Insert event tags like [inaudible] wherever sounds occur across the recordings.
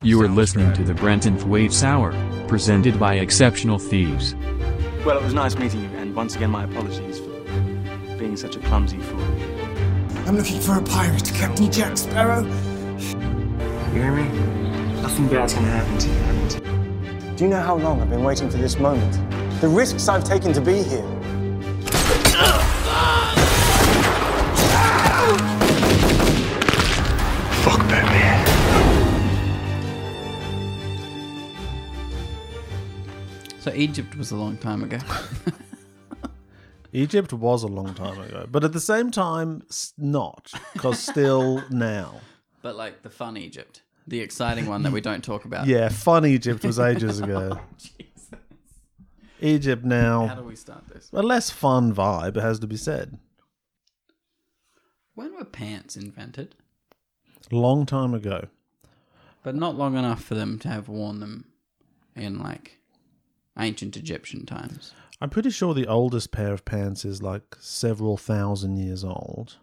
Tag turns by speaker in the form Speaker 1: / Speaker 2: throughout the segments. Speaker 1: You are listening to the Brenton Thwaites Hour, presented by Exceptional Thieves.
Speaker 2: Well, it was nice meeting you, and once again, my apologies for being such a clumsy fool.
Speaker 3: I'm looking for a pirate, Captain Jack Sparrow.
Speaker 4: You hear me? Nothing bad's gonna happen to you.
Speaker 3: Do you know how long I've been waiting for this moment? The risks I've taken to be here.
Speaker 4: Fuck Batman.
Speaker 5: So Egypt was a long time
Speaker 6: [laughs]
Speaker 5: ago.
Speaker 6: Egypt was a long time ago, but at the same time, s- not because still now.
Speaker 5: but like the fun Egypt, the exciting one that we don't talk about.
Speaker 6: Yeah, fun Egypt was ages ago.
Speaker 5: Jesus.
Speaker 6: Egypt
Speaker 5: How do
Speaker 6: now,
Speaker 5: we start this?
Speaker 6: a less fun vibe, it has to be said.
Speaker 5: When were pants invented?
Speaker 6: Long time ago.
Speaker 5: But not long enough for them to have worn them in like ancient Egyptian times.
Speaker 6: I'm pretty sure the oldest pair of pants is like several thousand years old.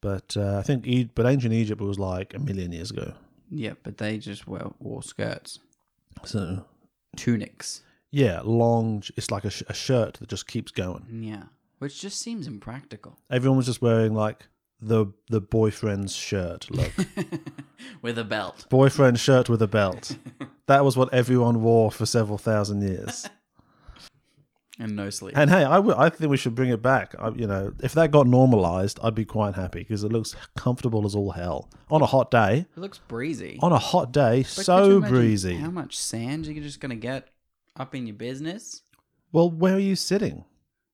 Speaker 6: But uh, I think, e- but ancient Egypt was like a million years ago.
Speaker 5: Yeah, but they just wear, wore skirts,
Speaker 6: So
Speaker 5: tunics.
Speaker 6: yeah, long. It's like a, sh- a shirt that just keeps going.
Speaker 5: Yeah, which just seems impractical. [laughs]
Speaker 6: Everyone was just wearing like the the boyfriend's shirt
Speaker 5: [laughs]
Speaker 6: look.
Speaker 5: With a belt.
Speaker 6: boyfriend shirt with a belt. That was what everyone wore for several thousand years.
Speaker 5: And no sleep.
Speaker 6: And hey, I wi- I think we should bring it back. I, you know, if that got normalized, I'd be quite happy because it looks comfortable as all hell on a hot day.
Speaker 5: It looks breezy.
Speaker 6: On a hot day,
Speaker 5: But could you
Speaker 6: Oh, so
Speaker 5: imagine
Speaker 6: breezy.
Speaker 5: How much sand you're just going to get up in your business?
Speaker 6: well, where are you sitting?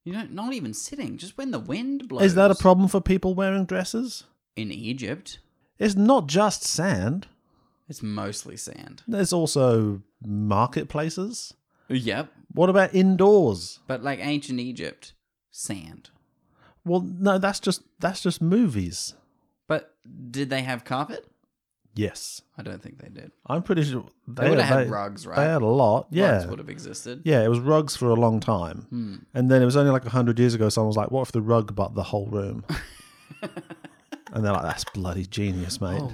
Speaker 5: You know, not even sitting, just when the wind blows.
Speaker 6: Is that a problem for people wearing dresses?
Speaker 5: In Egypt,
Speaker 6: It's not just sand.
Speaker 5: it's mostly sand.
Speaker 6: There's also marketplaces.
Speaker 5: Yep.
Speaker 6: What about indoors?
Speaker 5: But like ancient Egypt, sand.
Speaker 6: Well, no, that's just that's just movies.
Speaker 5: But did they have carpet?
Speaker 6: Yes.
Speaker 5: I don't think they did.
Speaker 6: I'm pretty sure they,
Speaker 5: would've had rugs, right?
Speaker 6: They had a lot, yeah,
Speaker 5: would have existed.
Speaker 6: yeah. It was rugs for a long time,
Speaker 5: Hmm.
Speaker 6: and then it was only like hundred years ago. Someone was like, "What if the rug but the whole
Speaker 5: [laughs]
Speaker 6: room?" and they're like, "That's bloody genius, mate!
Speaker 5: Oh,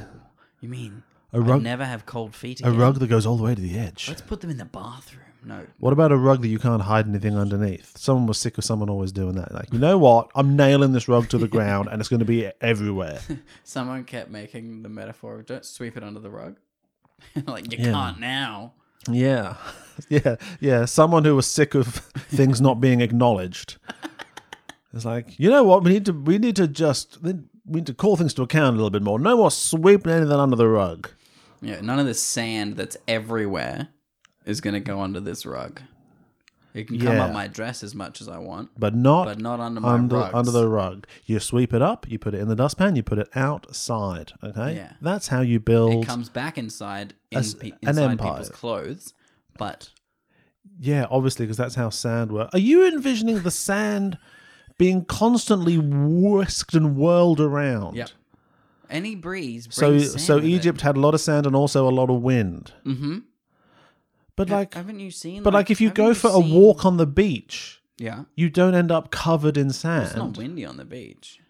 Speaker 5: you mean
Speaker 6: A
Speaker 5: a
Speaker 6: rug-
Speaker 5: rug? never have cold feet
Speaker 6: a
Speaker 5: again.
Speaker 6: rug that goes all the way to the edge.
Speaker 5: Let's put them in the bathroom. No.
Speaker 6: What about a rug that you can't hide anything underneath? Someone was sick of someone always doing that. Like, you know what? I'm nailing this rug
Speaker 5: [laughs]
Speaker 6: to the ground, and it's going to be everywhere.
Speaker 5: Someone kept making the metaphor of don't sweep it under the rug. [laughs] like, you
Speaker 6: Yeah.
Speaker 5: can't now.
Speaker 6: Yeah. [laughs] Yeah. Yeah. Someone who was sick of [laughs] things not being acknowledged. It's like, you know what? We need to, we need to just, we need to call things to account a little bit more. No more sweeping anything under the rug.
Speaker 5: Yeah, none of this sand that's everywhere is going to go under this rug. It can come
Speaker 6: Yeah.
Speaker 5: up my dress as much as I want.
Speaker 6: But not,
Speaker 5: But not under my
Speaker 6: under,
Speaker 5: rugs.
Speaker 6: under the rug. You sweep it up, you put it in the dustpan, you put it outside. Okay.
Speaker 5: Yeah.
Speaker 6: That's how you build.
Speaker 5: It comes back inside
Speaker 6: A
Speaker 5: in,
Speaker 6: s-
Speaker 5: pe-
Speaker 6: an
Speaker 5: inside
Speaker 6: empire.
Speaker 5: people's clothes, but
Speaker 6: yeah, obviously, because that's how sand works. Are you envisioning the sand being constantly whisked and whirled around?
Speaker 5: yep. Any breeze.
Speaker 6: So,
Speaker 5: brings sand
Speaker 6: so
Speaker 5: with it. Mm,
Speaker 6: Egypt had a lot of sand and also a lot of wind. Mm-hmm. But
Speaker 5: Ha-
Speaker 6: like,
Speaker 5: haven't you seen?
Speaker 6: but like, if you
Speaker 5: haven't
Speaker 6: go for
Speaker 5: seen-
Speaker 6: a walk on the beach,
Speaker 5: yeah,
Speaker 6: you don't end up covered in sand.
Speaker 5: it's not windy on the beach.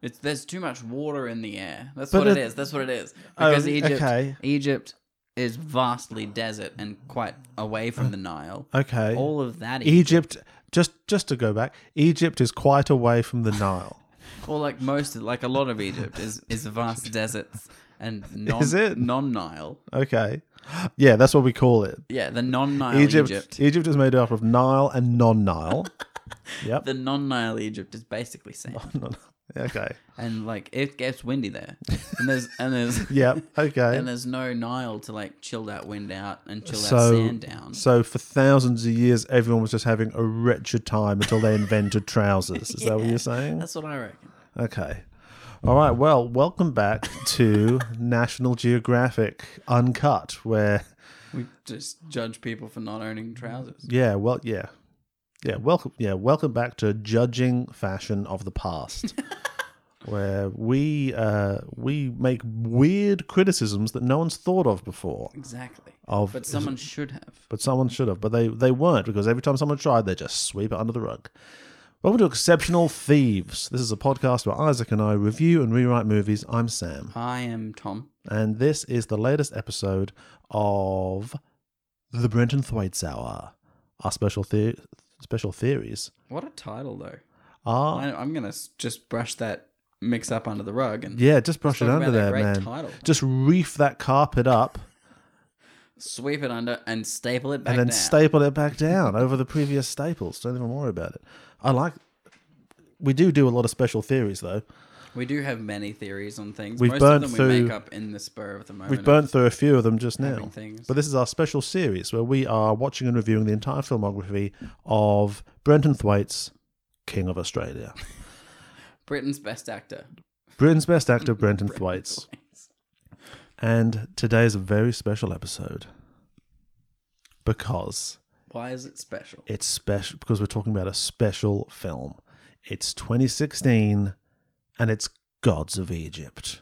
Speaker 5: It's there's too much water in the air. That's
Speaker 6: But
Speaker 5: what it
Speaker 6: it-
Speaker 5: is. That's what it is.
Speaker 6: Oh,
Speaker 5: Because Egypt,
Speaker 6: okay.
Speaker 5: Egypt is vastly desert and quite away from the Nile.
Speaker 6: okay.
Speaker 5: All of that Egypt,
Speaker 6: Egypt, just just to go back, Egypt is quite away from the Nile.
Speaker 5: or like most, like a lot of Egypt is is vast deserts and non,
Speaker 6: [laughs] Is it?
Speaker 5: non-Nile.
Speaker 6: okay, yeah, that's what we call it.
Speaker 5: Yeah, the non-Nile
Speaker 6: Egypt,
Speaker 5: Egypt.
Speaker 6: Egypt. is made up of Nile and
Speaker 5: [laughs]
Speaker 6: non-Nile. yep. [laughs]
Speaker 5: the non-Nile Egypt is basically sand,
Speaker 6: okay.
Speaker 5: and like it gets windy there, and there's and there's
Speaker 6: [laughs] Yep. Okay.
Speaker 5: and there's no Nile to like chill that wind out and chill that
Speaker 6: so,
Speaker 5: sand down.
Speaker 6: so for thousands of years, everyone was just having a wretched time until they invented trousers.
Speaker 5: [laughs]
Speaker 6: Is that what you're saying?
Speaker 5: That's what I reckon.
Speaker 6: Okay. All right. Well, welcome back to [laughs] National Geographic Uncut, where
Speaker 5: We just judge people for not owning trousers.
Speaker 6: yeah, well, yeah, yeah, welcome, yeah, welcome back to judging fashion of the past, where we uh, we make weird criticisms that no one's thought of before.
Speaker 5: Exactly.
Speaker 6: Of
Speaker 5: But someone should have.
Speaker 6: but someone should have. But they they weren't because every time someone tried, they just sweep it under the rug. Welcome to Exceptional Thieves. This is a podcast where Isaac and I review and rewrite movies. I'm Sam.
Speaker 5: I am Tom.
Speaker 6: and this is the latest episode of the Brenton Thwaites Hour. Our special the- special theories
Speaker 5: What a title, though.
Speaker 6: are
Speaker 5: I, I'm gonna s- just brush that mix up under the rug and
Speaker 6: yeah, just brush
Speaker 5: talk
Speaker 6: it
Speaker 5: about
Speaker 6: under
Speaker 5: that
Speaker 6: there,
Speaker 5: great
Speaker 6: man.
Speaker 5: title.
Speaker 6: Just reef that carpet up
Speaker 5: sweep it under and staple it back
Speaker 6: and then
Speaker 5: down.
Speaker 6: staple it back down over the previous staples. Don't even worry about it. I like. We do do a lot of special theories though.
Speaker 5: we do have many theories on things.
Speaker 6: We've
Speaker 5: Most
Speaker 6: burnt
Speaker 5: of them we
Speaker 6: through-
Speaker 5: make up in the spur of the moment.
Speaker 6: We've burnt through a few of them just now.
Speaker 5: having things.
Speaker 6: But this is our special series where we are watching and reviewing the entire filmography of Brenton Thwaites, King of Australia.
Speaker 5: Britain's best actor.
Speaker 6: Britain's best actor, Brenton Thwaites. And today is a very special episode because
Speaker 5: Why is it special?
Speaker 6: it's special because we're talking about a special film. It's 2016 and it's Gods of Egypt.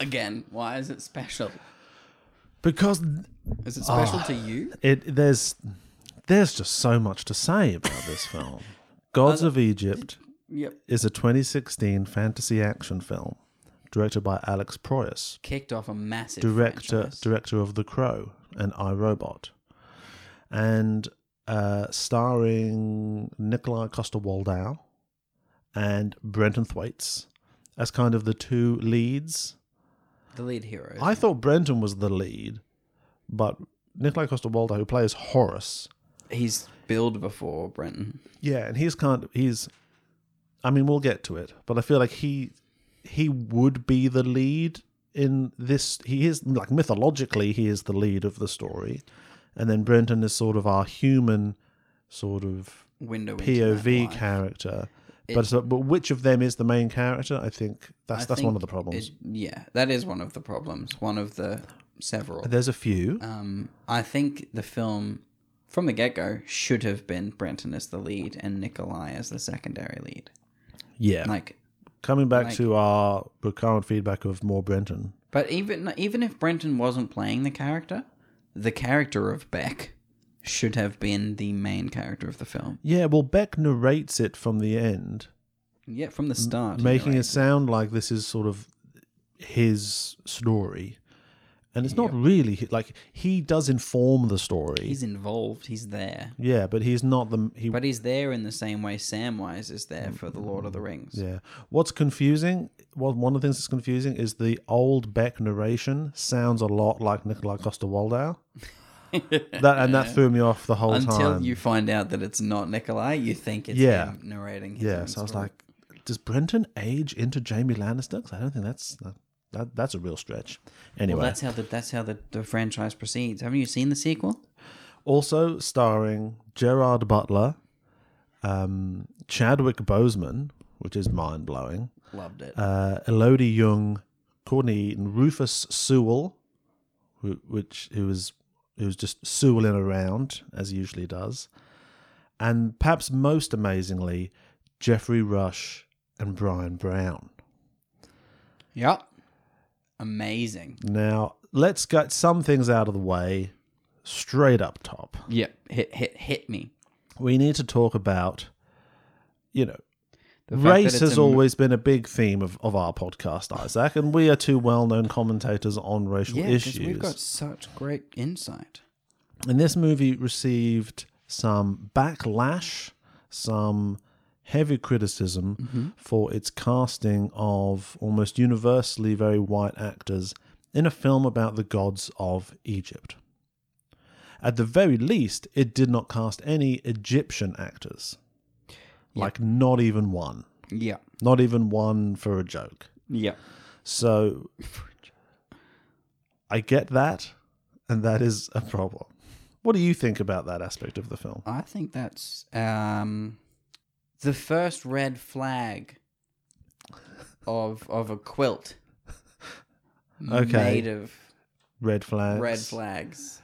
Speaker 5: Again, why is it special?
Speaker 6: Because
Speaker 5: Is it
Speaker 6: Ah.
Speaker 5: special to you?
Speaker 6: it there's there's just so much to say about this film. Gods of Egypt
Speaker 5: Yep.
Speaker 6: is a 2016 fantasy action film directed by Alex Proyas,
Speaker 5: Kicked off a massive
Speaker 6: director
Speaker 5: franchise.
Speaker 6: director of The Crow and I Robot, and uh, starring Nikolai Coster-Waldau and Brenton Thwaites as kind of the two leads.
Speaker 5: the lead hero.
Speaker 6: I thought Brenton was the lead, but Nikolai Coster-Waldau, who plays Horace,
Speaker 5: He's billed before Brenton.
Speaker 6: Yeah, and he's kind of he's I mean, we'll get to it, but I feel like he he would be the lead in this he is like mythologically he is the lead of the story. And then Brenton is sort of our human sort of
Speaker 5: Window into that
Speaker 6: POV
Speaker 5: life.
Speaker 6: character. but so, but which of them is the main character? I think that's
Speaker 5: I
Speaker 6: that's one
Speaker 5: think
Speaker 6: of the problems.
Speaker 5: it- yeah, that is one of the problems. One of the several.
Speaker 6: There's a few.
Speaker 5: Um, I think the film from the get go should have been Brenton as the lead and Nikolai as the secondary lead.
Speaker 6: yeah.
Speaker 5: Like,
Speaker 6: Coming back
Speaker 5: like-
Speaker 6: to our recurrent feedback of more Brenton.
Speaker 5: but even even if Brenton wasn't playing the character, the character of Beck should have been the main character of the film.
Speaker 6: Yeah, well Beck narrates it from the end.
Speaker 5: Yeah, from the start,
Speaker 6: making
Speaker 5: anyway.
Speaker 6: it sound like this is sort of his story and it's not really hi- like he does inform the story
Speaker 5: He's involved. He's there.
Speaker 6: yeah but he's not the he
Speaker 5: But he's there in the same way Samwise is there for the Lord of the Rings.
Speaker 6: yeah what's confusing what one of the things that's confusing is the old beck narration sounds a lot like nikolai
Speaker 5: [laughs]
Speaker 6: costa-waldau that and that threw me off the whole
Speaker 5: Until
Speaker 6: time
Speaker 5: you find out that it's not Nikolai, you think it's
Speaker 6: Yeah.
Speaker 5: him narrating. His
Speaker 6: yeah
Speaker 5: own
Speaker 6: so i was
Speaker 5: story.
Speaker 6: like does brenton age into jamie lannister 'Cause i don't think that's that, that that's a real stretch anyway
Speaker 5: Well, that's how the that's how the, the franchise proceeds. Haven't you seen the sequel?
Speaker 6: also starring Gerard Butler, um, Chadwick Boseman, which is mind blowing,
Speaker 5: Loved it.
Speaker 6: uh, Elodie Young, Courtney Eaton, Rufus Sewell, who, which who was who was just Sewelling around as he usually does, and perhaps most amazingly, Jeffrey Rush and Brian Brown.
Speaker 5: yep. Amazing.
Speaker 6: Now let's get some things out of the way straight up top.
Speaker 5: Yep. Hit hit hit me.
Speaker 6: We need to talk about, you know,
Speaker 5: The fact that
Speaker 6: Race
Speaker 5: it's
Speaker 6: has
Speaker 5: a-
Speaker 6: always been a big theme of, of our podcast, Isaac, and we are two well known commentators on racial
Speaker 5: yeah, 'cause
Speaker 6: issues.
Speaker 5: We've got such great insight.
Speaker 6: And this movie received some backlash, some heavy criticism
Speaker 5: Mm-hmm.
Speaker 6: for its casting of almost universally very white actors in a film about the gods of Egypt. At the very least, it did not cast any Egyptian actors. Like, not even one.
Speaker 5: Yeah.
Speaker 6: Not even one for a joke.
Speaker 5: Yeah.
Speaker 6: So I get that, and that is a problem. What do you think about that aspect of the film?
Speaker 5: I think that's um, the first red flag of of a quilt
Speaker 6: [laughs] Okay.
Speaker 5: made of
Speaker 6: Red flags.
Speaker 5: red flags.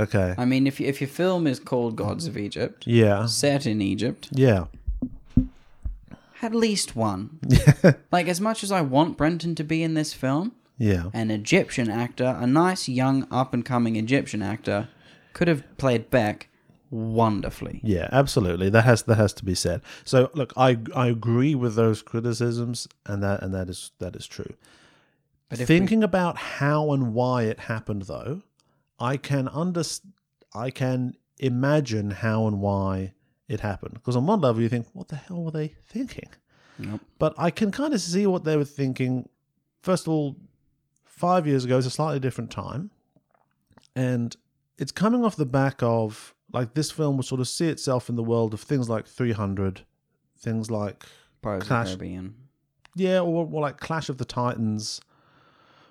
Speaker 6: Okay.
Speaker 5: I mean, if you, if your film is called Gods of Egypt,
Speaker 6: Yeah.
Speaker 5: set in Egypt,
Speaker 6: Yeah.
Speaker 5: At least
Speaker 6: [laughs]
Speaker 5: one. like, as much as I want Brenton to be in this film,
Speaker 6: Yeah.
Speaker 5: an Egyptian actor, a nice young up and coming Egyptian actor, could have played Beck wonderfully.
Speaker 6: Yeah, absolutely. That has that has to be said. So look, I I agree with those criticisms and that and that is that is true.
Speaker 5: But if we-
Speaker 6: Thinking about how and why it happened, though, I can under I can imagine how and why it happened. Because on one level, you think, "What the hell were they thinking?"
Speaker 5: Yep.
Speaker 6: But I can kind of see what they were thinking. First of all, five years ago is a slightly different time, and it's coming off the back of like this film will sort of see itself in the world of things like 300, things like
Speaker 5: Pirates of the
Speaker 6: Clash-
Speaker 5: Caribbean.
Speaker 6: yeah, or, or like Clash of the Titans,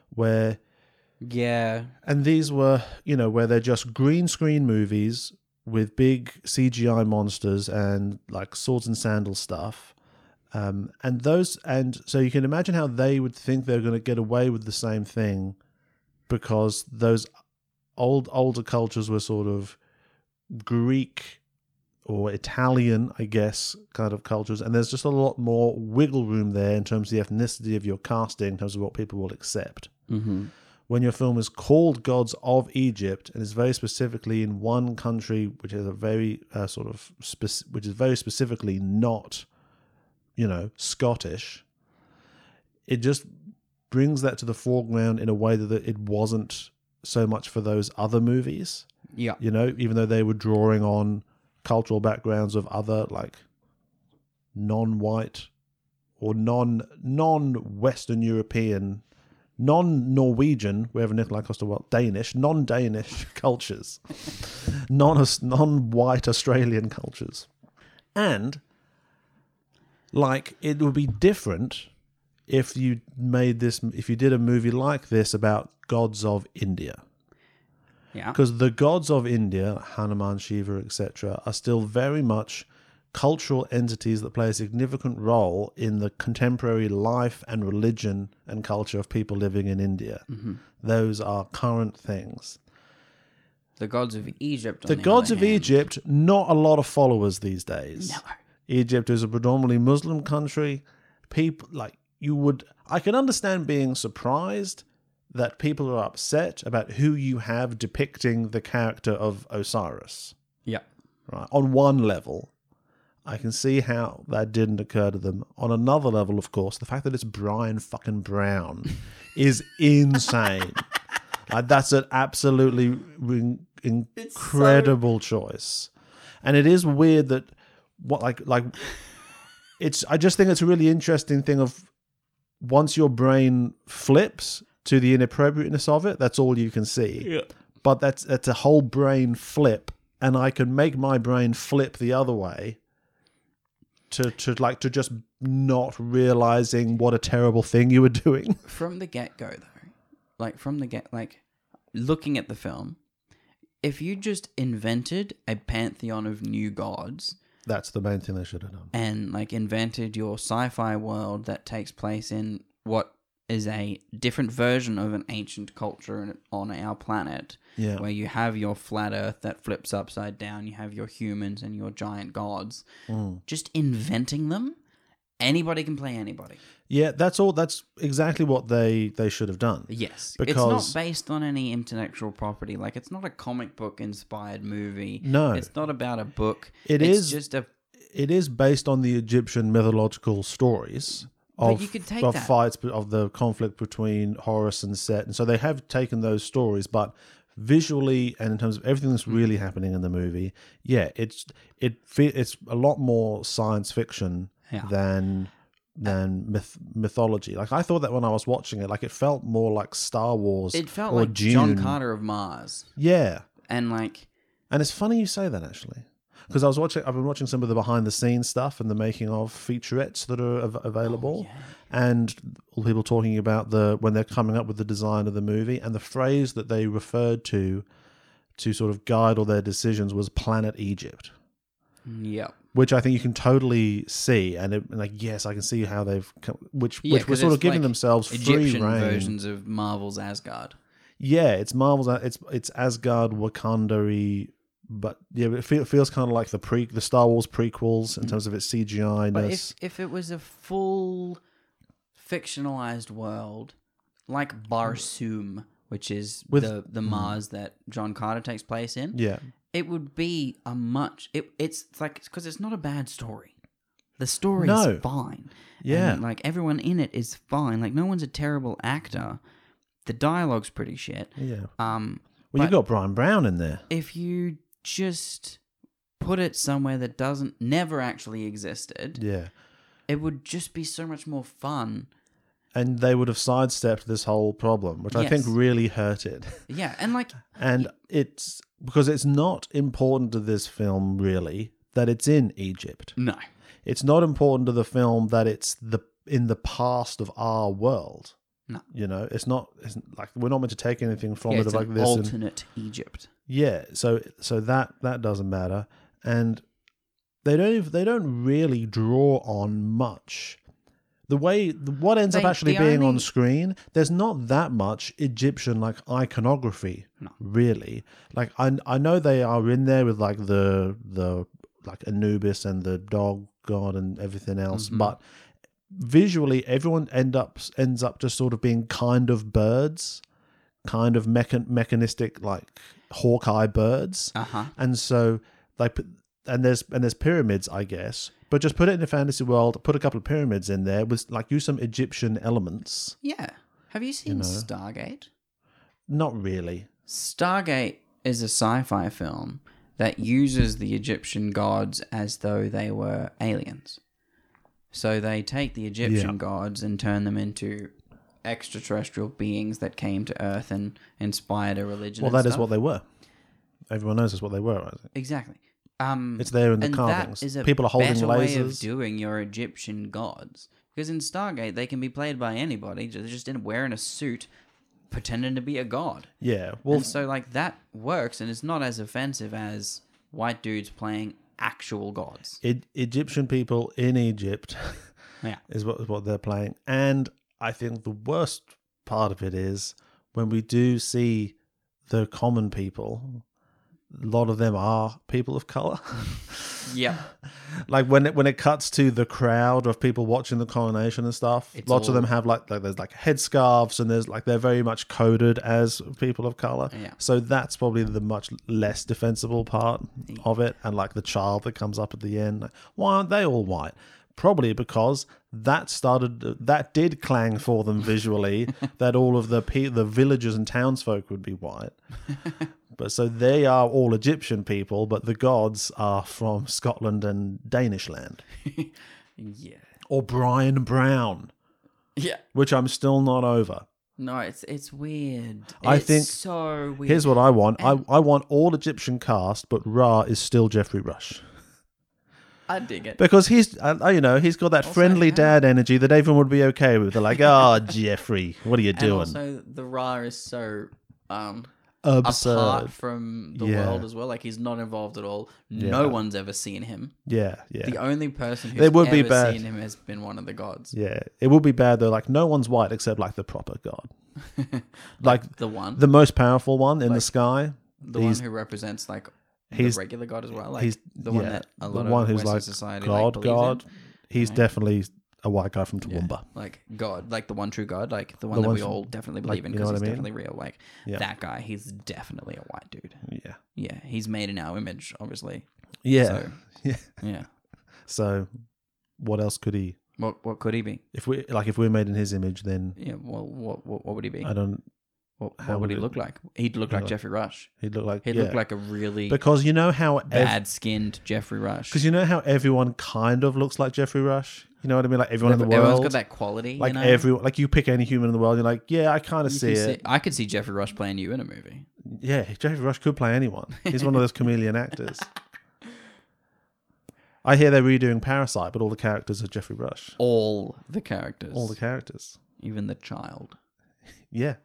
Speaker 6: where
Speaker 5: Yeah,
Speaker 6: and these were, you know, where they're just green screen movies with big CGI monsters and like swords and sandals stuff. Um, and those, and so you can imagine how they would think they're going to get away with the same thing because those old, older cultures were sort of Greek or Italian, I guess, kind of cultures. And there's just a lot more wiggle room there in terms of the ethnicity of your casting, in terms of what people will accept Mm-hmm. when your film is called Gods of Egypt and is very specifically in one country, which is a very uh, sort of spec- which is very specifically not, you know, Scottish. It just brings that to the foreground in a way that it wasn't so much for those other movies.
Speaker 5: yeah,
Speaker 6: You know, even though they were drawing on cultural backgrounds of other like non-white or non non-Western European, non-Norwegian, wherever Nikolai Costa well, Danish, non-Danish [laughs] cultures, non non-white Australian cultures, and like it would be different if you made this if you did a movie like this about gods of India
Speaker 5: yeah.
Speaker 6: because the gods of India, Hanuman, Shiva, etc., are still very much cultural entities that play a significant role in the contemporary life and religion and culture of people living in India. Those are current things.
Speaker 5: The gods of Egypt. on
Speaker 6: The
Speaker 5: the
Speaker 6: gods
Speaker 5: other
Speaker 6: of
Speaker 5: hand.
Speaker 6: Egypt, not a lot of followers these days. Egypt is a predominantly Muslim country. People like you would I can understand being surprised that people are upset about who you have depicting the character of Osiris.
Speaker 5: Yeah,
Speaker 6: Right. On one level, I can see how that didn't occur to them. On another level, of course, the fact that it's Brian fucking Brown is insane. like that's an absolutely in- incredible choice, and it is weird that what like like it's. I just think it's a really interesting thing of once your brain flips to the inappropriateness of it, that's all you can see but that's that's a whole brain flip and i can make my brain flip the other way to to like to just not realizing what a terrible thing you were [laughs] doing
Speaker 5: from the get go though, like from the get, like looking at the film, if you just invented a pantheon of new gods
Speaker 6: that's the main thing they should have done
Speaker 5: and like invented your sci-fi world that takes place in what is a different version of an ancient culture in- on our planet
Speaker 6: Yeah.
Speaker 5: where you have your flat earth that flips upside down you have your humans and your giant gods
Speaker 6: Mm.
Speaker 5: just inventing them anybody can play anybody
Speaker 6: yeah that's all that's exactly what they they should have done
Speaker 5: yes
Speaker 6: Because-
Speaker 5: it's not based on any intellectual property like it's not a comic book inspired movie
Speaker 6: No.
Speaker 5: it's not about a book
Speaker 6: It
Speaker 5: it's
Speaker 6: is-
Speaker 5: just a
Speaker 6: it is based on the egyptian mythological stories
Speaker 5: But
Speaker 6: of,
Speaker 5: you could take
Speaker 6: of
Speaker 5: that.
Speaker 6: fights of the conflict between Horus and Set, and so they have taken those stories, but visually and in terms of everything that's really happening in the movie, yeah, it's it fe- it's a lot more science fiction
Speaker 5: Yeah.
Speaker 6: than than myth- mythology. Like I thought that when I was watching it, like it felt more like Star Wars.
Speaker 5: it felt
Speaker 6: or
Speaker 5: like john
Speaker 6: Dune.
Speaker 5: carter of mars
Speaker 6: Yeah,
Speaker 5: and like
Speaker 6: and it's funny you say that actually, because I was watching. I've been watching some of the behind the scenes stuff and the making of featurettes that are av- available,
Speaker 5: Oh,
Speaker 6: and all people talking about the when they're coming up with the design of the movie and the phrase that they referred to to sort of guide all their decisions was "Planet Egypt."
Speaker 5: yep
Speaker 6: Which I think you can totally see, and it, and like yes, I can see how they've come, which
Speaker 5: Yeah,
Speaker 6: which was
Speaker 5: 'cause
Speaker 6: sort of
Speaker 5: it's
Speaker 6: giving
Speaker 5: like
Speaker 6: themselves free
Speaker 5: Egyptian
Speaker 6: reign.
Speaker 5: versions of Marvel's Asgard.
Speaker 6: Yeah, it's Marvel's. It's it's Asgard, Wakanda-y, but yeah, but it, feel, it feels kind of like the pre the Star Wars prequels in terms of its CGI
Speaker 5: Mm. But
Speaker 6: ness.
Speaker 5: if if it was a full fictionalized world like Barsoom, which is
Speaker 6: With- Mm.
Speaker 5: the the Mars that John Carter takes place in,
Speaker 6: Yeah,
Speaker 5: it would be a much it, it's like because it's not a bad story. The story
Speaker 6: No.
Speaker 5: is fine.
Speaker 6: Yeah.
Speaker 5: And, like everyone in it is fine. Like no one's a terrible actor. The dialogue's pretty shit.
Speaker 6: Yeah.
Speaker 5: Um,
Speaker 6: Well, you
Speaker 5: but-
Speaker 6: got Brian Brown in there.
Speaker 5: if you just put it somewhere that doesn't never actually existed,
Speaker 6: Yeah.
Speaker 5: it would just be so much more fun.
Speaker 6: And they would have sidestepped this whole problem, which I think
Speaker 5: Yes.
Speaker 6: really hurt
Speaker 5: [laughs]
Speaker 6: it.
Speaker 5: Yeah, and like
Speaker 6: And it's because it's not important to this film, really, that it's in Egypt.
Speaker 5: no.
Speaker 6: It's not important to the film that it's the in the past of our world.
Speaker 5: No.
Speaker 6: You know, it's not it's like we're not meant to take anything from
Speaker 5: Yeah,
Speaker 6: it
Speaker 5: it's
Speaker 6: like
Speaker 5: an
Speaker 6: this. and-
Speaker 5: alternate Egypt.
Speaker 6: Yeah, so so that that doesn't matter, and they don't ev- they don't really draw on much. The way what ends up
Speaker 5: They-
Speaker 6: actually
Speaker 5: the
Speaker 6: being on
Speaker 5: only-
Speaker 6: screen, there's not that much Egyptian like iconography, really. Like I I know they are in there with like the the like Anubis and the dog god and everything else,
Speaker 5: Mm-hmm.
Speaker 6: but visually everyone end up ends up just sort of being kind of birds kind of mechan- mechanistic like hawkeye birds
Speaker 5: Uh-huh.
Speaker 6: and so they put and there's and there's pyramids i guess but just put it in a fantasy world put a couple of pyramids in there with like use some egyptian elements
Speaker 5: Yeah. Have you seen Stargate?
Speaker 6: not really
Speaker 5: Stargate is a sci-fi film that uses the Egyptian gods as though they were aliens. So they take the Egyptian
Speaker 6: Yeah.
Speaker 5: gods and turn them into extraterrestrial beings that came to Earth and inspired a religion.
Speaker 6: well
Speaker 5: and
Speaker 6: that is
Speaker 5: stuff.
Speaker 6: what they were everyone knows that's what they were I think.
Speaker 5: Exactly. Um,
Speaker 6: It's there in the
Speaker 5: and
Speaker 6: carvings.
Speaker 5: That is a
Speaker 6: People are holding
Speaker 5: better way of
Speaker 6: lasers.
Speaker 5: doing your Egyptian gods. Because in Stargate, they can be played by anybody. ju- They're just in wearing a suit, pretending to be a god.
Speaker 6: yeah well
Speaker 5: and so, like, that works, and it's not as offensive as white dudes playing actual gods.
Speaker 6: E- egyptian people in egypt
Speaker 5: Yeah.
Speaker 6: is what is what they're playing. And I think the worst part of it is when we do see the common people. A lot of them are people of color. [laughs]
Speaker 5: Yeah.
Speaker 6: like when it when it cuts to the crowd of people watching the coronation and stuff,
Speaker 5: It's
Speaker 6: lots of
Speaker 5: all-
Speaker 6: them have like like there's like headscarves and there's like they're very much coded as people of color.
Speaker 5: Yeah.
Speaker 6: So that's probably the much less defensible part of it. And like the child that comes up at the end, like, why aren't they all white? Probably because that started that did clang for them
Speaker 5: [laughs]
Speaker 6: visually that all of the pe- the villagers and townsfolk would be white. But so they are all Egyptian people, but the gods are from Scotland and Danish land.
Speaker 5: Yeah.
Speaker 6: Or Brian Brown,
Speaker 5: Yeah.
Speaker 6: which I'm still not over.
Speaker 5: No, it's it's weird.
Speaker 6: I
Speaker 5: It's
Speaker 6: think-
Speaker 5: so weird.
Speaker 6: Here's what I want. I, I want all Egyptian cast, but Ra is still Jeffrey Rush.
Speaker 5: I dig it.
Speaker 6: Because he's, uh, uh, you know, he's got that friendly
Speaker 5: yeah.
Speaker 6: dad energy that everyone would be okay with. They're
Speaker 5: [laughs]
Speaker 6: like, oh, Jeffrey, what are you
Speaker 5: and
Speaker 6: doing?
Speaker 5: also, the Ra is so um,
Speaker 6: Absurd.
Speaker 5: apart from the
Speaker 6: Yeah.
Speaker 5: world as well. Like he's not involved at all. No one's ever seen him.
Speaker 6: yeah, yeah.
Speaker 5: The only person who's
Speaker 6: They would be
Speaker 5: ever
Speaker 6: bad.
Speaker 5: seen him has been one of the gods.
Speaker 6: yeah. It would be bad, though. Like, no one's white except, like, the proper god.
Speaker 5: [laughs]
Speaker 6: like,
Speaker 5: The one,
Speaker 6: the most powerful one in the sky.
Speaker 5: the one who represents like
Speaker 6: he's-
Speaker 5: the regular god as well. Like
Speaker 6: he's
Speaker 5: the one
Speaker 6: yeah,
Speaker 5: that a
Speaker 6: the
Speaker 5: lot
Speaker 6: one
Speaker 5: of
Speaker 6: who's
Speaker 5: Western
Speaker 6: like
Speaker 5: society
Speaker 6: God,
Speaker 5: like, believes in.
Speaker 6: God. He's definitely a white guy from Toowoomba.
Speaker 5: like God, like the one true God, like the one that
Speaker 6: one
Speaker 5: we
Speaker 6: tr-
Speaker 5: all definitely believe in
Speaker 6: you know
Speaker 5: because
Speaker 6: what
Speaker 5: he's
Speaker 6: I mean?
Speaker 5: definitely real. Like
Speaker 6: Yeah.
Speaker 5: that guy, he's definitely a white dude.
Speaker 6: Yeah,
Speaker 5: Yeah, he's made in our image, obviously.
Speaker 6: yeah,
Speaker 5: So-
Speaker 6: [laughs] yeah.
Speaker 5: Yeah.
Speaker 6: So, what else could he?
Speaker 5: What what could he be?
Speaker 6: If we like, if we're made in his image, then
Speaker 5: Yeah. Well, what what, what would he be?
Speaker 6: I don't.
Speaker 5: What,
Speaker 6: How
Speaker 5: what would
Speaker 6: would
Speaker 5: he
Speaker 6: it-
Speaker 5: look like? He'd look like Jeffrey Rush.
Speaker 6: He'd look like
Speaker 5: He'd
Speaker 6: yeah.
Speaker 5: look like a really
Speaker 6: because you know how
Speaker 5: bad skinned Jeffrey Rush.
Speaker 6: because you know how everyone kind of looks like Jeffrey Rush. You know what I mean? Like everyone in the
Speaker 5: Everyone's
Speaker 6: world,
Speaker 5: got that quality.
Speaker 6: like
Speaker 5: you know?
Speaker 6: everyone, like you pick any human in the world, you're like, yeah, I kind of
Speaker 5: You
Speaker 6: see
Speaker 5: can
Speaker 6: it.
Speaker 5: see- I could see Jeffrey Rush playing you in a movie.
Speaker 6: Yeah, Jeffrey Rush could play anyone. He's one
Speaker 5: [laughs]
Speaker 6: of those chameleon actors. I hear they're redoing Parasite, but all the characters are Jeffrey Rush.
Speaker 5: All the characters,
Speaker 6: All the characters.
Speaker 5: even the child.
Speaker 6: Yeah.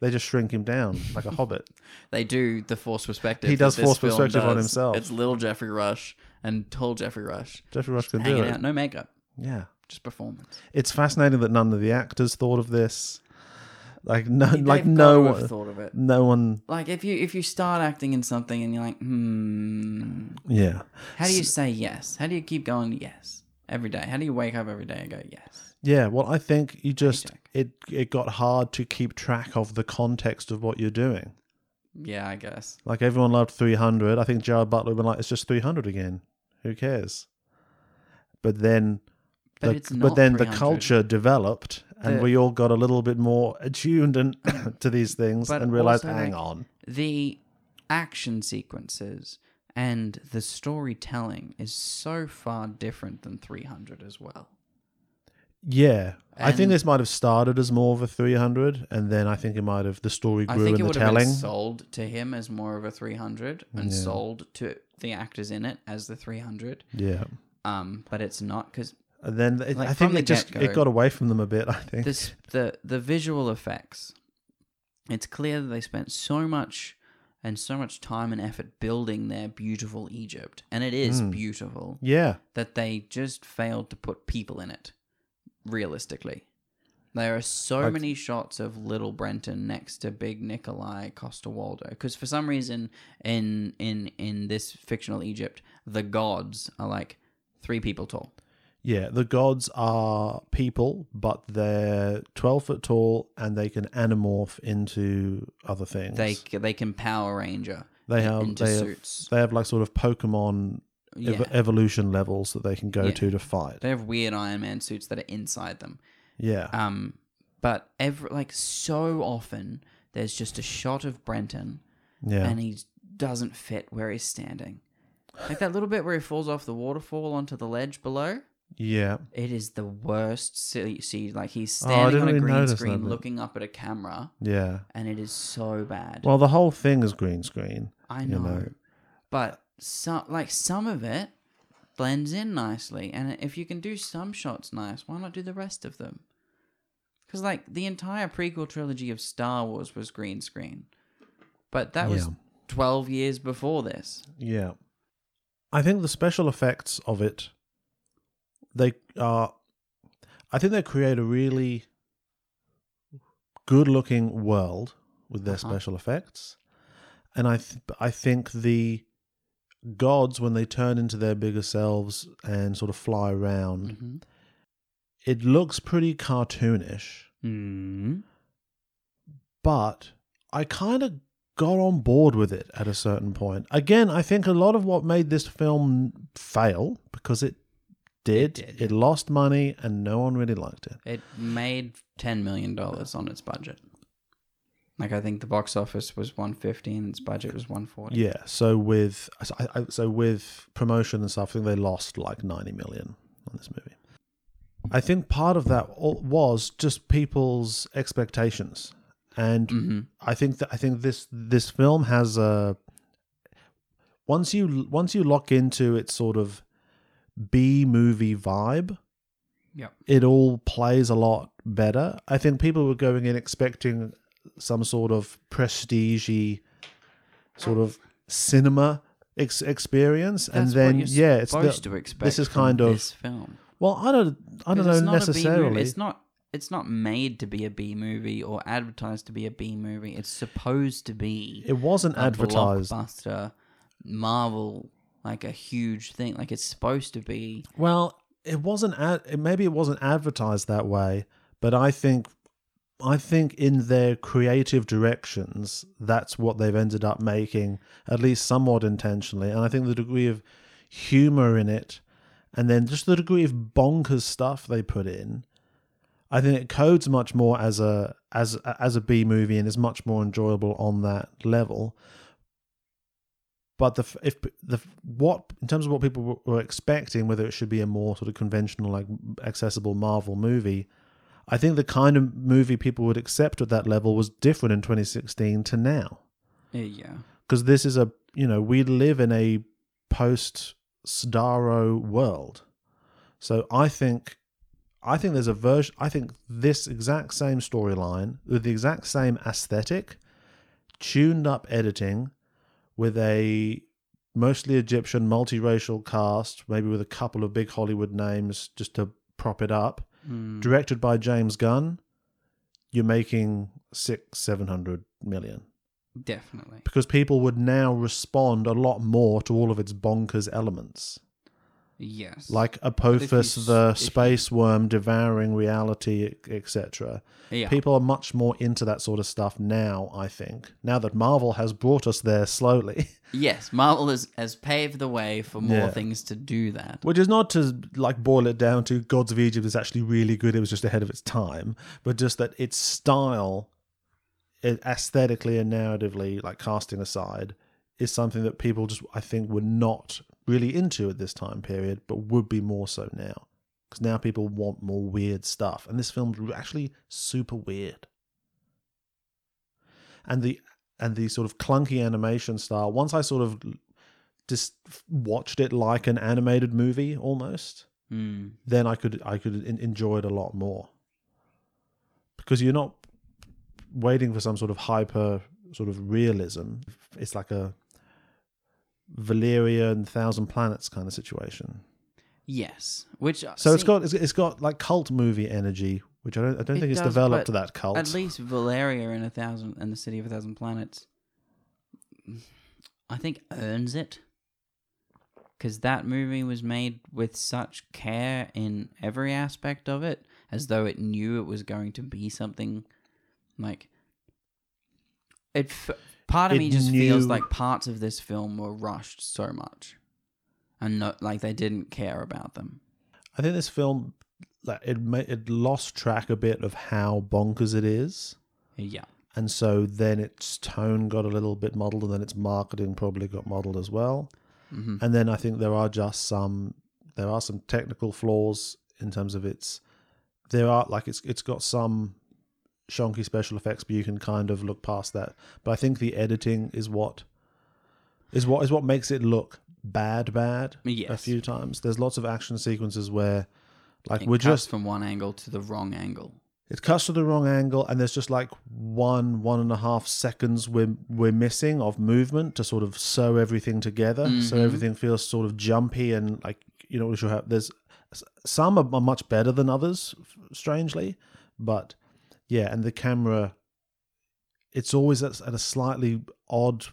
Speaker 6: They just shrink him down like a hobbit.
Speaker 5: They do the forced perspective.
Speaker 6: He
Speaker 5: that
Speaker 6: does
Speaker 5: this
Speaker 6: forced
Speaker 5: film
Speaker 6: perspective on
Speaker 5: does.
Speaker 6: himself.
Speaker 5: It's little Jeffrey Rush and tall Jeffrey Rush
Speaker 6: Jeffrey Rush can do
Speaker 5: hanging
Speaker 6: it.
Speaker 5: out, no makeup,
Speaker 6: Yeah.
Speaker 5: just performance.
Speaker 6: It's fascinating that none of the actors thought of this. Like no like
Speaker 5: They've got
Speaker 6: no
Speaker 5: to have
Speaker 6: one
Speaker 5: thought of it.
Speaker 6: no one
Speaker 5: Like if you if you start acting in something and you're like, hmm,
Speaker 6: Yeah.
Speaker 5: how do you say yes? How do you keep going yes every day? How do you wake up every day and go yes?
Speaker 6: Yeah, well I think you just it it got hard to keep track of the context of what you're doing.
Speaker 5: Yeah, I guess.
Speaker 6: Like everyone loved 300. I think Jared Butler would been like, it's just 300 again. Who cares? But then
Speaker 5: But
Speaker 6: the-
Speaker 5: it's not
Speaker 6: then the
Speaker 5: 300.
Speaker 6: culture developed, and
Speaker 5: The-
Speaker 6: we all got a little bit more attuned and [coughs] to these things,
Speaker 5: But
Speaker 6: and realized,
Speaker 5: also,
Speaker 6: hang
Speaker 5: like,
Speaker 6: on,
Speaker 5: the action sequences and the storytelling is so far different than 300 as well.
Speaker 6: yeah. I think
Speaker 5: And-
Speaker 6: this might have started as more of a 300, and then I think it might have the story
Speaker 5: I
Speaker 6: grew
Speaker 5: think it
Speaker 6: in the
Speaker 5: would have
Speaker 6: telling.
Speaker 5: been sold to him as more of a 300 and sold to the actors in it as the 300.
Speaker 6: yeah,
Speaker 5: Um, but it's not because
Speaker 6: and then it,
Speaker 5: Like,
Speaker 6: I
Speaker 5: from
Speaker 6: think
Speaker 5: the
Speaker 6: it just
Speaker 5: get-go.
Speaker 6: it got away from them a bit. I think
Speaker 5: this the the visual effects. It's clear that they spent so much and so much time and effort building their beautiful Egypt, and it is
Speaker 6: Hmm.
Speaker 5: beautiful.
Speaker 6: yeah,
Speaker 5: that they just failed to put people in it realistically. There are so
Speaker 6: Like-
Speaker 5: many shots of little Brenton next to big Nikolai Costa Waldo because for some reason in in in this fictional Egypt the gods are like three people tall.
Speaker 6: yeah. The gods are people, but they're 12 foot tall, and they can anamorph into other things.
Speaker 5: They c- they can Power Ranger.
Speaker 6: they have
Speaker 5: into
Speaker 6: they have,
Speaker 5: suits.
Speaker 6: they have like sort of Pokemon ev-
Speaker 5: yeah.
Speaker 6: evolution levels that they can go
Speaker 5: Yeah.
Speaker 6: to to fight.
Speaker 5: They have weird Iron Man suits that are inside them.
Speaker 6: yeah,
Speaker 5: Um, but every like so often there's just a shot of Brenton
Speaker 6: yeah,
Speaker 5: and he doesn't fit where he's standing. Like that little bit where he falls off the waterfall onto the ledge below.
Speaker 6: yeah.
Speaker 5: It is the worst. See, see like he's
Speaker 6: Oh, I
Speaker 5: standing
Speaker 6: didn't
Speaker 5: on a
Speaker 6: really
Speaker 5: green
Speaker 6: notice that
Speaker 5: screen,
Speaker 6: bit.
Speaker 5: looking up at a camera,
Speaker 6: Yeah.
Speaker 5: and it is so bad.
Speaker 6: Well, the whole thing is green screen.
Speaker 5: I
Speaker 6: you
Speaker 5: know, but some like some of it blends in nicely, and if you can do some shots nice, why not do the rest of them? Because like the entire prequel trilogy of Star Wars was green screen, but that was
Speaker 6: Yeah.
Speaker 5: twelve years before this.
Speaker 6: Yeah. I think the special effects of it, they are, I think they create a really good looking world with their
Speaker 5: Uh-huh.
Speaker 6: special effects. And I, th- I think the gods, when they turn into their bigger selves and sort of fly around,
Speaker 5: Mhm.
Speaker 6: it looks pretty cartoonish.
Speaker 5: Mm.
Speaker 6: but I kind of got on board with it at a certain point. Again, I think a lot of what made this film fail because it did, it,
Speaker 5: did.
Speaker 6: lost money and no one really liked it.
Speaker 5: It made ten million dollars on its budget. Like I think the box office was one fifty and its budget was one forty.
Speaker 6: Yeah, so with so, I, I- so with promotion and stuff, I think they lost like 90 million on this movie. I think part of that all- was just people's expectations. And I think that I think this this film has a once you once you lock into its sort of B movie vibe,
Speaker 5: Yep.
Speaker 6: it all plays a lot better. I think people were going in expecting some sort of prestige sort of cinema ex- experience, and
Speaker 5: That's
Speaker 6: then
Speaker 5: what you're
Speaker 6: yeah, it's the-
Speaker 5: supposed to expect.
Speaker 6: this is
Speaker 5: from
Speaker 6: kind of
Speaker 5: this film.
Speaker 6: well, I don't I don't
Speaker 5: 'Cause
Speaker 6: know
Speaker 5: it's not a B movie.
Speaker 6: necessarily.
Speaker 5: It's not. It's not made to be a B movie or advertised to be a B movie. It's supposed to be
Speaker 6: it wasn't
Speaker 5: a
Speaker 6: advertised.
Speaker 5: blockbuster, Marvel, like a huge thing. Like it's supposed to be.
Speaker 6: Well, it wasn't ad- it- maybe it wasn't advertised that way, but I think I think in their creative directions, that's what they've ended up making, at least somewhat intentionally. And I think the degree of humor in it, and then just the degree of bonkers stuff they put in, I think it codes much more as a as as a B movie and is much more enjoyable on that level. But the f- if the f- what in terms of what people were- were expecting, whether it should be a more sort of conventional, like accessible Marvel movie, I think the kind of movie people would accept at that level was different in 2016 to now
Speaker 5: Yeah, Yeah.
Speaker 6: because this is a you know we live in a post Starro world, so I think I think there's a version. I think this exact same storyline with the exact same aesthetic, tuned up editing, with a mostly Egyptian multiracial cast, maybe with a couple of big Hollywood names just to prop it up. Directed by James Gunn, you're making six seven hundred million
Speaker 5: Definitely.
Speaker 6: because people would now respond a lot more to all of its bonkers elements.
Speaker 5: Yes.
Speaker 6: like
Speaker 5: if you
Speaker 6: Apophis,
Speaker 5: s-
Speaker 6: the
Speaker 5: if you-
Speaker 6: space worm devouring reality, etc.
Speaker 5: Yeah.
Speaker 6: People are much more into that sort of stuff now. I think now that Marvel has brought us there slowly, [laughs]
Speaker 5: Yes, Marvel has, has paved the way for more
Speaker 6: Yeah.
Speaker 5: things to do that.
Speaker 6: which is not to like boil it down to Gods of Egypt is actually really good. It was just ahead of its time, but just that its style, it, aesthetically and narratively, like casting aside, is something that people just I think were not really into at this time period, but would be more so now. because now people want more weird stuff, and this film's actually super weird. And the and the sort of clunky animation style. Once I sort of just watched it like an animated movie almost,
Speaker 5: Mm.
Speaker 6: then I could I could en- enjoy it a lot more because you're not waiting for some sort of hyper sort of realism. It's like a Valeria and Thousand Planets kind of situation.
Speaker 5: Yes, which
Speaker 6: So it's got it's, it's got like cult movie energy, which I don't I don't think it's developed to that cult.
Speaker 5: At least Valeria in a thousand and the City of a Thousand Planets, I think earns it because that movie was made with such care in every aspect of it, as though it knew it was going to be something like it. F- part of
Speaker 6: It
Speaker 5: me just feels
Speaker 6: knew-
Speaker 5: like parts of this film were rushed so much, and not like they didn't care about them.
Speaker 6: I think this film like it ma- it lost track a bit of how bonkers it is.
Speaker 5: Yeah.
Speaker 6: and so then its tone got a little bit muddled, and then its marketing probably got muddled as well.
Speaker 5: Mm-hmm.
Speaker 6: And then I think there are just some there are some technical flaws in terms of its there are like it's it's got some shonky special effects, but you can kind of look past that. But I think the editing is what is what is what makes it look bad bad a
Speaker 5: Yes.
Speaker 6: few times. There's lots of action sequences where like
Speaker 5: It
Speaker 6: we're
Speaker 5: cuts
Speaker 6: just
Speaker 5: from one angle to the wrong angle.
Speaker 6: it cuts to the wrong angle and there's just like one one and a half seconds we're we're missing of movement to sort of sew everything together so
Speaker 5: Mm-hmm.
Speaker 6: everything feels sort of jumpy and like you know sure how there's some are much better than others strangely but yeah and the camera it's always at, at a slightly odd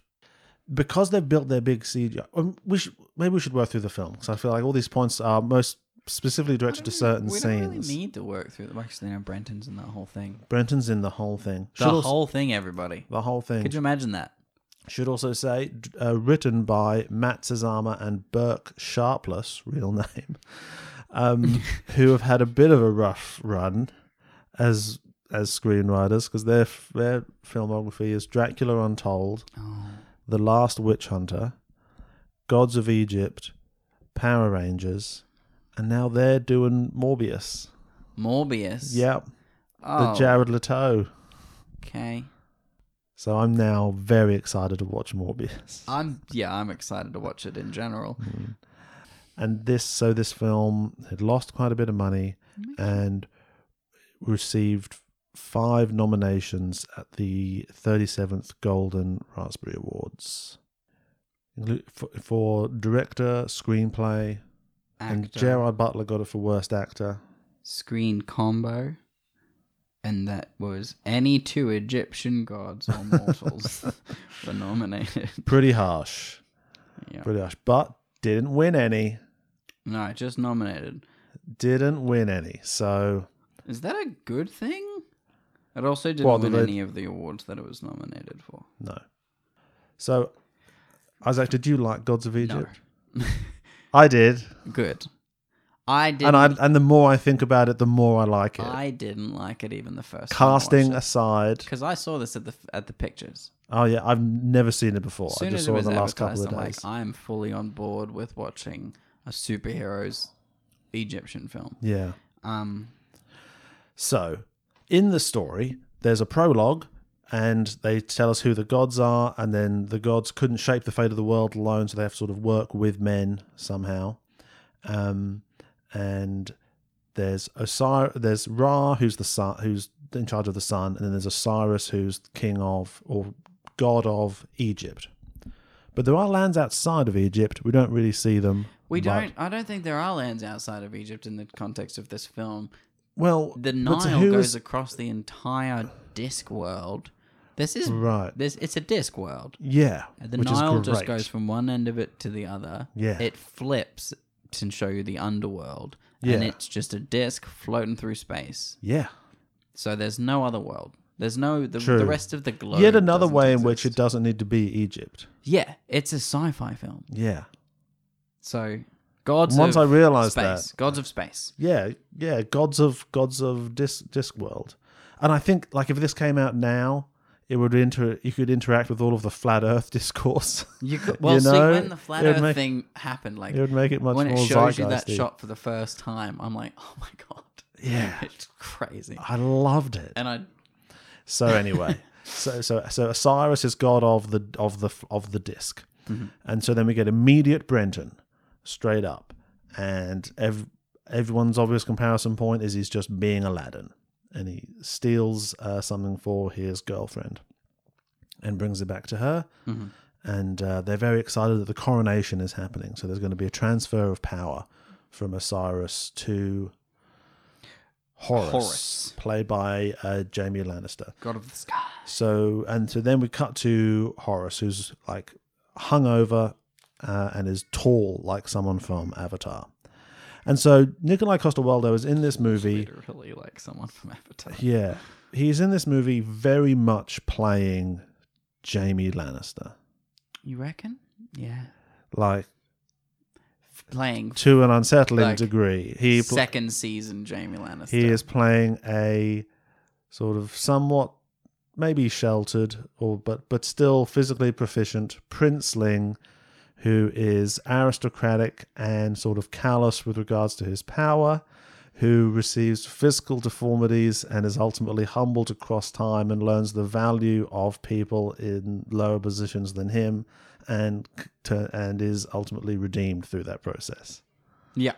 Speaker 6: because they've built their big CGI. um, We should, maybe we should work through the film because I feel like all these points are most specifically directed to certain
Speaker 5: we
Speaker 6: scenes.
Speaker 5: don't really need to work through the actually no Brenton's and that whole thing.
Speaker 6: Brenton's in the whole thing.
Speaker 5: The
Speaker 6: Should also-
Speaker 5: whole thing, everybody.
Speaker 6: the whole thing.
Speaker 5: Could you imagine that?
Speaker 6: Should also say d- uh, written by Matt Sazama and Burke Sharpless, real [laughs] name,
Speaker 5: [laughs]
Speaker 6: um, who have had a bit of a rough run as as screenwriters because their f- their filmography is Dracula Untold,
Speaker 5: Oh.
Speaker 6: The Last Witch Hunter, Gods of Egypt, Power Rangers, and now they're doing Morbius.
Speaker 5: Morbius.
Speaker 6: Yep,
Speaker 5: Oh,
Speaker 6: the Jared Leto.
Speaker 5: Okay.
Speaker 6: So I'm now very excited to watch Morbius.
Speaker 5: I'm yeah. I'm excited to watch it in general.
Speaker 6: and this so this film had lost quite a bit of money and received five nominations at the 37th golden raspberry awards Inclu- for, for director screenplay and
Speaker 5: Actor,
Speaker 6: gerard butler got it for worst actor
Speaker 5: Screen combo, and that was any two Egyptian gods or
Speaker 6: [laughs]
Speaker 5: mortals [laughs] were nominated.
Speaker 6: pretty harsh
Speaker 5: Yeah.
Speaker 6: pretty harsh but didn't win any
Speaker 5: No, just nominated.
Speaker 6: didn't win any so
Speaker 5: Is that a good thing? It also didn't
Speaker 6: Well,
Speaker 5: win
Speaker 6: they-
Speaker 5: any of the awards that it was nominated for.
Speaker 6: no so isaac did you like gods of
Speaker 5: No.
Speaker 6: egypt
Speaker 5: [laughs]
Speaker 6: i did
Speaker 5: Good. I didn't.
Speaker 6: and I and the more I think about it, the more I like it.
Speaker 5: I didn't like it even the first
Speaker 6: Casting aside,
Speaker 5: because I saw this at the at the pictures.
Speaker 6: oh yeah, I've never seen it before.
Speaker 5: As
Speaker 6: I
Speaker 5: soon
Speaker 6: just
Speaker 5: as it
Speaker 6: saw it
Speaker 5: was
Speaker 6: in the last couple
Speaker 5: advertised,
Speaker 6: of
Speaker 5: I'm
Speaker 6: days.
Speaker 5: like, I'm fully on board with watching a superheroes Egyptian film.
Speaker 6: yeah.
Speaker 5: Um,
Speaker 6: So, in the story, there's a prologue, and they tell us who the gods are, and then the gods couldn't shape the fate of the world alone, so they have to sort of work with men somehow. Um, and there's Osir- there's Ra, who's the sun, who's in charge of the sun, and then there's Osiris, who's king of or god of Egypt. But there are lands outside of Egypt. We don't really see them.
Speaker 5: we
Speaker 6: but-
Speaker 5: don't. I don't think there are lands outside of Egypt in the context of this film.
Speaker 6: Well,
Speaker 5: The
Speaker 6: but
Speaker 5: Nile
Speaker 6: who
Speaker 5: goes
Speaker 6: is-
Speaker 5: across the entire disc world. This is
Speaker 6: Right.
Speaker 5: This it's a disc world.
Speaker 6: yeah,
Speaker 5: The
Speaker 6: which
Speaker 5: Nile
Speaker 6: is
Speaker 5: just
Speaker 6: great.
Speaker 5: goes from one end of it to the other.
Speaker 6: Yeah.
Speaker 5: It flips and show you the underworld,
Speaker 6: Yeah.
Speaker 5: and it's just a disc floating through space.
Speaker 6: Yeah.
Speaker 5: So there's no other world. There's no the,
Speaker 6: True.
Speaker 5: the rest of the globe.
Speaker 6: Yet another
Speaker 5: doesn't
Speaker 6: way in which it
Speaker 5: exist.
Speaker 6: doesn't need to be Egypt.
Speaker 5: Yeah, it's a sci-fi film.
Speaker 6: Yeah.
Speaker 5: So gods.
Speaker 6: Once
Speaker 5: of
Speaker 6: I realised
Speaker 5: space,
Speaker 6: that-
Speaker 5: gods of space.
Speaker 6: Yeah, yeah, gods of gods of disc Discworld, and I think like if this came out now, it would inter you could interact with all of the flat Earth [laughs] discourse.
Speaker 5: You
Speaker 6: [laughs]
Speaker 5: could, well,
Speaker 6: know,
Speaker 5: see, when the flat
Speaker 6: it would
Speaker 5: Earth
Speaker 6: make-
Speaker 5: thing happened, like
Speaker 6: it would make it much
Speaker 5: when it
Speaker 6: more
Speaker 5: shows you that
Speaker 6: zeitgeisty.
Speaker 5: shot for the first time, I'm like, [laughs] oh my god,
Speaker 6: Yeah.
Speaker 5: [laughs] it's crazy.
Speaker 6: I loved it.
Speaker 5: And I,
Speaker 6: So anyway, so so so Osiris is god of the of the of the disk and so then we get immediate Brenton, straight up, and ev- everyone's obvious comparison point is he's just being Aladdin, and he steals uh, something for his girlfriend, and brings it back to her. And uh, they're very excited that the coronation is happening. So there's going to be a transfer of power from Osiris to Horus,
Speaker 5: Horus.
Speaker 6: played by uh, Jamie Lannister.
Speaker 5: God of the Sky.
Speaker 6: So and so then we cut to Horace, who's like hungover uh, and is tall like someone from Avatar. And so Nikolai Costa-Waldau is in this movie.
Speaker 5: Literally like someone from Avatar.
Speaker 6: Yeah, he's in this movie very much playing Jamie Lannister,
Speaker 5: You reckon? Yeah.
Speaker 6: like
Speaker 5: Playing
Speaker 6: to an unsettling
Speaker 5: Like,
Speaker 6: degree. He pl-
Speaker 5: second season Jamie Lannister.
Speaker 6: he is playing a sort of somewhat maybe sheltered or but but still physically proficient princeling who is aristocratic and sort of callous with regards to his power who receives physical deformities and is ultimately humbled across time and learns the value of people in lower positions than him and c- to, and is ultimately redeemed through that process
Speaker 5: Yeah.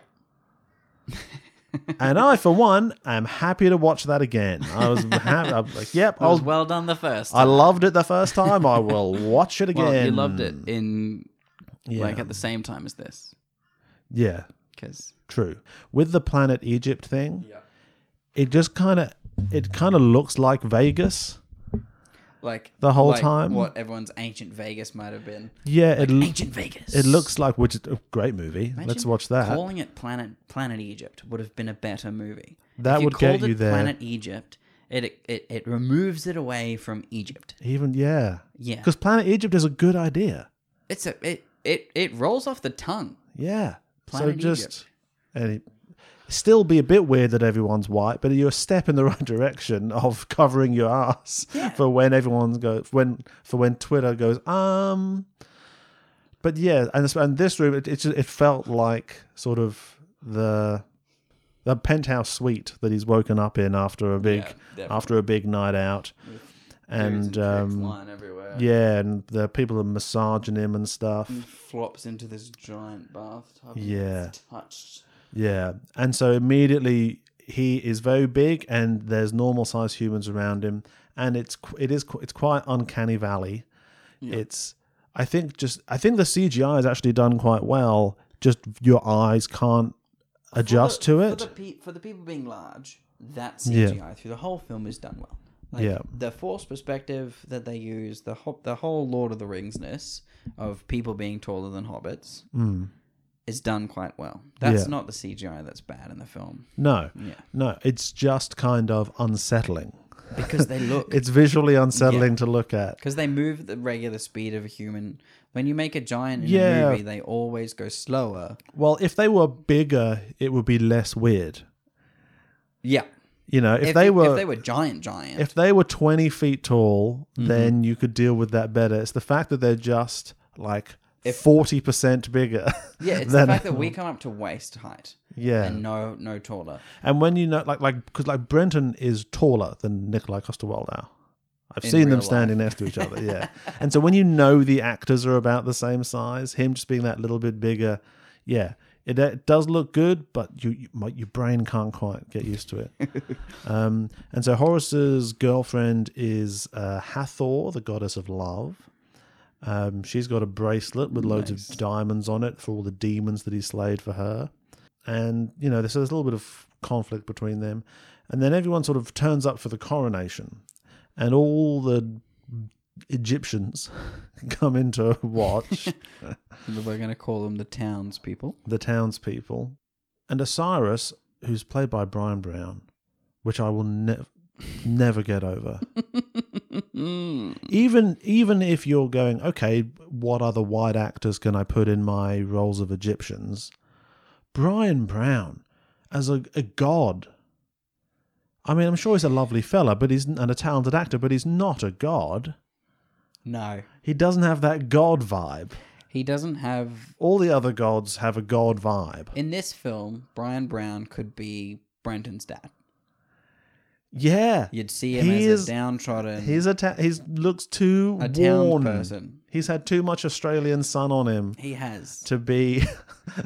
Speaker 6: and I, for one, am happy to watch that again.
Speaker 5: [laughs]
Speaker 6: I was happy. I'm like, yep,
Speaker 5: I was
Speaker 6: I'll,
Speaker 5: well done the first.
Speaker 6: I loved it the first time.
Speaker 5: [laughs]
Speaker 6: I will watch it again.
Speaker 5: well, you loved it in
Speaker 6: Yeah.
Speaker 5: like at the same time as this
Speaker 6: yeah,
Speaker 5: because
Speaker 6: true. With the planet Egypt thing, it just kind of it kind of looks like Vegas
Speaker 5: like
Speaker 6: the whole
Speaker 5: like
Speaker 6: time.
Speaker 5: what everyone's ancient Vegas might have been.
Speaker 6: Yeah, it l-
Speaker 5: Ancient Vegas.
Speaker 6: it looks like which is a great movie. Let's
Speaker 5: Imagine
Speaker 6: watch that.
Speaker 5: Calling it Planet Planet Egypt would have been a better movie.
Speaker 6: That
Speaker 5: If you
Speaker 6: would get
Speaker 5: called
Speaker 6: you
Speaker 5: it
Speaker 6: there.
Speaker 5: Planet Egypt. It, it it removes it away from Egypt.
Speaker 6: Even yeah,
Speaker 5: Yeah.
Speaker 6: because Planet Egypt is a good idea.
Speaker 5: It's a it it, it rolls off the tongue.
Speaker 6: Yeah.
Speaker 5: Planet
Speaker 6: so just
Speaker 5: Egypt.
Speaker 6: and it, still be a bit weird that everyone's white, but you're a step in the [laughs] right direction of covering your ass for when everyone goes when for when Twitter goes um. But yeah, and this, and this room, it, it just, it felt like sort of the the penthouse suite that he's woken up in after a big
Speaker 5: definitely.
Speaker 6: after a big night out, and um,
Speaker 5: flying everywhere.
Speaker 6: yeah, and the people are massaging him and stuff.
Speaker 5: Mm. flops into this giant bathtub.
Speaker 6: and Yeah. gets
Speaker 5: touched.
Speaker 6: Yeah. And so immediately he is very big and there's normal sized humans around him and it's qu- it is qu- it's quite uncanny valley. It's I think just I think the CGI is actually done quite well. Just your eyes can't adjust to it.
Speaker 5: For the, pe- for the people being large, that
Speaker 6: Yeah.
Speaker 5: CGI through the whole film is done well. Like,
Speaker 6: Yeah.
Speaker 5: The force perspective that they use, the ho- the whole Lord of the Ringsness of people being taller than hobbits, is done quite well. That's
Speaker 6: Mm. Yeah.
Speaker 5: not the CGI that's bad in the film
Speaker 6: no.
Speaker 5: Yeah.
Speaker 6: No, it's just kind of unsettling.
Speaker 5: because they look
Speaker 6: [laughs] It's visually unsettling to look at.
Speaker 5: Because they move at the regular speed of a human. When you make a giant in
Speaker 6: Yeah.
Speaker 5: a movie, they always go slower.
Speaker 6: Well, if they were bigger, it would be less weird.
Speaker 5: Yeah.
Speaker 6: You know, if, they
Speaker 5: you-
Speaker 6: were
Speaker 5: if they were giant, giant.
Speaker 6: if they were 20 feet tall
Speaker 5: Mm-hmm.
Speaker 6: then you could deal with that better it's the fact that they're just like 40% bigger
Speaker 5: [laughs] yeah,
Speaker 6: [laughs]
Speaker 5: it's
Speaker 6: than-
Speaker 5: the fact that we come up to waist height.
Speaker 6: Yeah.
Speaker 5: and no, no taller.
Speaker 6: and when you know like like because like brenton is taller than nikolai costa-waldau i've
Speaker 5: In
Speaker 6: seen them
Speaker 5: real
Speaker 6: standing next to each other
Speaker 5: [laughs]
Speaker 6: yeah and so when you know the actors are about the same size him just being that little bit bigger yeah it, it does look good but you, you my, your brain can't quite get used to it
Speaker 5: [laughs]
Speaker 6: um, and so horace's girlfriend is uh, hathor the goddess of love Um, she's got a bracelet with loads of diamonds on it for all the demons that he slayed for her. And, you know, there's, there's a little bit of conflict between them. And then everyone sort of turns up for the coronation. And all the Egyptians [laughs] come in to watch
Speaker 5: We're going to call them the townspeople.
Speaker 6: the townspeople, and Osiris, who's played by Brian Brown, which I will never never get over. even even if you're going, okay, what other white actors can I put in my roles of Egyptians? Brian Brown as a, a god. I mean, I'm sure he's a lovely fella, but he's and a talented actor, but he's not a god.
Speaker 5: No.
Speaker 6: He doesn't have that god vibe.
Speaker 5: He doesn't have.
Speaker 6: All the other gods have a god vibe.
Speaker 5: In this film, Brian Brown could be Brenton's dad.
Speaker 6: Yeah,
Speaker 5: You'd see him
Speaker 6: He
Speaker 5: as
Speaker 6: is-
Speaker 5: a downtrodden.
Speaker 6: He's a ta- he's looks too
Speaker 5: A town
Speaker 6: worn.
Speaker 5: person.
Speaker 6: He's had too much Australian sun on him
Speaker 5: he has.
Speaker 6: to be [laughs]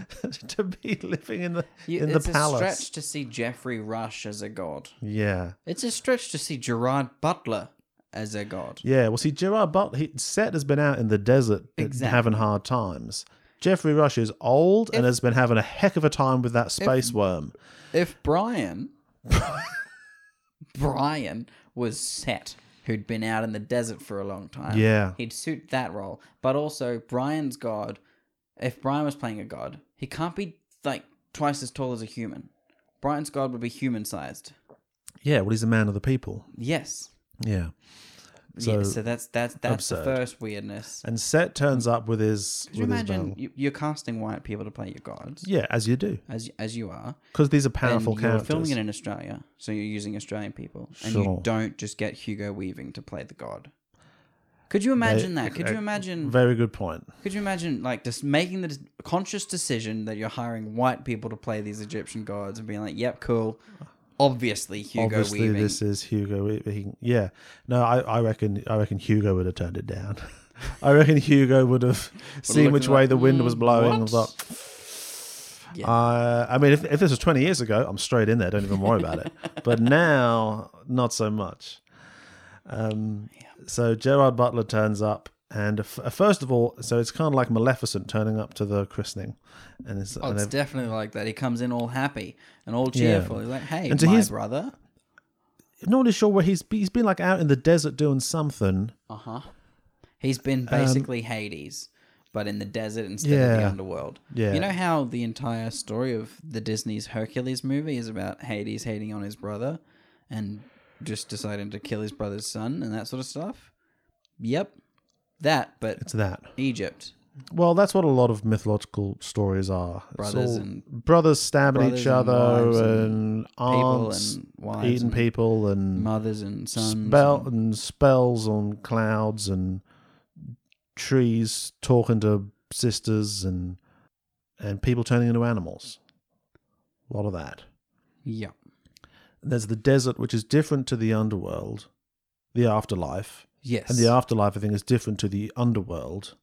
Speaker 6: to be living in the
Speaker 5: You-
Speaker 6: in the
Speaker 5: it's a
Speaker 6: palace.
Speaker 5: stretch to see Jeffrey Rush as a god.
Speaker 6: Yeah,
Speaker 5: It's a stretch to see Gerard Butler as a god.
Speaker 6: yeah. Well, see, Gerard Butler, he, Set has been out in the desert uh,
Speaker 5: Exactly.
Speaker 6: having hard times. Jeffrey Rush is old
Speaker 5: If-
Speaker 6: and has been having a heck of a time with that space worm.
Speaker 5: If Brian, Brian was set, who'd been out in the desert for a long time.
Speaker 6: Yeah.
Speaker 5: he'd suit that role. But also, Brian's god. If Brian was playing a god, he can't be like twice as tall as a human. Brian's god would be human sized.
Speaker 6: Yeah, well, he's a man of the people.
Speaker 5: Yes.
Speaker 6: Yeah,
Speaker 5: So,
Speaker 6: So-
Speaker 5: yeah, so that's that's that's
Speaker 6: absurd.
Speaker 5: the first weirdness.
Speaker 6: and Set turns up with his.
Speaker 5: Could you
Speaker 6: with his
Speaker 5: imagine
Speaker 6: bell.
Speaker 5: you, you're casting white people to play your gods,
Speaker 6: Yeah, as you do,
Speaker 5: as as you are,
Speaker 6: because these are powerful
Speaker 5: and you're
Speaker 6: characters.
Speaker 5: filming it in Australia, so you're using Australian people, and
Speaker 6: Sure.
Speaker 5: you don't just get Hugo Weaving to play the god. Could you imagine that? Could you
Speaker 6: uh,
Speaker 5: imagine?
Speaker 6: Very good point.
Speaker 5: Could you imagine like just making the des- conscious decision that you're hiring white people to play these Egyptian gods and being like, "Yep, cool." Obviously, Hugo
Speaker 6: Obviously,
Speaker 5: Weaving.
Speaker 6: this is Hugo. Weaving. Yeah, no, I, I reckon, I reckon Hugo would have turned it down. [laughs] I reckon Hugo would have seen
Speaker 5: looked
Speaker 6: which
Speaker 5: at
Speaker 6: way
Speaker 5: that,
Speaker 6: the wind
Speaker 5: "Mm,
Speaker 6: was blowing.
Speaker 5: what?"
Speaker 6: and was like, uh, I mean, if, if this was twenty years ago, I'm straight in there. Don't even worry
Speaker 5: [laughs]
Speaker 6: about it. But now, not so much. Um, So Gerard Butler turns up. And f- uh, first of all, so it's kind of like Maleficent turning up to the christening, and it's,
Speaker 5: Oh,
Speaker 6: and
Speaker 5: it's
Speaker 6: they've-
Speaker 5: definitely like that. He comes in all happy and all
Speaker 6: Yeah.
Speaker 5: cheerful. He's like, "Hey,
Speaker 6: And to
Speaker 5: my
Speaker 6: his-
Speaker 5: brother."
Speaker 6: not really sure where he's he's been like out in the desert doing something,
Speaker 5: Uh huh. He's
Speaker 6: Um,
Speaker 5: been basically Hades, but in the desert instead of the
Speaker 6: Yeah.
Speaker 5: underworld.
Speaker 6: Yeah.
Speaker 5: You know how the entire story of the Disney's Hercules movie is about Hades hating on his brother and just deciding to kill his brother's son and that sort of stuff? Yep. That, but
Speaker 6: It's that.
Speaker 5: Egypt.
Speaker 6: Well, that's what a lot of mythological stories are. It's
Speaker 5: Brothers
Speaker 6: all
Speaker 5: and-
Speaker 6: brothers stabbing
Speaker 5: brothers
Speaker 6: each
Speaker 5: and
Speaker 6: other
Speaker 5: wives
Speaker 6: and,
Speaker 5: and
Speaker 6: aunts
Speaker 5: and wives
Speaker 6: eating
Speaker 5: and
Speaker 6: people and
Speaker 5: Mothers and sons.
Speaker 6: spell
Speaker 5: and-
Speaker 6: and spells on clouds and trees talking to sisters and and people turning into animals. A lot of that.
Speaker 5: Yep.
Speaker 6: There's the desert, which is different to the underworld, the afterlife.
Speaker 5: Yes.
Speaker 6: And the afterlife, I think, is different to the underworld,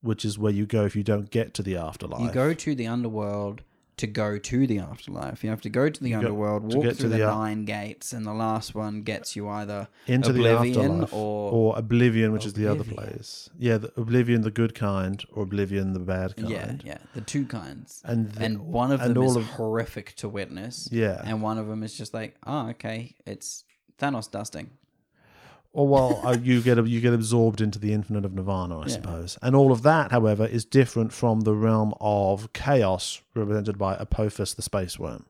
Speaker 6: which is where you go if you don't get to the afterlife.
Speaker 5: You go to the underworld to go to the afterlife. You have to go to the
Speaker 6: You go-
Speaker 5: underworld,
Speaker 6: to
Speaker 5: walk
Speaker 6: get to
Speaker 5: through the,
Speaker 6: the a-
Speaker 5: nine gates, and the last one gets you either
Speaker 6: into
Speaker 5: oblivion
Speaker 6: the afterlife,
Speaker 5: or,
Speaker 6: oblivion, which is the other
Speaker 5: Oblivion.
Speaker 6: place. Yeah, the, oblivion, the good kind, or oblivion, the bad kind.
Speaker 5: yeah, yeah, the two kinds.
Speaker 6: And the-
Speaker 5: and one of
Speaker 6: and
Speaker 5: them is
Speaker 6: all of-
Speaker 5: horrific to witness.
Speaker 6: Yeah.
Speaker 5: and one of them is just like, oh, okay, it's Thanos dusting.
Speaker 6: Or well, uh, you get you get absorbed into the infinite of nirvana, I suppose. And all of that, however, is different from the realm of chaos, represented by Apophis, the space worm.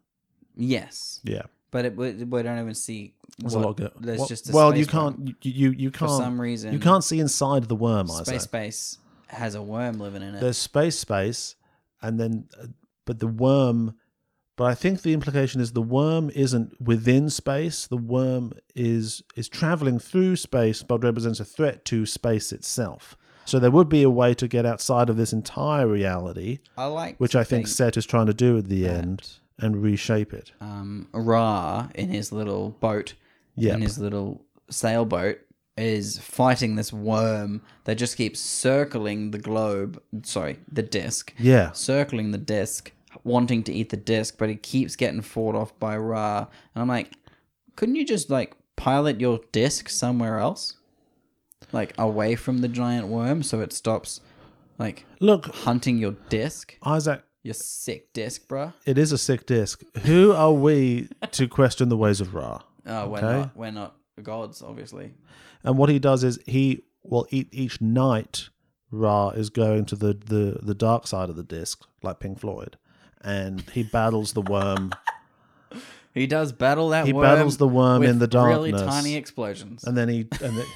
Speaker 5: Yes,
Speaker 6: Yeah,
Speaker 5: but it, we, we don't even see.
Speaker 6: there's
Speaker 5: what-
Speaker 6: a lot. Go-
Speaker 5: There's
Speaker 6: well,
Speaker 5: just a
Speaker 6: well,
Speaker 5: space
Speaker 6: you
Speaker 5: worm.
Speaker 6: can't you you, you can't
Speaker 5: some reason-
Speaker 6: you can't see inside the worm. I say
Speaker 5: Space space has a worm living in it.
Speaker 6: there's space space and then uh, but the worm but i think the implication is the worm isn't within space the worm is is traveling through space but represents a threat to space itself so there would be a way to get outside of this entire reality
Speaker 5: I like
Speaker 6: which
Speaker 5: to
Speaker 6: i think set is trying to do at the end and reshape it
Speaker 5: um, Ra in his little boat,
Speaker 6: Yep.
Speaker 5: in his little sailboat, is fighting this worm that just keeps circling the globe. Sorry, the disc.
Speaker 6: Yeah.
Speaker 5: Circling the disc, wanting to eat the disc, but he keeps getting fought off by Ra. And I'm like, couldn't you just like pilot your disc somewhere else? Like away from the giant worm so it stops like
Speaker 6: look
Speaker 5: hunting your disc?
Speaker 6: isaac
Speaker 5: Your sick disc, bruh.
Speaker 6: it is a sick disc who are we to question the ways of ra
Speaker 5: Oh, we're
Speaker 6: Okay.
Speaker 5: not. We're not gods, obviously.
Speaker 6: And what he does is he well, each, each night Ra is going to the, the the dark side of the disc, like Pink Floyd, and he battles the worm,
Speaker 5: He does battle that
Speaker 6: He
Speaker 5: worm.
Speaker 6: battles the worm
Speaker 5: with
Speaker 6: in the
Speaker 5: Really
Speaker 6: darkness.
Speaker 5: tiny explosions.
Speaker 6: and then he and it,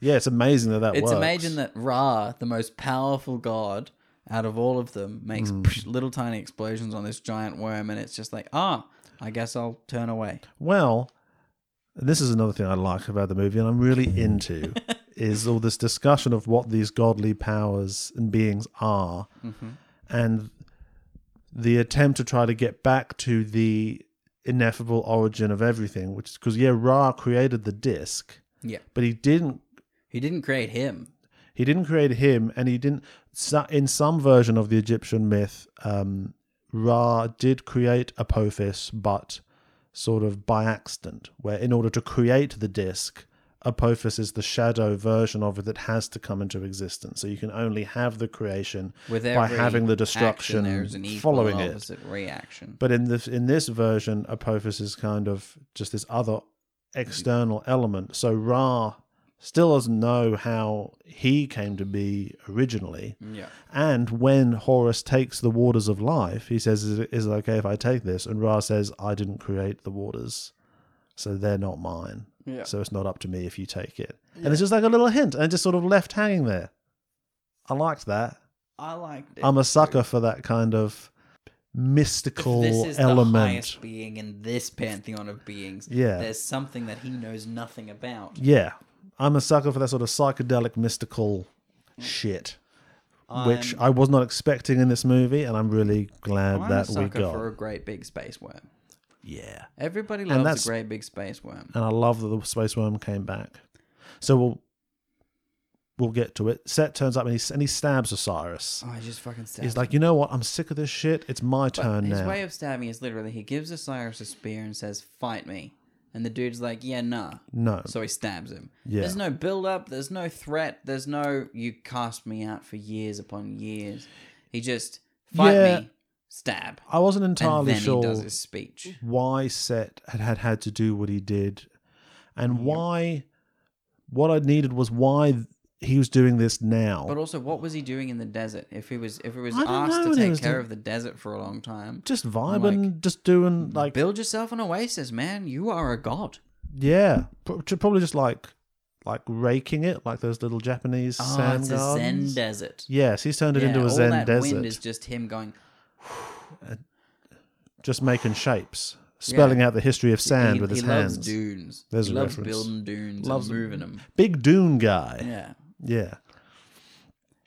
Speaker 6: yeah, it's amazing that that
Speaker 5: it's
Speaker 6: works.
Speaker 5: amazing that Ra, the most powerful god out of all of them, makes
Speaker 6: Hmm.
Speaker 5: little tiny explosions on this giant worm, and it's just like, ah, I guess I'll turn away.
Speaker 6: Well, this is another thing I like about the movie, and I'm really into is all this discussion of what these godly powers and beings are, and the attempt to try to get back to the ineffable origin of everything, which is because yeah, Ra created the disc,
Speaker 5: Yeah,
Speaker 6: but he didn't.
Speaker 5: he didn't create him.
Speaker 6: He didn't create him, and he didn't. so- In some version of the Egyptian myth, um, Ra did create Apophis, but sort of by accident, where in order to create the disc, Apophis is the shadow version of it that has to come into existence. So you can only have the creation
Speaker 5: With
Speaker 6: by
Speaker 5: every
Speaker 6: having the
Speaker 5: action,
Speaker 6: destruction
Speaker 5: there's an equal
Speaker 6: following
Speaker 5: and
Speaker 6: it.
Speaker 5: opposite reaction.
Speaker 6: But in this in this version, Apophis is kind of just this other external element. So Ra still doesn't know how he came to be originally.
Speaker 5: yeah,
Speaker 6: And when Horus takes the waters of life, he says, "Is it, is it okay if I take this?" And Ra says, "I didn't create the waters, so they're not mine.
Speaker 5: Yeah.
Speaker 6: So it's not up to me if you take it." And it's just like a little hint, and just sort of left hanging there. I liked that.
Speaker 5: I liked it.
Speaker 6: I'm a sucker for that kind of mystical
Speaker 5: this is the
Speaker 6: element.
Speaker 5: highest being in this pantheon of beings.
Speaker 6: Yeah.
Speaker 5: there's something that he knows nothing about.
Speaker 6: Yeah, I'm a sucker for that sort of psychedelic mystical shit, which I was not expecting in this movie, and I'm really glad
Speaker 5: I'm a
Speaker 6: that we
Speaker 5: sucker
Speaker 6: got.
Speaker 5: for a great big space worm.
Speaker 6: Yeah,
Speaker 5: Everybody
Speaker 6: And
Speaker 5: loves
Speaker 6: that's-
Speaker 5: a great big space worm.
Speaker 6: and I love that the space worm came back. So we'll we'll get to it. Set turns up and he and he stabs Osiris.
Speaker 5: Oh, I just fucking stabbed
Speaker 6: Uh, He's like, you know what? I'm sick of this shit. It's my
Speaker 5: But
Speaker 6: turn
Speaker 5: his
Speaker 6: now.
Speaker 5: way of stabbing is literally he gives Osiris a spear and says, "Fight me," and the dude's like, "Yeah, nah."
Speaker 6: no,
Speaker 5: So he stabs him.
Speaker 6: Yeah.
Speaker 5: There's no build up. There's no threat. There's no you cast me out for years upon years. He just fight
Speaker 6: Yeah.
Speaker 5: me, stab,
Speaker 6: I wasn't
Speaker 5: and
Speaker 6: entirely
Speaker 5: then
Speaker 6: sure.
Speaker 5: he does his speech.
Speaker 6: why Set had, had had to do what he did,
Speaker 5: Mm-hmm.
Speaker 6: and why what I needed was why th- he was doing this now.
Speaker 5: But also, what was he doing in the desert? If he was, if he was
Speaker 6: I don't
Speaker 5: asked
Speaker 6: know
Speaker 5: to
Speaker 6: what he
Speaker 5: take
Speaker 6: was
Speaker 5: care
Speaker 6: doing.
Speaker 5: of the desert for a long time,
Speaker 6: just vibing, just doing like
Speaker 5: mm, build yourself an oasis, man. You are a god.
Speaker 6: yeah, pro- ju- probably just like like raking it, like those little Japanese
Speaker 5: Oh,
Speaker 6: sand
Speaker 5: it's a Zen
Speaker 6: gardens.
Speaker 5: desert.
Speaker 6: Yes, he's turned it into a
Speaker 5: all
Speaker 6: Zen
Speaker 5: that
Speaker 6: desert,
Speaker 5: wind is just him going.
Speaker 6: just
Speaker 5: [sighs]
Speaker 6: making shapes, spelling out the history of sand
Speaker 5: he,
Speaker 6: with
Speaker 5: he
Speaker 6: his
Speaker 5: loves
Speaker 6: hands.
Speaker 5: dunes.
Speaker 6: There's
Speaker 5: he
Speaker 6: a
Speaker 5: loves
Speaker 6: reference.
Speaker 5: building dunes.
Speaker 6: Loves-
Speaker 5: and moving them.
Speaker 6: Big Dune guy. [laughs]
Speaker 5: Yeah.
Speaker 6: yeah.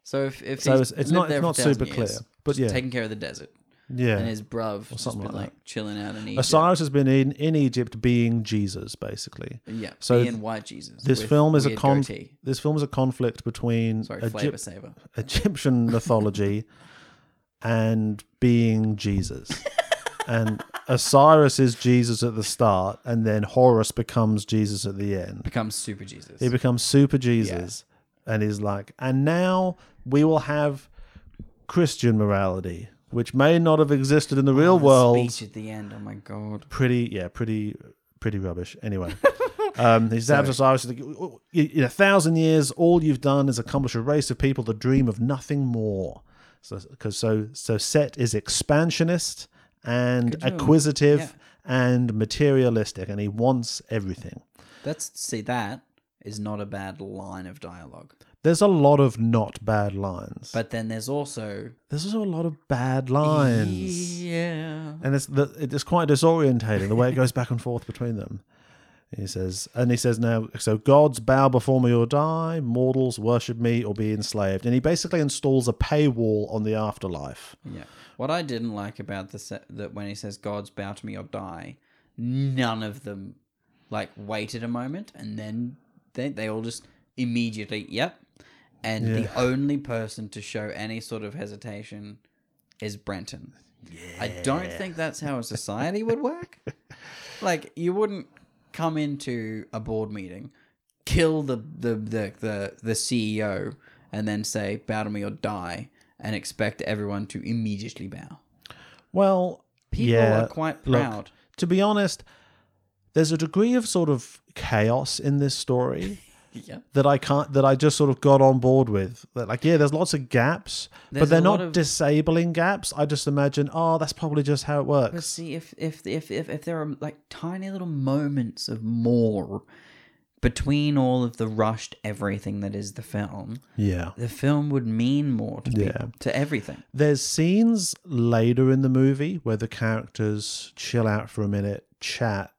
Speaker 5: So if if
Speaker 6: So
Speaker 5: he's
Speaker 6: it's- it's
Speaker 5: lived
Speaker 6: not-
Speaker 5: there
Speaker 6: it's
Speaker 5: for
Speaker 6: not
Speaker 5: 1,000
Speaker 6: super clear,
Speaker 5: years,
Speaker 6: but
Speaker 5: just
Speaker 6: yeah.
Speaker 5: taking care of the desert
Speaker 6: yeah.
Speaker 5: and his bruv just
Speaker 6: something
Speaker 5: been
Speaker 6: like
Speaker 5: like,
Speaker 6: that.
Speaker 5: chilling out in Egypt.
Speaker 6: Osiris has been in, in Egypt being Jesus, basically.
Speaker 5: yeah. So
Speaker 6: So
Speaker 5: being white Jesus.
Speaker 6: this
Speaker 5: with
Speaker 6: film is a
Speaker 5: weird
Speaker 6: con-
Speaker 5: goatee.
Speaker 6: this film is a conflict between
Speaker 5: Sorry,
Speaker 6: Egyp-
Speaker 5: flavor saver. [laughs]
Speaker 6: Egyptian mythology and being Jesus.
Speaker 5: [laughs]
Speaker 6: and Osiris is Jesus at the start, and then Horus becomes Jesus at the end.
Speaker 5: Becomes super Jesus.
Speaker 6: He becomes super Jesus and is like, and now we will have Christian morality, which may not have existed in the real
Speaker 5: The
Speaker 6: world.
Speaker 5: Speech at the end. Oh my god.
Speaker 6: Pretty, yeah, pretty, pretty rubbish.
Speaker 5: [laughs]
Speaker 6: Anyway. Um, he stabs Osiris. he's like, In a thousand years, all you've done is accomplish a race of people that dream of nothing more. So, because so so Set is expansionist and acquisitive
Speaker 5: Yeah.
Speaker 6: and materialistic, and he wants everything.
Speaker 5: That's see that is not a bad line of dialogue.
Speaker 6: There's a lot of not bad lines,
Speaker 5: But then there's also
Speaker 6: there's also a lot of bad lines.
Speaker 5: yeah.
Speaker 6: and it's the, it's quite disorientating the way it goes back and forth between them. He says, and he says now, so gods bow before me or die, mortals worship me or be enslaved. And he basically installs a paywall on the afterlife.
Speaker 5: Yeah. What I didn't like about the se- that when he says "Gods bow to me or die," none of them like waited a moment and then they they all just immediately yep. And the only person to show any sort of hesitation is Brenton. I don't think that's how a society would work. like you wouldn't come into a board meeting, kill the the the the, the CEO, and then say bow to me or die, and expect everyone to immediately bow.
Speaker 6: Well,
Speaker 5: People
Speaker 6: yeah,
Speaker 5: are quite
Speaker 6: look,
Speaker 5: proud.
Speaker 6: to be honest, there's a degree of sort of chaos in this story
Speaker 5: [laughs] yeah.
Speaker 6: that I can't that I just sort of got on board with. That like, yeah, there's lots of gaps,
Speaker 5: There's
Speaker 6: but they're
Speaker 5: a lot
Speaker 6: not
Speaker 5: of-
Speaker 6: disabling gaps. I just imagine, oh, that's probably just how it works.
Speaker 5: But see, if if if if if there are like tiny little moments of more between all of the rushed everything that is the film,
Speaker 6: yeah.
Speaker 5: the film would mean more to
Speaker 6: Yeah.
Speaker 5: people, to everything.
Speaker 6: There's scenes later in the movie where the characters chill out for a minute, chat,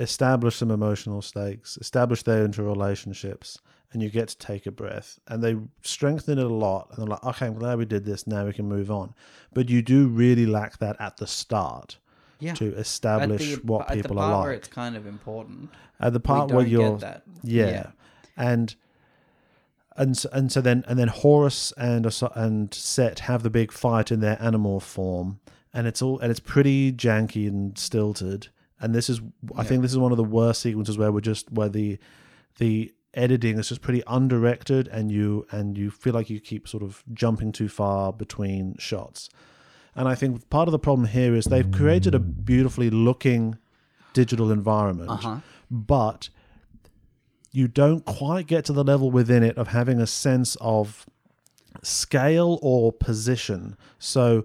Speaker 6: establish some emotional stakes, establish their interrelationships, and you get to take a breath. And they strengthen it a lot. And they're like, okay, I'm glad we did this. Now we can move on. But you do really lack that at the start
Speaker 5: Yeah.
Speaker 6: to
Speaker 5: At the-
Speaker 6: establish what
Speaker 5: but at the
Speaker 6: people
Speaker 5: part
Speaker 6: are
Speaker 5: Where
Speaker 6: like.
Speaker 5: it's kind of important.
Speaker 6: At the part
Speaker 5: don't
Speaker 6: where
Speaker 5: get
Speaker 6: you're,
Speaker 5: that.
Speaker 6: Yeah.
Speaker 5: Yeah.
Speaker 6: and and so, and so then and then Horus and Oso- and Set have the big fight in their animal form, and it's all and it's pretty janky and stilted. And this is, I think, this is one of the worst sequences where we're just where the the editing is just pretty undirected, and you and you feel like you keep sort of jumping too far between shots. And I think part of the problem here is they've created a beautifully looking digital environment,
Speaker 5: Uh-huh.
Speaker 6: but you don't quite get to the level within it of having a sense of scale or position. So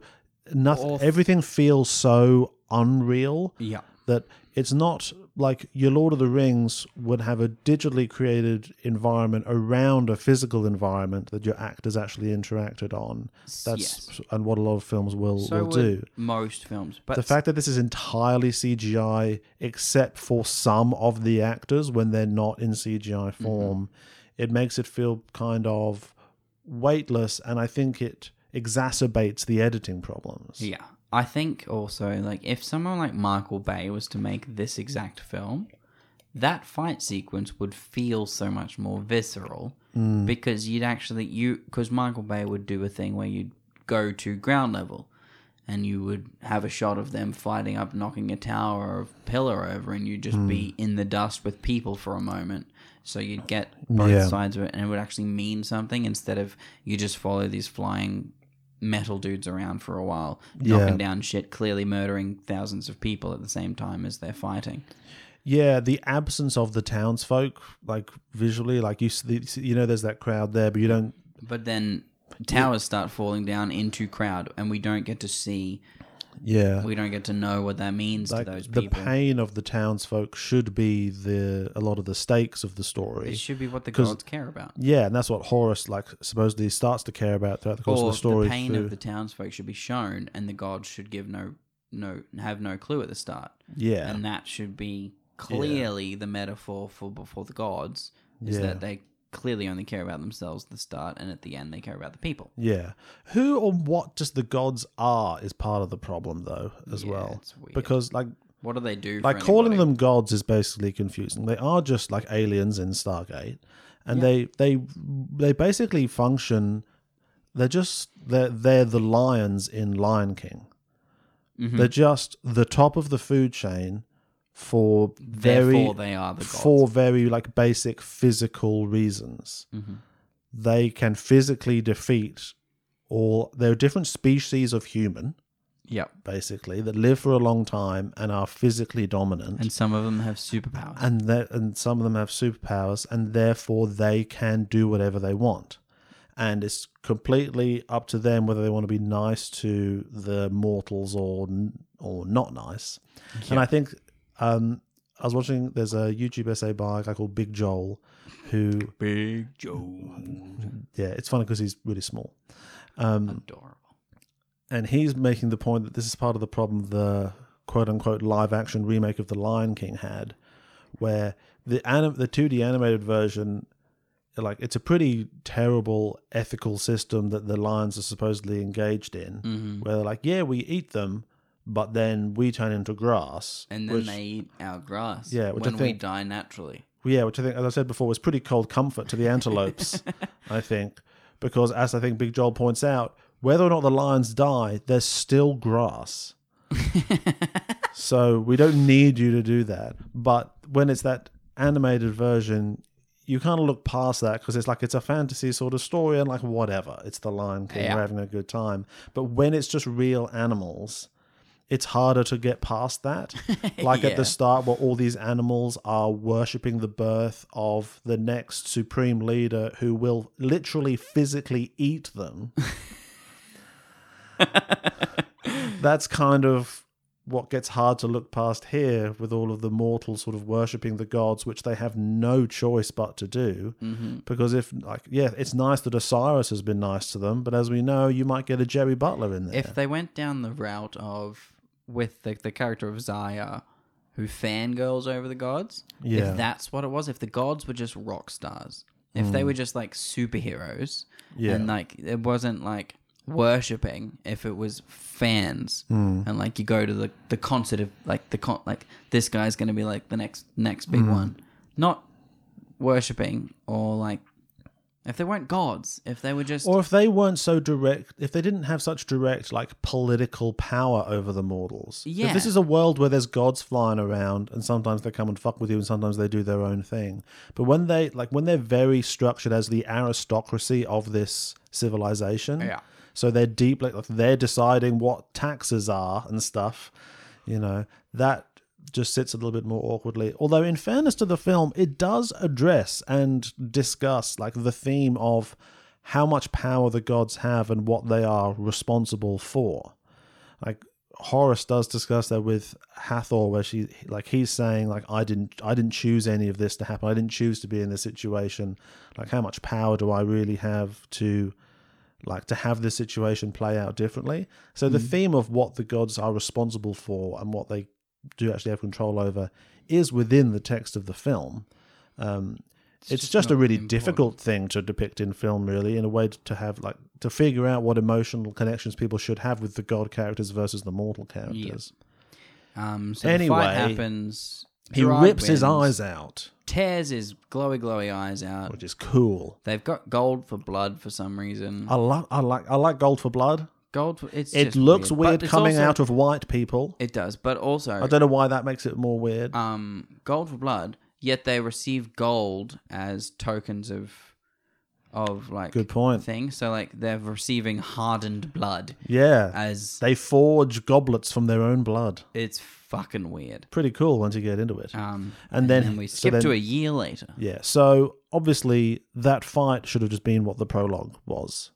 Speaker 6: nothing, everything feels so unreal
Speaker 5: Yeah.
Speaker 6: that it's not like your Lord of the Rings would have a digitally created environment around a physical environment that your actors actually interacted on. That's and what a lot of films will
Speaker 5: So
Speaker 6: will
Speaker 5: would
Speaker 6: do.
Speaker 5: most films, but
Speaker 6: The fact that this is entirely CGI, except for some of the actors when they're not in CGI
Speaker 5: Mm-hmm.
Speaker 6: form, it makes it feel kind of weightless, and I think it exacerbates the editing problems.
Speaker 5: yeah, I think also like if someone like Michael Bay was to make this exact film, that fight sequence would feel so much more visceral because you'd actually you because Michael Bay would do a thing where you'd go to ground level and you would have a shot of them fighting up knocking a tower or a pillar over and you'd just be in the dust with people for a moment so you'd get both
Speaker 6: Yeah.
Speaker 5: sides of it and it would actually mean something instead of you just follow these flying metal dudes around for a while knocking
Speaker 6: Yeah.
Speaker 5: down shit clearly murdering thousands of people at the same time as they're fighting
Speaker 6: Yeah, the absence of the townsfolk, like visually, like you, s- the- you know, there's that crowd there, but you don't.
Speaker 5: But then towers start falling down into crowd, and we don't get to see,
Speaker 6: Yeah,
Speaker 5: we don't get to know what that means
Speaker 6: like
Speaker 5: to those
Speaker 6: the
Speaker 5: people.
Speaker 6: pain of the townsfolk should be the a lot of the stakes of the story.
Speaker 5: it should be what the
Speaker 6: 'cause
Speaker 5: gods care about.
Speaker 6: yeah, and that's what Horus like supposedly starts to care about throughout the course
Speaker 5: Or the,
Speaker 6: of the story.
Speaker 5: pain
Speaker 6: through-
Speaker 5: of the townsfolk should be shown, and the gods should give no, no, have no clue at the start.
Speaker 6: Yeah.
Speaker 5: and that should be clearly the metaphor for before the gods is
Speaker 6: Yeah.
Speaker 5: that they clearly only care about themselves at the start, and at the end they care about the people.
Speaker 6: Yeah. Who or what just the gods are is part of the problem though as
Speaker 5: Yeah,
Speaker 6: well.
Speaker 5: it's weird.
Speaker 6: Because like
Speaker 5: What do they do?
Speaker 6: like
Speaker 5: for
Speaker 6: calling
Speaker 5: anybody?
Speaker 6: them gods is basically confusing. They are just like aliens in Stargate. And they they they basically function they're just they're they're the lions in Lion King.
Speaker 5: Mm-hmm.
Speaker 6: They're just the top of the food chain for very
Speaker 5: Therefore, they are the gods.
Speaker 6: for very like basic physical reasons.
Speaker 5: Mm-hmm.
Speaker 6: They can physically defeat all. There are different species of human,
Speaker 5: Yep.
Speaker 6: basically, that live for a long time and are physically dominant.
Speaker 5: And
Speaker 6: And
Speaker 5: some of them have superpowers.
Speaker 6: and, that, and some of them have superpowers, and therefore they can do whatever they want. And it's completely up to them whether they want to be nice to the mortals or or not nice. And I think um, I was watching. There's a YouTube essay by a guy called Big Joel, who
Speaker 5: Big Joe.
Speaker 6: yeah, it's funny because he's really small,
Speaker 5: Adorable.
Speaker 6: and he's making the point that this is part of the problem the quote unquote live action remake of The Lion King had, where the anim- the 2D animated version, like it's a pretty terrible ethical system that the lions are supposedly engaged in, where they're like, yeah, we eat them, but then we turn into grass,
Speaker 5: And then
Speaker 6: which-
Speaker 5: they eat our grass.
Speaker 6: Yeah, which I
Speaker 5: when we
Speaker 6: think-
Speaker 5: die naturally.
Speaker 6: Well, Yeah, which I think, as I said before, was pretty cold comfort to the antelopes, I think, because as I think Big Joel points out, whether or not the lions die, there's still grass. so we don't need you to do that. But when it's that animated version, you kind of look past that because it's like it's a fantasy sort of story and like whatever. It's the Lion King,
Speaker 5: Yeah.
Speaker 6: we're having a good time. But when it's just real animals, it's harder to get past
Speaker 5: [laughs]
Speaker 6: that. Like at
Speaker 5: Yeah.
Speaker 6: the start, where all these animals are worshipping the birth of the next supreme leader who will literally physically eat
Speaker 5: [laughs]
Speaker 6: them. That's kind of what gets hard to look past here with all of the mortals sort of worshipping the gods, which they have no choice but to do.
Speaker 5: Mm-hmm.
Speaker 6: Because if, like, yeah, it's nice that Osiris has been nice to them, but as we know, you might get a Jerry Butler in there.
Speaker 5: If they went down the route of with the, the character of Zaya, who fangirls over the gods,
Speaker 6: Yeah.
Speaker 5: if that's what it was, if the gods were just rock stars, if they were just like superheroes,
Speaker 6: Hmm. Yeah.
Speaker 5: and like it wasn't like worshipping, if it was fans,
Speaker 6: Hmm.
Speaker 5: and like you go to the, the concert of like the con like this guy's gonna be like the next next big
Speaker 6: Hmm.
Speaker 5: one, not worshipping or like if they weren't gods, if they were just
Speaker 6: Or if they weren't so direct, if they didn't have such direct, like, political power over the mortals. If
Speaker 5: Yeah.
Speaker 6: this is a world where there's gods flying around and sometimes they come and fuck with you and sometimes they do their own thing. But when they, like, when they're very structured as the aristocracy of this civilization.
Speaker 5: Yeah.
Speaker 6: So they're deep, like, like, they're deciding what taxes are and stuff, you know, that just sits a little bit more awkwardly. Although, in fairness to the film, it does address and discuss, like, the theme of how much power the gods have and what they are responsible for. Like, Horace does discuss that with Hathor, where she like he's saying like I didn't I didn't choose any of this to happen. I didn't choose to be in this situation. Like how much power do I really have to like to have this situation play out differently. So the theme of what the gods are responsible for and what they do actually have control over is within the text of the film. Um, it's, just, a really difficult thing to depict in film, really, in a way to, to have like to figure out what emotional connections people should have with the god characters versus the mortal characters.
Speaker 5: Um, so the
Speaker 6: Anyway,
Speaker 5: fight happens.
Speaker 6: He
Speaker 5: Gerard
Speaker 6: rips his
Speaker 5: wins,
Speaker 6: eyes out,
Speaker 5: tears his glowy glowy eyes out.
Speaker 6: which is cool.
Speaker 5: They've got gold for blood for some reason.
Speaker 6: I like I like I like Gold for Blood.
Speaker 5: Gold. For, Mm. it's
Speaker 6: It
Speaker 5: just
Speaker 6: looks
Speaker 5: But
Speaker 6: weird,
Speaker 5: it's
Speaker 6: coming
Speaker 5: also-
Speaker 6: out of white people.
Speaker 5: It does, but also
Speaker 6: I don't know why that makes it more weird.
Speaker 5: um, gold for blood. Yet they receive gold as tokens of of like
Speaker 6: Good point.
Speaker 5: thing. So like they're receiving hardened blood
Speaker 6: yeah,
Speaker 5: as
Speaker 6: They forge goblets from their own blood.
Speaker 5: it's fucking weird.
Speaker 6: Pretty cool once you get into it.
Speaker 5: Um,
Speaker 6: And then-
Speaker 5: we
Speaker 6: so
Speaker 5: skip
Speaker 6: then-
Speaker 5: to a year later.
Speaker 6: yeah. So obviously that fight should have just been what the prologue was,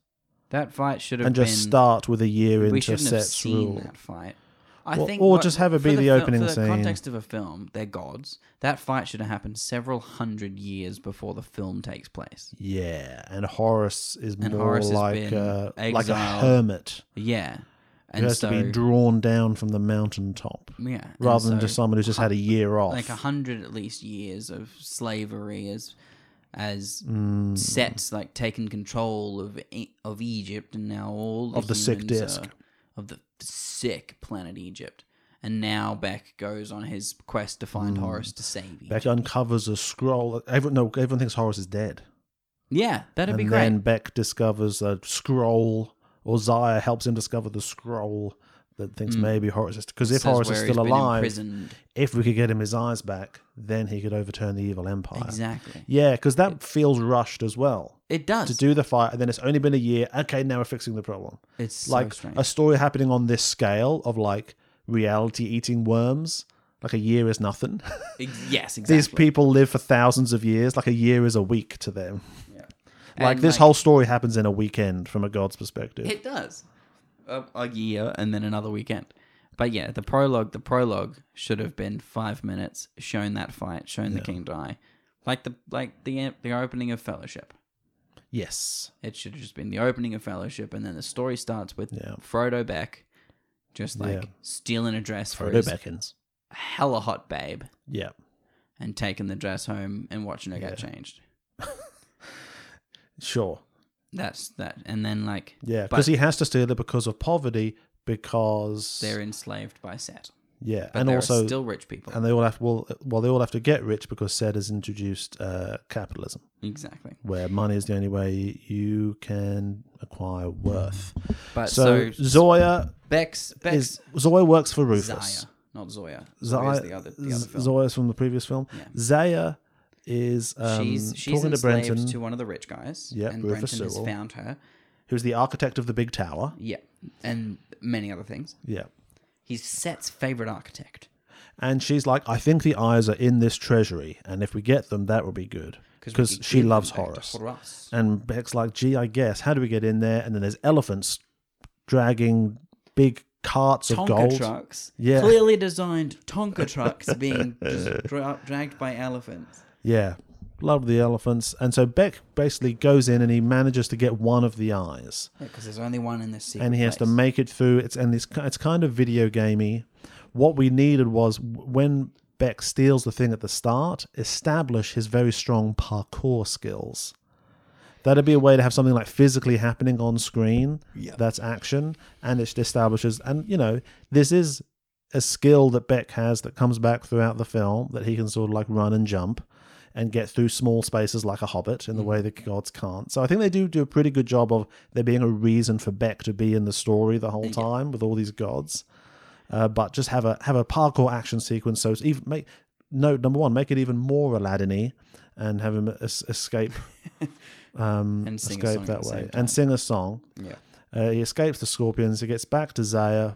Speaker 5: That fight should have
Speaker 6: and just
Speaker 5: been
Speaker 6: start with a year
Speaker 5: we
Speaker 6: into
Speaker 5: shouldn't have
Speaker 6: sets
Speaker 5: seen
Speaker 6: rule.
Speaker 5: that fight. I
Speaker 6: Or-
Speaker 5: think,
Speaker 6: or
Speaker 5: what-
Speaker 6: just have it
Speaker 5: for
Speaker 6: be the
Speaker 5: fil-
Speaker 6: opening
Speaker 5: for the
Speaker 6: scene.
Speaker 5: context of a film, they're gods. That fight should have happened several hundred years before the film takes place.
Speaker 6: Yeah, and Horace is
Speaker 5: And
Speaker 6: more
Speaker 5: Horace has
Speaker 6: like
Speaker 5: been
Speaker 6: uh, like a
Speaker 5: exiled.
Speaker 6: hermit
Speaker 5: Yeah,
Speaker 6: who
Speaker 5: and
Speaker 6: has
Speaker 5: so
Speaker 6: to be drawn down from the mounntop,
Speaker 5: yeah, and
Speaker 6: rather than
Speaker 5: so
Speaker 6: just someone who's just had a year off.
Speaker 5: like a hundred at least years of slavery as as
Speaker 6: Mm.
Speaker 5: sets like taken control of E- of Egypt and now all the
Speaker 6: Of the sick
Speaker 5: humans
Speaker 6: disc.
Speaker 5: are- of the sick planet Egypt. And now Beck goes on his quest to find Horus to save Egypt.
Speaker 6: Mm. Beck uncovers a scroll. Everyone, no, everyone thinks Horace is dead.
Speaker 5: Yeah, that'd be
Speaker 6: and
Speaker 5: great.
Speaker 6: then Beck discovers a scroll, or Zaya helps him discover the scroll that thinks maybe Horace is because if
Speaker 5: Hmm. Says
Speaker 6: Horace is
Speaker 5: where he's
Speaker 6: still
Speaker 5: been
Speaker 6: alive,
Speaker 5: imprisoned.
Speaker 6: if we could get him his eyes back, then he could overturn the evil empire.
Speaker 5: Exactly.
Speaker 6: Yeah, because that feels rushed as well.
Speaker 5: It does.
Speaker 6: To do the fight, and then it's only been a year. Okay, now we're fixing the problem.
Speaker 5: it's
Speaker 6: like uh,
Speaker 5: so strange.
Speaker 6: a story happening on this scale of like reality eating worms. Like a year is nothing. [laughs]
Speaker 5: Ex- yes, exactly.
Speaker 6: These people live for thousands of years. Like a year is a week to them.
Speaker 5: And,
Speaker 6: Like this whole story happens in a weekend from a god's perspective.
Speaker 5: It does. A, a year and then another weekend. But yeah, the prologue. The prologue should have been five minutes, shown that fight, shown the king die, like the like the the opening of Fellowship.
Speaker 6: yes.
Speaker 5: It should have just been the opening of Fellowship, and then the story starts with
Speaker 6: Yeah.
Speaker 5: Frodo Beck, just like
Speaker 6: Yeah.
Speaker 5: stealing a dress for
Speaker 6: Frodo
Speaker 5: his
Speaker 6: Beckons.
Speaker 5: hella hot babe,
Speaker 6: Yeah.
Speaker 5: and taking the dress home and watching her get changed.
Speaker 6: Sure.
Speaker 5: That's that, and then like
Speaker 6: Yeah.
Speaker 5: but
Speaker 6: Because he has to steal it because of poverty, because
Speaker 5: they're enslaved by Set,
Speaker 6: yeah,
Speaker 5: but
Speaker 6: and
Speaker 5: they're
Speaker 6: also
Speaker 5: still rich people.
Speaker 6: and they all have well, well they all have to get rich because Sed has introduced uh, capitalism,
Speaker 5: exactly,
Speaker 6: where money is the only way you can acquire worth.
Speaker 5: but
Speaker 6: So,
Speaker 5: Uh, so,
Speaker 6: Zoya
Speaker 5: Bex Bex
Speaker 6: is Zoya works for
Speaker 5: Zaya,
Speaker 6: Rufus.
Speaker 5: not Zoya.
Speaker 6: Zaya,
Speaker 5: Zoya's the other the other film.
Speaker 6: Zoya's from the previous film. Zaya is um,
Speaker 5: she's she's
Speaker 6: talking to
Speaker 5: enslaved
Speaker 6: Brenton,
Speaker 5: to one of the rich guys.
Speaker 6: Yeah,
Speaker 5: and
Speaker 6: Rufus
Speaker 5: Brenton has
Speaker 6: Sewell.
Speaker 5: found her.
Speaker 6: who's the architect of the big tower.
Speaker 5: Yeah, and many other things.
Speaker 6: Yeah.
Speaker 5: He's Set's favorite architect
Speaker 6: And she's like, I think the eyes are in this treasury, and if we get them, that would be good.
Speaker 5: we
Speaker 6: Because
Speaker 5: could
Speaker 6: she
Speaker 5: give
Speaker 6: loves
Speaker 5: them back
Speaker 6: Horace.
Speaker 5: to Horace.
Speaker 6: And Beck's like, gee, I guess. How do we get in there? And then there's elephants dragging big carts of
Speaker 5: Tonka
Speaker 6: gold.
Speaker 5: trucks,
Speaker 6: Yeah.
Speaker 5: clearly designed Tonka trucks being just dra- dragged by elephants.
Speaker 6: Yeah. Love the elephants. And so Beck basically goes in and he manages to get one of the eyes.
Speaker 5: Because there's only one in this secret
Speaker 6: and he has to
Speaker 5: place.
Speaker 6: make it through. It's and it's ki- it's kind of video gamey. What we needed was w- when Beck steals the thing at the start, establish his very strong parkour skills. That'd be a way to have something like physically happening on screen. Yeah. That's action, and it establishes. And you know, this is a skill that Beck has that comes back throughout the film that he can sort of like run and jump and get through small spaces like a hobbit
Speaker 5: Mm.
Speaker 6: in the way that gods can't. So I think they do do a pretty good job of there being a reason for Beck to be in the story the whole time with all these gods. Uh, but just have a have a parkour action sequence so it's even make note number one make it even more Aladdin-y and have him es- escape
Speaker 5: and [laughs] sing a
Speaker 6: escape
Speaker 5: song
Speaker 6: that
Speaker 5: at the
Speaker 6: way
Speaker 5: same time.
Speaker 6: and sing a song.
Speaker 5: Yeah.
Speaker 6: Uh, he escapes the scorpions. He gets back to Zaya,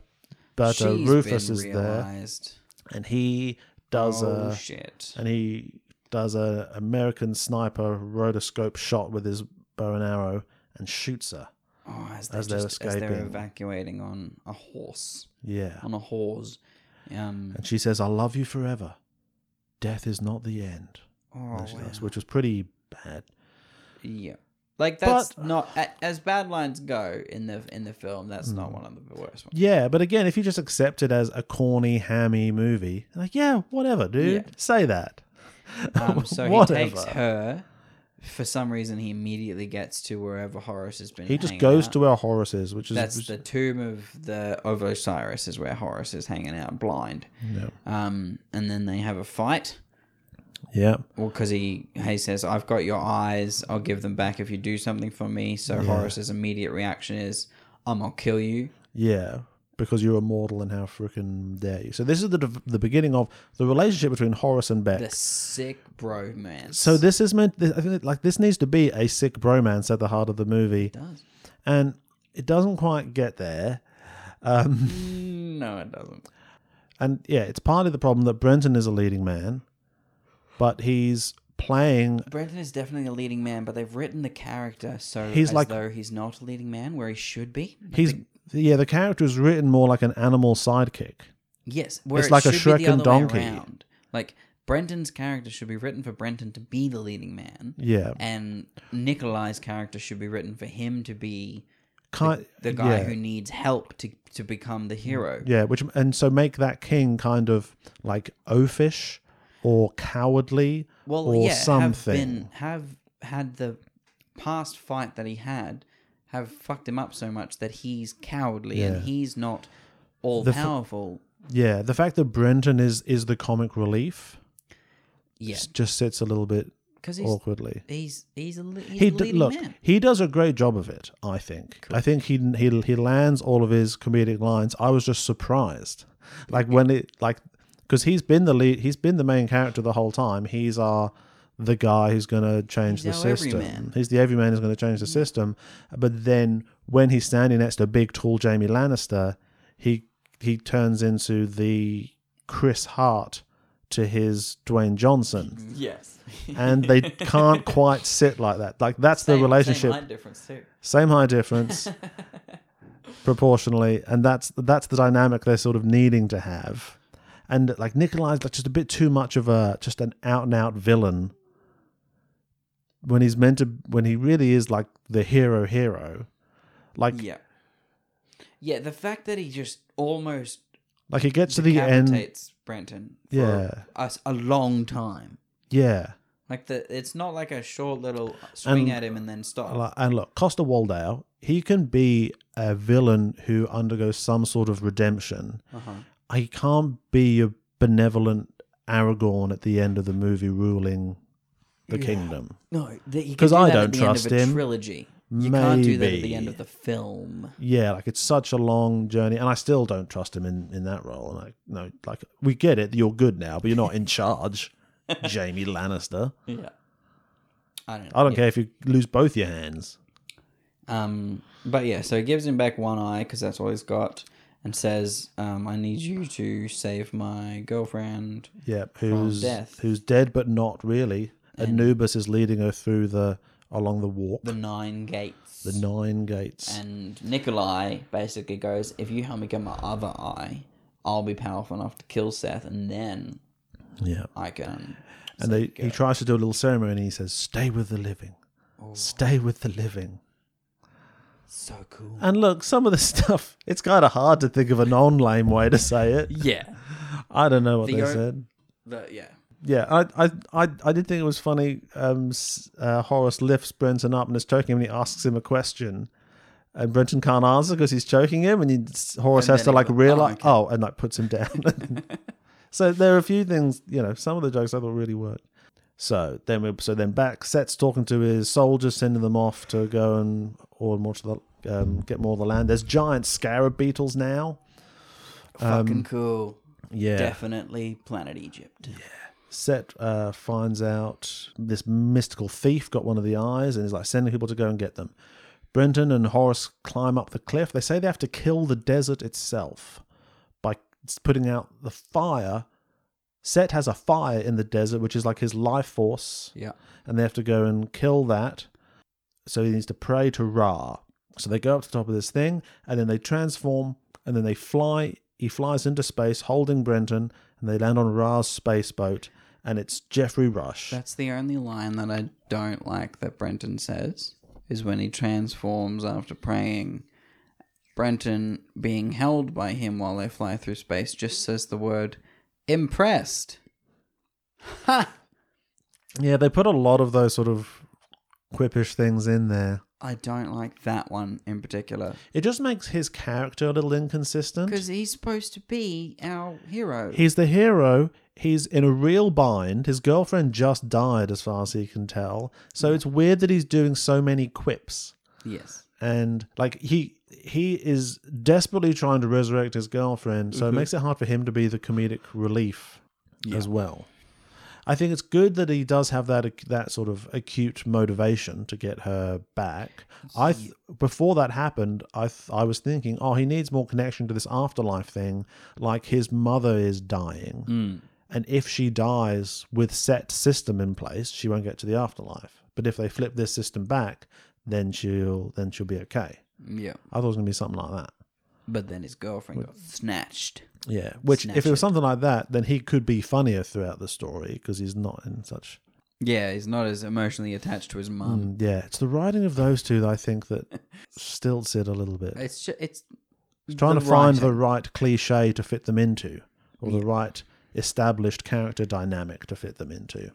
Speaker 6: but uh,
Speaker 5: She's
Speaker 6: Rufus
Speaker 5: been
Speaker 6: is there uh,
Speaker 5: realized.
Speaker 6: and he does
Speaker 5: Oh
Speaker 6: a
Speaker 5: shit!
Speaker 6: and he does a American sniper rotoscope shot with his bow and arrow and shoots her.
Speaker 5: Oh, as they're,
Speaker 6: as they're
Speaker 5: just, as they're
Speaker 6: escaping.
Speaker 5: evacuating on a horse,
Speaker 6: Yeah.
Speaker 5: on a horse. Um,
Speaker 6: And she says, "I love you forever. Death is not the end,"
Speaker 5: oh,
Speaker 6: And she
Speaker 5: wow.
Speaker 6: does, which was pretty bad.
Speaker 5: yeah. Like that's
Speaker 6: But-
Speaker 5: not a- as bad lines go in the in the film. That's
Speaker 6: Hmm.
Speaker 5: not one of the worst
Speaker 6: [laughs]
Speaker 5: ones.
Speaker 6: Yeah, but again, if you just accept it as a corny, hammy movie, like, yeah, whatever, dude,
Speaker 5: Yeah.
Speaker 6: say that.
Speaker 5: Um,
Speaker 6: [laughs]
Speaker 5: so he
Speaker 6: Whatever.
Speaker 5: takes her. For some reason, he immediately gets to wherever Horus has been.
Speaker 6: He just
Speaker 5: hanging
Speaker 6: goes
Speaker 5: out.
Speaker 6: to where Horace is, which is
Speaker 5: That's
Speaker 6: which-
Speaker 5: the tomb of the of Osiris is where Horus is hanging out blind.
Speaker 6: Yeah.
Speaker 5: Um, and then they have a fight.
Speaker 6: yeah.
Speaker 5: Well, because he he says, "I've got your eyes. I'll give them back if you do something for me." So Horace's immediate reaction is, "I'm gonna kill you."
Speaker 6: Yeah, because you're immortal and how freaking dare you. So this is the the beginning of the relationship between Horace and Beck.
Speaker 5: The sick bro man.
Speaker 6: so this is meant. I think like this needs to be a sick bromance at the heart of the movie,
Speaker 5: does
Speaker 6: and it doesn't quite get there.
Speaker 5: no, it doesn't.
Speaker 6: And yeah, it's partly the problem that Brenton is a leading man, but he's playing.
Speaker 5: Brenton is definitely a leading man, but they've written the character so
Speaker 6: He's
Speaker 5: as
Speaker 6: like-
Speaker 5: though he's not a leading man where he should be.
Speaker 6: He's yeah. The character is written more like an animal sidekick.
Speaker 5: Yes, where
Speaker 6: It's
Speaker 5: it
Speaker 6: like a
Speaker 5: should be
Speaker 6: Shrek
Speaker 5: the
Speaker 6: and
Speaker 5: other way
Speaker 6: Donkey.
Speaker 5: around. Like Brenton's character should be written for Brenton to be the leading man,
Speaker 6: Yeah,
Speaker 5: and Nikolai's character should be written for him to be
Speaker 6: kind
Speaker 5: the guy
Speaker 6: yeah.
Speaker 5: who needs help to to become the hero.
Speaker 6: Yeah, which and so make that king kind of like oafish or cowardly
Speaker 5: Well,
Speaker 6: or
Speaker 5: yeah,
Speaker 6: something.
Speaker 5: have been have had the past fight that he had have fucked him up so much that he's cowardly
Speaker 6: Yeah.
Speaker 5: and he's not all
Speaker 6: The f-
Speaker 5: powerful.
Speaker 6: Yeah, the fact that Brenton is is the comic relief
Speaker 5: Yeah,
Speaker 6: s- just sits a little bit
Speaker 5: because he's,
Speaker 6: awkwardly.
Speaker 5: he's he's a li- he's
Speaker 6: Oh. He
Speaker 5: a
Speaker 6: d-
Speaker 5: leading
Speaker 6: look,
Speaker 5: man.
Speaker 6: he does a great job of it. I think. I think he he he lands all of his comedic lines. I was just surprised, like when it like because he's been the lead, he's been the main character the whole time. He's our the guy who's going to change
Speaker 5: He's
Speaker 6: the
Speaker 5: our
Speaker 6: system.
Speaker 5: everyman. Mm-hmm.
Speaker 6: He's the everyman who's going to change the system. But then when he's standing next to big tall Jamie Lannister, he he turns into the Chris Hart to his Dwayne
Speaker 5: Mm-hmm.
Speaker 6: Johnson.
Speaker 5: [laughs] Yes,
Speaker 6: And they can't quite sit like that. Like that's the relationship
Speaker 5: difference too.
Speaker 6: same height difference proportionally and that's that's the dynamic they're sort of needing to have and like nikolai's like just a bit too much of a just an out and out villain when he's meant to when he really is like the hero hero like
Speaker 5: Yeah, yeah. The fact that he just almost
Speaker 6: like he gets to the end
Speaker 5: decapitates Brenton for
Speaker 6: Yeah.
Speaker 5: us a long time.
Speaker 6: yeah
Speaker 5: Like the, it's not like a short little swing
Speaker 6: And-
Speaker 5: at him and then stop.
Speaker 6: Like- and look costa waldau he can be a villain who undergoes some sort of redemption
Speaker 5: uh-huh.
Speaker 6: I can't be a benevolent Aragorn at the end of the movie ruling the kingdom.
Speaker 5: No, because
Speaker 6: 'Cause
Speaker 5: do
Speaker 6: I
Speaker 5: that
Speaker 6: don't
Speaker 5: at the
Speaker 6: trust
Speaker 5: end of a
Speaker 6: him.
Speaker 5: Trilogy, you can't do that at the end of the film.
Speaker 6: Yeah, like it's such a long journey, and I still don't trust him in, in that role. And I no, like we get it, you're good now, but you're not in charge, Jamie Lannister.
Speaker 5: Yeah, I don't. Know.
Speaker 6: I don't care if you lose both your hands.
Speaker 5: Um, but yeah, so he gives him back one eye because that's all he's got, and says, um, "I need you to save my girlfriend."
Speaker 6: Yeah, who's
Speaker 5: death.
Speaker 6: who's dead but not really. Anubis is leading her through the along the walk,
Speaker 5: The
Speaker 6: the,
Speaker 5: nine gates.
Speaker 6: nine gates.
Speaker 5: And Nikolai basically goes, "If you help me get my other eye, I'll be powerful enough to kill Seth, and then
Speaker 6: yeah,
Speaker 5: I can."
Speaker 6: and they, he tries to do a little ceremony. and He says, "Stay with the living,
Speaker 5: Oh.
Speaker 6: stay with the living."
Speaker 5: So cool.
Speaker 6: And look, some of the [laughs] stuff it's kind of hard to think of a non-lame way to say it.
Speaker 5: Yeah.
Speaker 6: I don't know what
Speaker 5: The
Speaker 6: they
Speaker 5: o-
Speaker 6: said.
Speaker 5: The, yeah.
Speaker 6: Yeah, I, I, I, I did think it was funny. Um, s- uh, Horace lifts Brenton up and is choking him, and he asks him a question, and Brenton can't answer because he's choking him, and he, Horace
Speaker 5: And
Speaker 6: has
Speaker 5: then
Speaker 6: to
Speaker 5: he
Speaker 6: like
Speaker 5: go, "Oh,
Speaker 6: realize,
Speaker 5: okay."
Speaker 6: oh, and like puts
Speaker 5: [laughs]
Speaker 6: him down. [laughs] so there are a few things, you know, some of the jokes I thought really worked. So then we, so then back, Set's talking to his soldiers, sending them off to go and or more to the um, get more of the land. There's giant scarab beetles now. Um,
Speaker 5: Fucking cool.
Speaker 6: Yeah,
Speaker 5: Definitely planet Egypt.
Speaker 6: Set uh, finds out this mystical thief got one of the eyes and is like sending people to go and get them. Brenton and Horace climb up the cliff. They say they have to kill the desert itself by putting out the fire. Set has a fire in the desert, which is like his life force,
Speaker 5: Yeah.
Speaker 6: and they have to go and kill that. So he needs to pray to Ra. So they go up to the top of this thing, and then they transform, and then they fly. He flies into space holding Brenton, and they land on Ra's space boat, and it's Jeffrey Rush.
Speaker 5: That's the only line that I don't like that Brenton says is when he transforms after praying. Brenton, being held by him while they fly through space, just says the word impressed. Ha!
Speaker 6: yeah, they put a lot of those sort of quippish things in there.
Speaker 5: I don't like that one in particular.
Speaker 6: It just makes his character a little
Speaker 5: Because
Speaker 6: inconsistent.
Speaker 5: he's supposed to be our hero.
Speaker 6: He's the hero. He's in a real bind. His girlfriend just died, as far as he can tell. So it's weird that he's doing so many quips.
Speaker 5: yes.
Speaker 6: and like he he is desperately trying to resurrect his girlfriend so it makes it hard for him to be the comedic relief as well i think it's good that he does have that that sort of acute motivation to get her back i th- before that happened i th- i was thinking oh he needs more connection to this afterlife thing like his mother is dying and if she dies with set system in place, she won't get to the afterlife. But if they flip this system back, then she'll then she'll be okay.
Speaker 5: Yeah.
Speaker 6: I thought it was gonna be something like that.
Speaker 5: But then his girlfriend got snatched.
Speaker 6: Yeah. Which if it was
Speaker 5: Snatched.
Speaker 6: something like that, then he could be funnier throughout the story because he's not in such.
Speaker 5: Yeah, he's not as emotionally attached to his mum.
Speaker 6: Yeah, it's the writing of those two that I think that
Speaker 5: [laughs]
Speaker 6: stilts it a little bit.
Speaker 5: It's ju- it's
Speaker 6: It's trying
Speaker 5: the
Speaker 6: to find the
Speaker 5: writing.
Speaker 6: right cliche to fit them into, or the right established character dynamic to fit them into.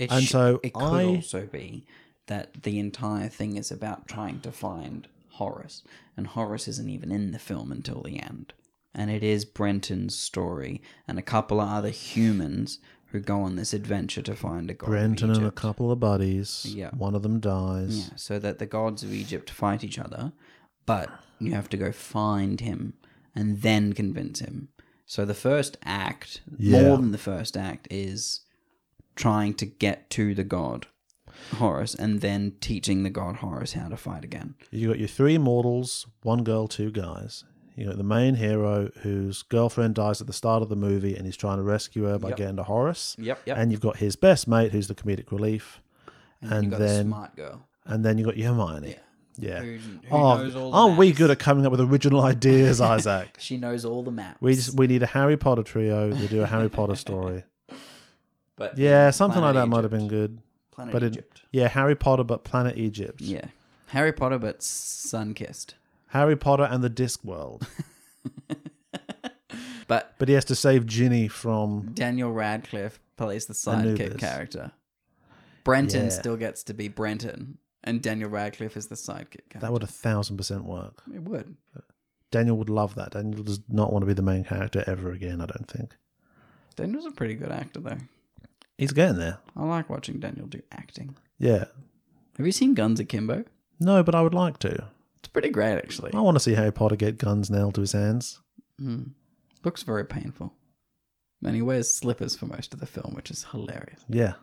Speaker 5: It
Speaker 6: And
Speaker 5: sh-
Speaker 6: so
Speaker 5: it could
Speaker 6: I-
Speaker 5: also be that the entire thing is about trying to find Horace, and Horace isn't even in the film until the end. And it is Brenton's story and a couple of other humans who go on this adventure to find a god. of
Speaker 6: Brenton and a
Speaker 5: Egypt.
Speaker 6: couple of buddies.
Speaker 5: Oh, Yeah.
Speaker 6: One of them dies.
Speaker 5: Yeah, so that the gods of Egypt fight each other, but you have to go find him and then convince him. So the first act,
Speaker 6: Yeah.
Speaker 5: more than the first act, is trying to get to the god Horus and then teaching the god Horus how to fight again.
Speaker 6: You got your three mortals, one girl, two guys. You got the main hero whose girlfriend dies at the start of the movie and he's trying to rescue her by getting to Horace.
Speaker 5: Yep, yep.
Speaker 6: And you've got his best mate who's the comedic relief. And,
Speaker 5: you got a
Speaker 6: then
Speaker 5: smart girl.
Speaker 6: and then you got your Hermione. Yeah.
Speaker 5: Who- who
Speaker 6: oh,
Speaker 5: knows all the
Speaker 6: aren't we
Speaker 5: maths.
Speaker 6: good at coming up with original [laughs]
Speaker 5: [laughs]
Speaker 6: ideas, Isaac?
Speaker 5: She knows all the maps.
Speaker 6: we just we need a Harry Potter trio to do a Harry
Speaker 5: [laughs]
Speaker 6: Potter story.
Speaker 5: but
Speaker 6: Yeah, something
Speaker 5: Planet
Speaker 6: like that might have
Speaker 5: Egypt.
Speaker 6: been good.
Speaker 5: Planet
Speaker 6: But in,
Speaker 5: Egypt.
Speaker 6: yeah, Harry Potter but Planet Egypt.
Speaker 5: Yeah. Harry Potter but sun kissed.
Speaker 6: Harry Potter and the
Speaker 5: [laughs]
Speaker 6: Disc World.
Speaker 5: But
Speaker 6: But he has to save Ginny from
Speaker 5: Daniel Radcliffe plays the sidekick
Speaker 6: Anubis.
Speaker 5: character. Brenton
Speaker 6: Yeah.
Speaker 5: still gets to be Brenton, and Daniel Radcliffe is the sidekick character.
Speaker 6: that would a thousand percent work.
Speaker 5: it would.
Speaker 6: Daniel would love that. Daniel does not want to be the main character ever again, I don't think.
Speaker 5: Daniel's a pretty good actor, though.
Speaker 6: He's getting there.
Speaker 5: I like watching Daniel do acting.
Speaker 6: Yeah.
Speaker 5: Have you seen Guns Akimbo?
Speaker 6: No, but I would like to.
Speaker 5: It's pretty great, actually.
Speaker 6: I want to see Harry Potter get guns nailed to his hands.
Speaker 5: Looks very painful. And he wears slippers for most of the film, which is hilarious.
Speaker 6: Yeah.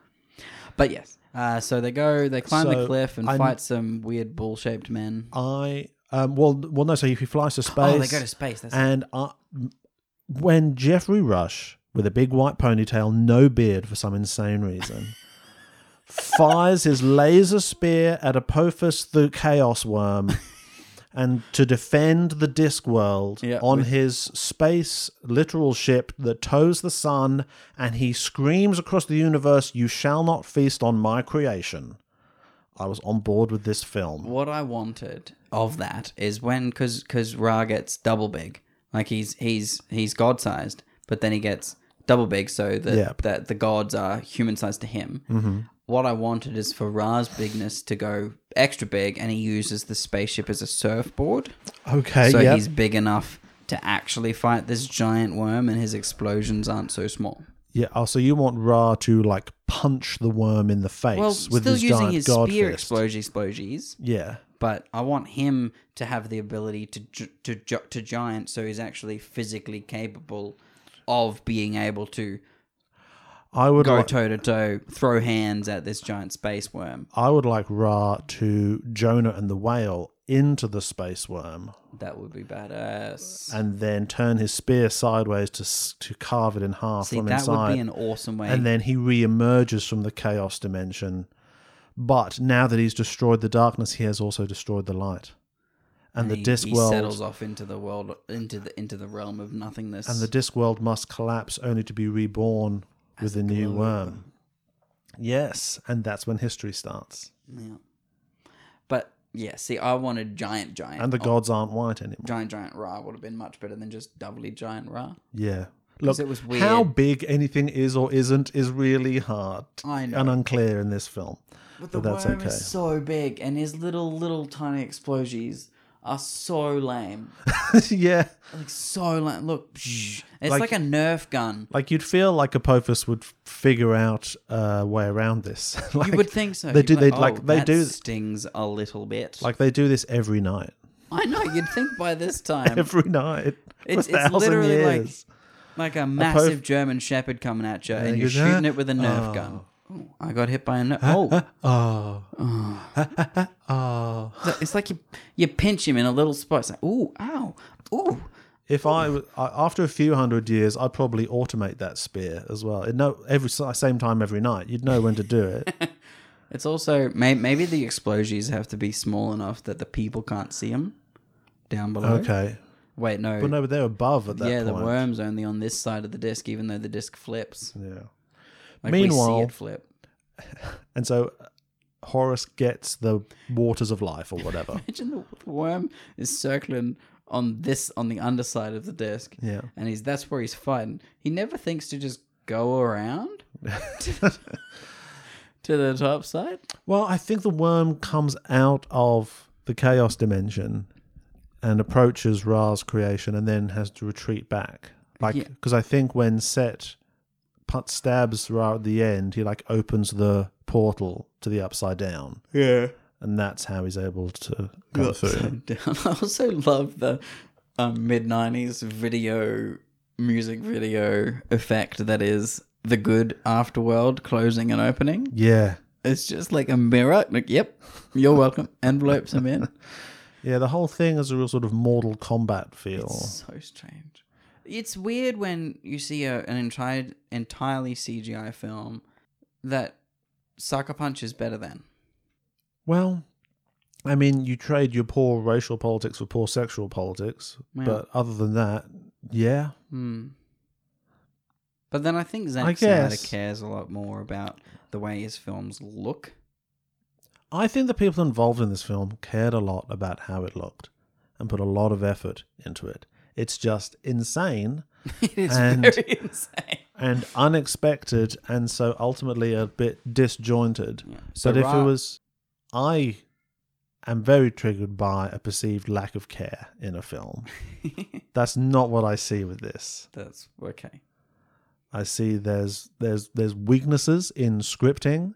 Speaker 5: But yes, uh, so they go, they climb the
Speaker 6: So,
Speaker 5: cliff and
Speaker 6: I'm-
Speaker 5: fight some weird bull shaped men.
Speaker 6: I Um, well, well, no. So he flies to space.
Speaker 5: Oh, they go to space. That's
Speaker 6: And uh, when Jeffrey Rush, with a big white ponytail, no beard for some insane reason,
Speaker 5: [laughs]
Speaker 6: fires his laser spear at Apophis the
Speaker 5: [laughs]
Speaker 6: Chaos Worm, and to defend the Disc World
Speaker 5: Yeah,
Speaker 6: on
Speaker 5: with-
Speaker 6: his space literal ship that tows the sun, and he screams across the universe, "You shall not feast on my creation." I was on board with this film.
Speaker 5: what I wanted of that is when because because Ra gets double big, like he's he's he's god sized, but then he gets double big, so that
Speaker 6: Yep.
Speaker 5: that the gods are human sized to him. Mm-hmm. What I wanted is for Ra's bigness to go extra big, and he uses the spaceship as a surfboard,
Speaker 6: Okay,
Speaker 5: so
Speaker 6: Uh, yeah.
Speaker 5: he's big enough to actually fight this giant worm, and his explosions aren't so small.
Speaker 6: Yeah. Oh, so you want Ra to like punch the worm in the face
Speaker 5: Well,
Speaker 6: with
Speaker 5: still
Speaker 6: his
Speaker 5: using
Speaker 6: giant
Speaker 5: his
Speaker 6: god
Speaker 5: spear
Speaker 6: fist.
Speaker 5: explosion explosies.
Speaker 6: Yeah.
Speaker 5: but I want him to have the ability to gi- to gi- to giant, so he's actually physically capable of being able to
Speaker 6: I would
Speaker 5: go
Speaker 6: like,
Speaker 5: toe to toe, throw hands at this giant space worm.
Speaker 6: I would like Ra to Jonah and the whale into the space worm
Speaker 5: That would be badass.
Speaker 6: and then turn his spear sideways to s- to carve it in half
Speaker 5: See,
Speaker 6: from
Speaker 5: that
Speaker 6: inside.
Speaker 5: would be an awesome way.
Speaker 6: and then he re-emerges from the chaos dimension. But now that he's destroyed the darkness, he has also destroyed the light. And, the
Speaker 5: he,
Speaker 6: disc
Speaker 5: he
Speaker 6: world
Speaker 5: settles off into the world, into the into the realm of nothingness.
Speaker 6: and the disc world must collapse only to be reborn with a new worm. Yes, and that's when history starts.
Speaker 5: yeah. But yeah, see, I wanted giant, giant,
Speaker 6: And the
Speaker 5: oh,
Speaker 6: gods aren't white anymore.
Speaker 5: giant, giant Ra would have been much better than just doubly giant Ra.
Speaker 6: Yeah. Look,
Speaker 5: it was
Speaker 6: how
Speaker 5: weird.
Speaker 6: big anything is or isn't is really hard
Speaker 5: I know.
Speaker 6: and unclear in this film.
Speaker 5: But the
Speaker 6: But that's
Speaker 5: worm
Speaker 6: okay.
Speaker 5: is so big, and his little, little tiny explosions are so lame.
Speaker 6: [laughs] yeah.
Speaker 5: Like, so lame.
Speaker 6: [laughs]
Speaker 5: Look, psh, it's
Speaker 6: Like-
Speaker 5: like, a Nerf gun.
Speaker 6: Like you'd feel like Apophis would f- figure out a way around this. [laughs] like,
Speaker 5: you would think so.
Speaker 6: They
Speaker 5: You'd
Speaker 6: do.
Speaker 5: be
Speaker 6: They like
Speaker 5: "Oh,
Speaker 6: they
Speaker 5: that
Speaker 6: do.
Speaker 5: stings a little bit.
Speaker 6: Like they do this every night.
Speaker 5: I know. You'd think by
Speaker 6: [laughs]
Speaker 5: this time,
Speaker 6: Every night.
Speaker 5: Um, it's,
Speaker 6: for a
Speaker 5: it's
Speaker 6: thousand
Speaker 5: literally like
Speaker 6: years.
Speaker 5: like a massive German Shepherd coming at you, and
Speaker 6: he
Speaker 5: you're
Speaker 6: goes, "Ah,
Speaker 5: shooting it with a Nerf gun. Ooh, I got hit by a Nerf. Oh,
Speaker 6: [laughs] oh, [laughs] oh.
Speaker 5: So it's like you you pinch him in a little spot. It's like, ooh, ow, ooh.
Speaker 6: If I, w- I- after a few hundred years, I'd probably automate that spear as well. It know every s- same time every night. You'd know when to do
Speaker 5: [laughs]
Speaker 6: it.
Speaker 5: It's also may, maybe the explosions have to be small enough that the people can't see them down below.
Speaker 6: okay,
Speaker 5: Wait, no.
Speaker 6: but no, but they're above at that
Speaker 5: yeah,
Speaker 6: point.
Speaker 5: the worm's only on this side of the disc, even though the disc flips.
Speaker 6: Yeah.
Speaker 5: Like we
Speaker 6: Meanwhile-
Speaker 5: see it flip.
Speaker 6: And so uh, Horus gets the waters of life
Speaker 5: [laughs]
Speaker 6: or whatever.
Speaker 5: Imagine the, the worm is circling on this on the underside of the disc.
Speaker 6: Yeah.
Speaker 5: and he's that's where he's fighting. He never thinks to just go
Speaker 6: [laughs]
Speaker 5: around [laughs] to the top side.
Speaker 6: well, I think the worm comes out of the chaos dimension and approaches Ra's creation and then has to retreat back. Like,
Speaker 5: Yeah.
Speaker 6: because I think when Set put stabs Ra at the end, he like opens the portal to the upside down. Yeah. And that's how he's able to go through.
Speaker 5: [laughs] down. I also love the um, mid '90s video music video effect that is the good afterworld closing and opening.
Speaker 6: Yeah.
Speaker 5: It's just like a mirror. Like, yep, you're
Speaker 6: [laughs]
Speaker 5: welcome. Envelopes them in.
Speaker 6: Yeah, the whole thing is a real sort of Mortal Kombat feel.
Speaker 5: So strange. It's weird when you see a, an entire entirely CGI film that Sucker Punch is better than.
Speaker 6: Well, I mean, you trade your poor racial politics for poor sexual politics,
Speaker 5: Yeah.
Speaker 6: but other than that, yeah,
Speaker 5: Hmm. But then I think Zack
Speaker 6: I
Speaker 5: Snyder
Speaker 6: guess.
Speaker 5: cares a lot more about the way his films look. [laughs]
Speaker 6: I think the people involved in this film cared a lot about how it looked and put a lot of effort into it. It's just insane
Speaker 5: It is
Speaker 6: And-
Speaker 5: very [laughs] insane.
Speaker 6: and unexpected, and so ultimately a bit disjointed.
Speaker 5: So
Speaker 6: but if
Speaker 5: Ra-
Speaker 6: it was, I am very triggered by a perceived lack of care in
Speaker 5: [laughs]
Speaker 6: a film. That's not what I see with this.
Speaker 5: That's okay.
Speaker 6: I see there's there's there's weaknesses in scripting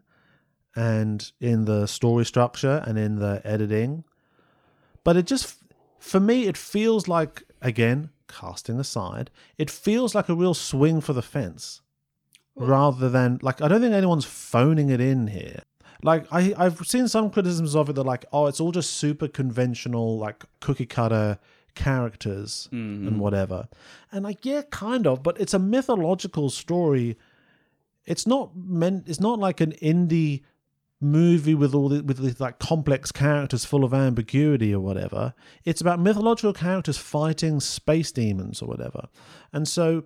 Speaker 6: and in the story structure and in the editing. But it just for me it feels like again, casting aside, it feels like a real swing for the fence rather than like I don't think anyone's phoning it in here. like I I've seen some criticisms of it that like oh it's all just super conventional like cookie cutter characters and whatever, and like yeah kind of but it's a mythological story. It's not meant. It's not like an indie movie with all the with these like complex characters full of ambiguity or whatever. It's about mythological characters fighting space demons or whatever, and so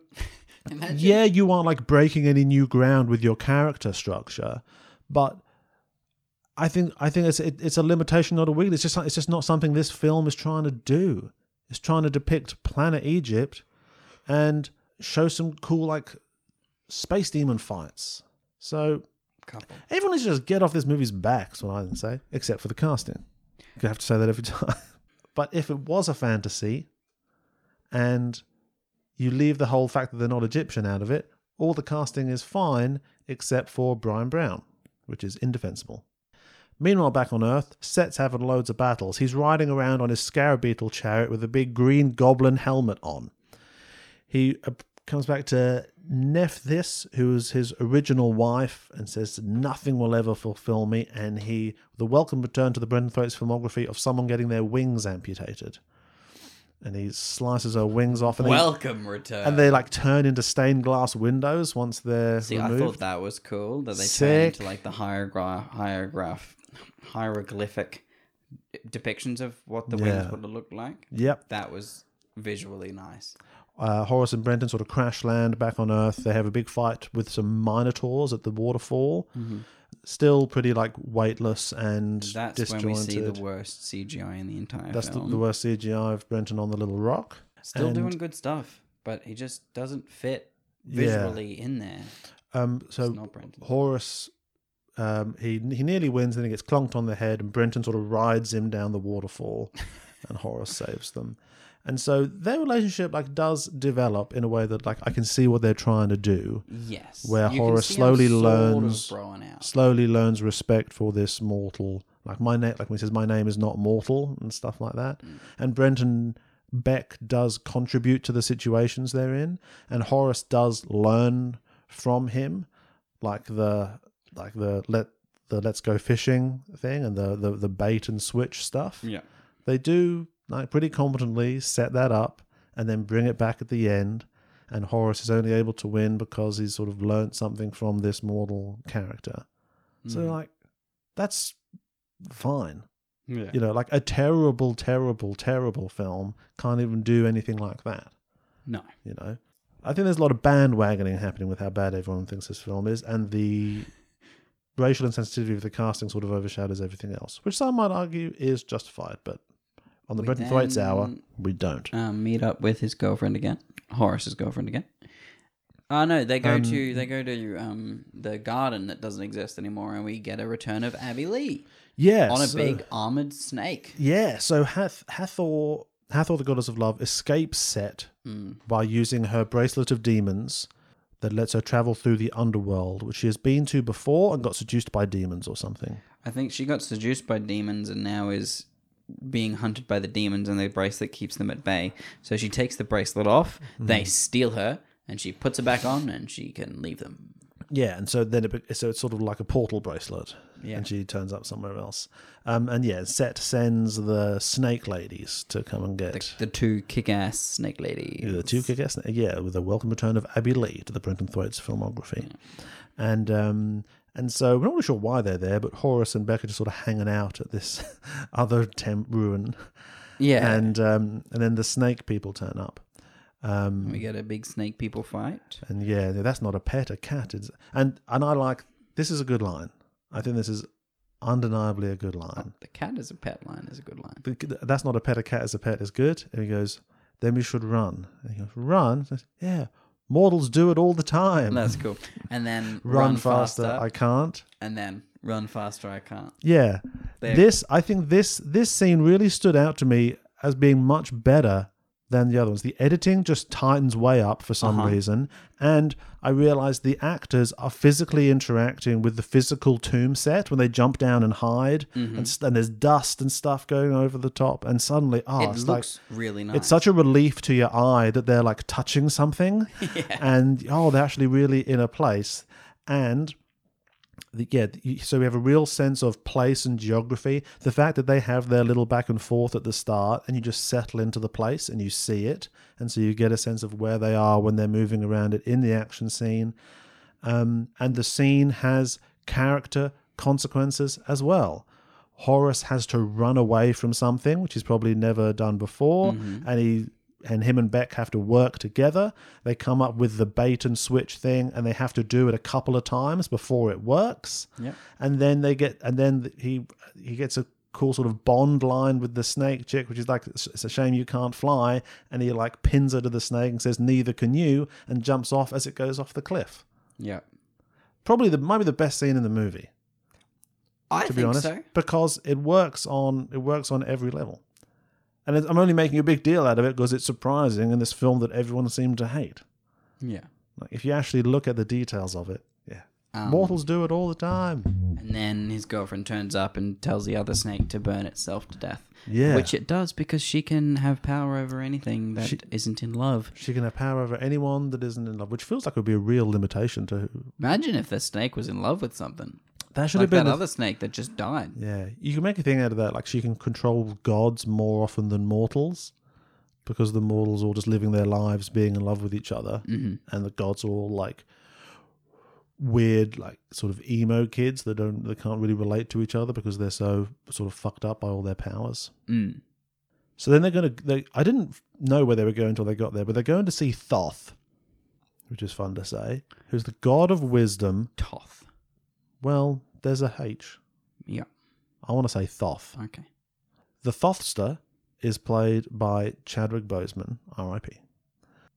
Speaker 6: yeah, you aren't like breaking any new ground with your character structure, but I think I think it's it, it's a limitation, not a weakness. It's just it's just not something this film is trying to do. It's trying to depict planet Egypt and show some cool like space demon fights. So
Speaker 5: Couple.
Speaker 6: everyone needs to just get off this movie's back. That's what I say, except for the casting. You have to say that every [laughs] time. But if it was a fantasy, and you leave the whole fact that they're not Egyptian out of it, all the casting is fine except for Brian Brown, which is indefensible. Meanwhile, back on Earth, Set's having loads of battles. He's riding around on his scarab beetle chariot with a big green goblin helmet on. He uh, comes back to Nephthys, who is his original wife, and says, Nothing will ever fulfill me. And he, the welcome return to the Brendan Thwaites filmography of someone getting their wings amputated. And he slices her wings off. And they-
Speaker 5: Welcome return.
Speaker 6: and they like turn into stained glass windows once they're
Speaker 5: See, I
Speaker 6: removed.
Speaker 5: thought that was cool that they turned into
Speaker 6: Sick.
Speaker 5: like the hierograph, hierograph, hieroglyphic depictions of what the
Speaker 6: Yeah.
Speaker 5: wings would have looked like.
Speaker 6: Yep.
Speaker 5: That was visually nice.
Speaker 6: Uh, Horace and Brenton sort of crash land back on Earth. They have a big fight with some minotaurs at the waterfall.
Speaker 5: Mm-hmm.
Speaker 6: Still pretty like weightless and
Speaker 5: That's
Speaker 6: disjointed.
Speaker 5: when we see the worst CGI in the entire
Speaker 6: That's the,
Speaker 5: film.
Speaker 6: the worst CGI of Brenton on the little rock.
Speaker 5: Still
Speaker 6: And,
Speaker 5: doing good stuff, but he just doesn't fit
Speaker 6: Yeah.
Speaker 5: visually in there.
Speaker 6: Um, so
Speaker 5: It's not Brenton.
Speaker 6: Horus, um, he he nearly wins, then he gets clonked on the head, and Brenton sort of rides him down the waterfall, and Horus saves them. And so their relationship like does develop in a way that like I can see what they're trying to do.
Speaker 5: Yes,
Speaker 6: where
Speaker 5: you can
Speaker 6: horror
Speaker 5: see him
Speaker 6: slowly
Speaker 5: sort of
Speaker 6: learns-
Speaker 5: growing out.
Speaker 6: Slowly learns respect for this mortal, like my name, like when he says my name is not mortal and stuff like that. And Brenton Beck does contribute to the situations they're in, and Horace does learn from him, like the like the let the let's go fishing thing and the the, the bait and switch stuff.
Speaker 5: Yeah,
Speaker 6: They do like pretty competently set that up and then bring it back at the end. And Horace is only able to win because he's sort of learnt something from this mortal character. So like that's fine.
Speaker 5: yeah.
Speaker 6: You know, like a terrible, terrible, terrible film can't even do anything like that
Speaker 5: no,
Speaker 6: you know. I think there's a lot of bandwagoning happening with how bad everyone thinks this film is, and the racial insensitivity of the casting sort of overshadows everything else, which some might argue is justified, but on the
Speaker 5: We
Speaker 6: Bread and Thwaites
Speaker 5: then-
Speaker 6: hour, we don't.
Speaker 5: um, meet up with his girlfriend again, Horace's girlfriend again. Uh, no, they go
Speaker 6: Um,
Speaker 5: to they go to um, the garden that doesn't exist anymore, and we get a return of Abby Lee
Speaker 6: Yeah,
Speaker 5: on a
Speaker 6: so-
Speaker 5: big armored snake.
Speaker 6: Yeah, so Hath- Hathor, Hathor, the goddess of love, escapes Set
Speaker 5: Hmm.
Speaker 6: by using her bracelet of demons that lets her travel through the underworld, which she has been to before and got seduced by demons or something.
Speaker 5: I think she got seduced by demons and now is being hunted by the demons, and the bracelet keeps them at bay. So she takes the bracelet off,
Speaker 6: Mm-hmm.
Speaker 5: they steal her, and she puts it back on, and she can leave them.
Speaker 6: Yeah, and so then it, be- so it's sort of like a portal bracelet, and she turns up somewhere else. Um, and yeah, Set sends the snake ladies to come and get
Speaker 5: The two kick ass snake ladies.
Speaker 6: the two kick ass. Yeah, with a welcome return of Abby Lee to the Brenton Thwaites filmography, and um, and so we're not really sure why they're there, but Horace and Beck are just sort of hanging out at this [laughs] other temp ruin,
Speaker 5: Yeah.
Speaker 6: and um, and then the snake people turn up. Um,
Speaker 5: we get a big snake people fight.
Speaker 6: And yeah, that's not a pet, a cat. It's, and and I like this is a good line. I think this is undeniably a good line.
Speaker 5: The cat is a pet line is a good line.
Speaker 6: The- That's not a pet, a cat is a pet is good. And he goes, then we should run. And he goes, run? He says, yeah, mortals do it all the time.
Speaker 5: That's cool. And then
Speaker 6: [laughs] run, faster, I can't.
Speaker 5: and then run faster. I can't.
Speaker 6: Yeah,
Speaker 5: There.
Speaker 6: this I think this this scene really stood out to me as being much better than the other ones. The editing just tightens way up for
Speaker 5: Uh-huh.
Speaker 6: some reason, and I realized the actors are physically interacting with the physical tomb set when they jump down and hide,
Speaker 5: Mm-hmm.
Speaker 6: and, s- and there's dust and stuff going over the top, and suddenly, oh,
Speaker 5: it
Speaker 6: it's like
Speaker 5: looks really nice.
Speaker 6: it's such a relief to your eye that they're like touching
Speaker 5: [laughs]
Speaker 6: something and oh they're actually really in a place and the- yeah, you- so we have a real sense of place and geography. The fact that they have their little back and forth at the start, and you just settle into the place and you see it, and so you get a sense of where they are when they're moving around it in the action scene. Um, and the scene has character consequences as well. Horace has to run away from something, which he's probably never done before, and he and him and Beck have to work together. They come up with the bait and switch thing, and they have to do it a couple of times before it works.
Speaker 5: Yep.
Speaker 6: And then they get, and then he he gets a cool sort of bond line with the snake chick, which is like it's it's a shame you can't fly, and he like pins her to the snake and says neither can you, and jumps off as it goes off the cliff.
Speaker 5: Yep.
Speaker 6: Probably the might be the best scene in the movie
Speaker 5: I
Speaker 6: to
Speaker 5: think
Speaker 6: be honest,
Speaker 5: so.
Speaker 6: because it works on it works on every level, and it, I'm only making a big deal out of it because it's surprising in this film that everyone seemed to hate.
Speaker 5: Yeah.
Speaker 6: Like if you actually look at the details of it, yeah, mortals do it all the time.
Speaker 5: And then his girlfriend turns up and tells the other snake to burn itself to death.
Speaker 6: Yeah.
Speaker 5: Which it does because she can have power over anything that
Speaker 6: She-
Speaker 5: not in love.
Speaker 6: She can have power over anyone that isn't in love, which feels like it would be a real limitation to.
Speaker 5: Imagine if the snake was in love with something.
Speaker 6: That should
Speaker 5: like
Speaker 6: have been
Speaker 5: that
Speaker 6: the-
Speaker 5: other snake that just died.
Speaker 6: Yeah, you can make a thing out of that. Like she can control gods more often than mortals, because the mortals are all just living their lives, being in love with each other, and the gods are all like weird, like sort of emo kids that don't, they can't really relate to each other because they're so sort of fucked up by all their powers.
Speaker 5: Mm.
Speaker 6: So then they're going to. They, I didn't know where they were going until they got there, but they're going to see Thoth, which is fun to say, who's the god of wisdom.
Speaker 5: Toth.
Speaker 6: Well, there's a H.
Speaker 5: Yeah.
Speaker 6: I want to say Thoth.
Speaker 5: Okay.
Speaker 6: The Thothster is played by Chadwick Boseman, RIP.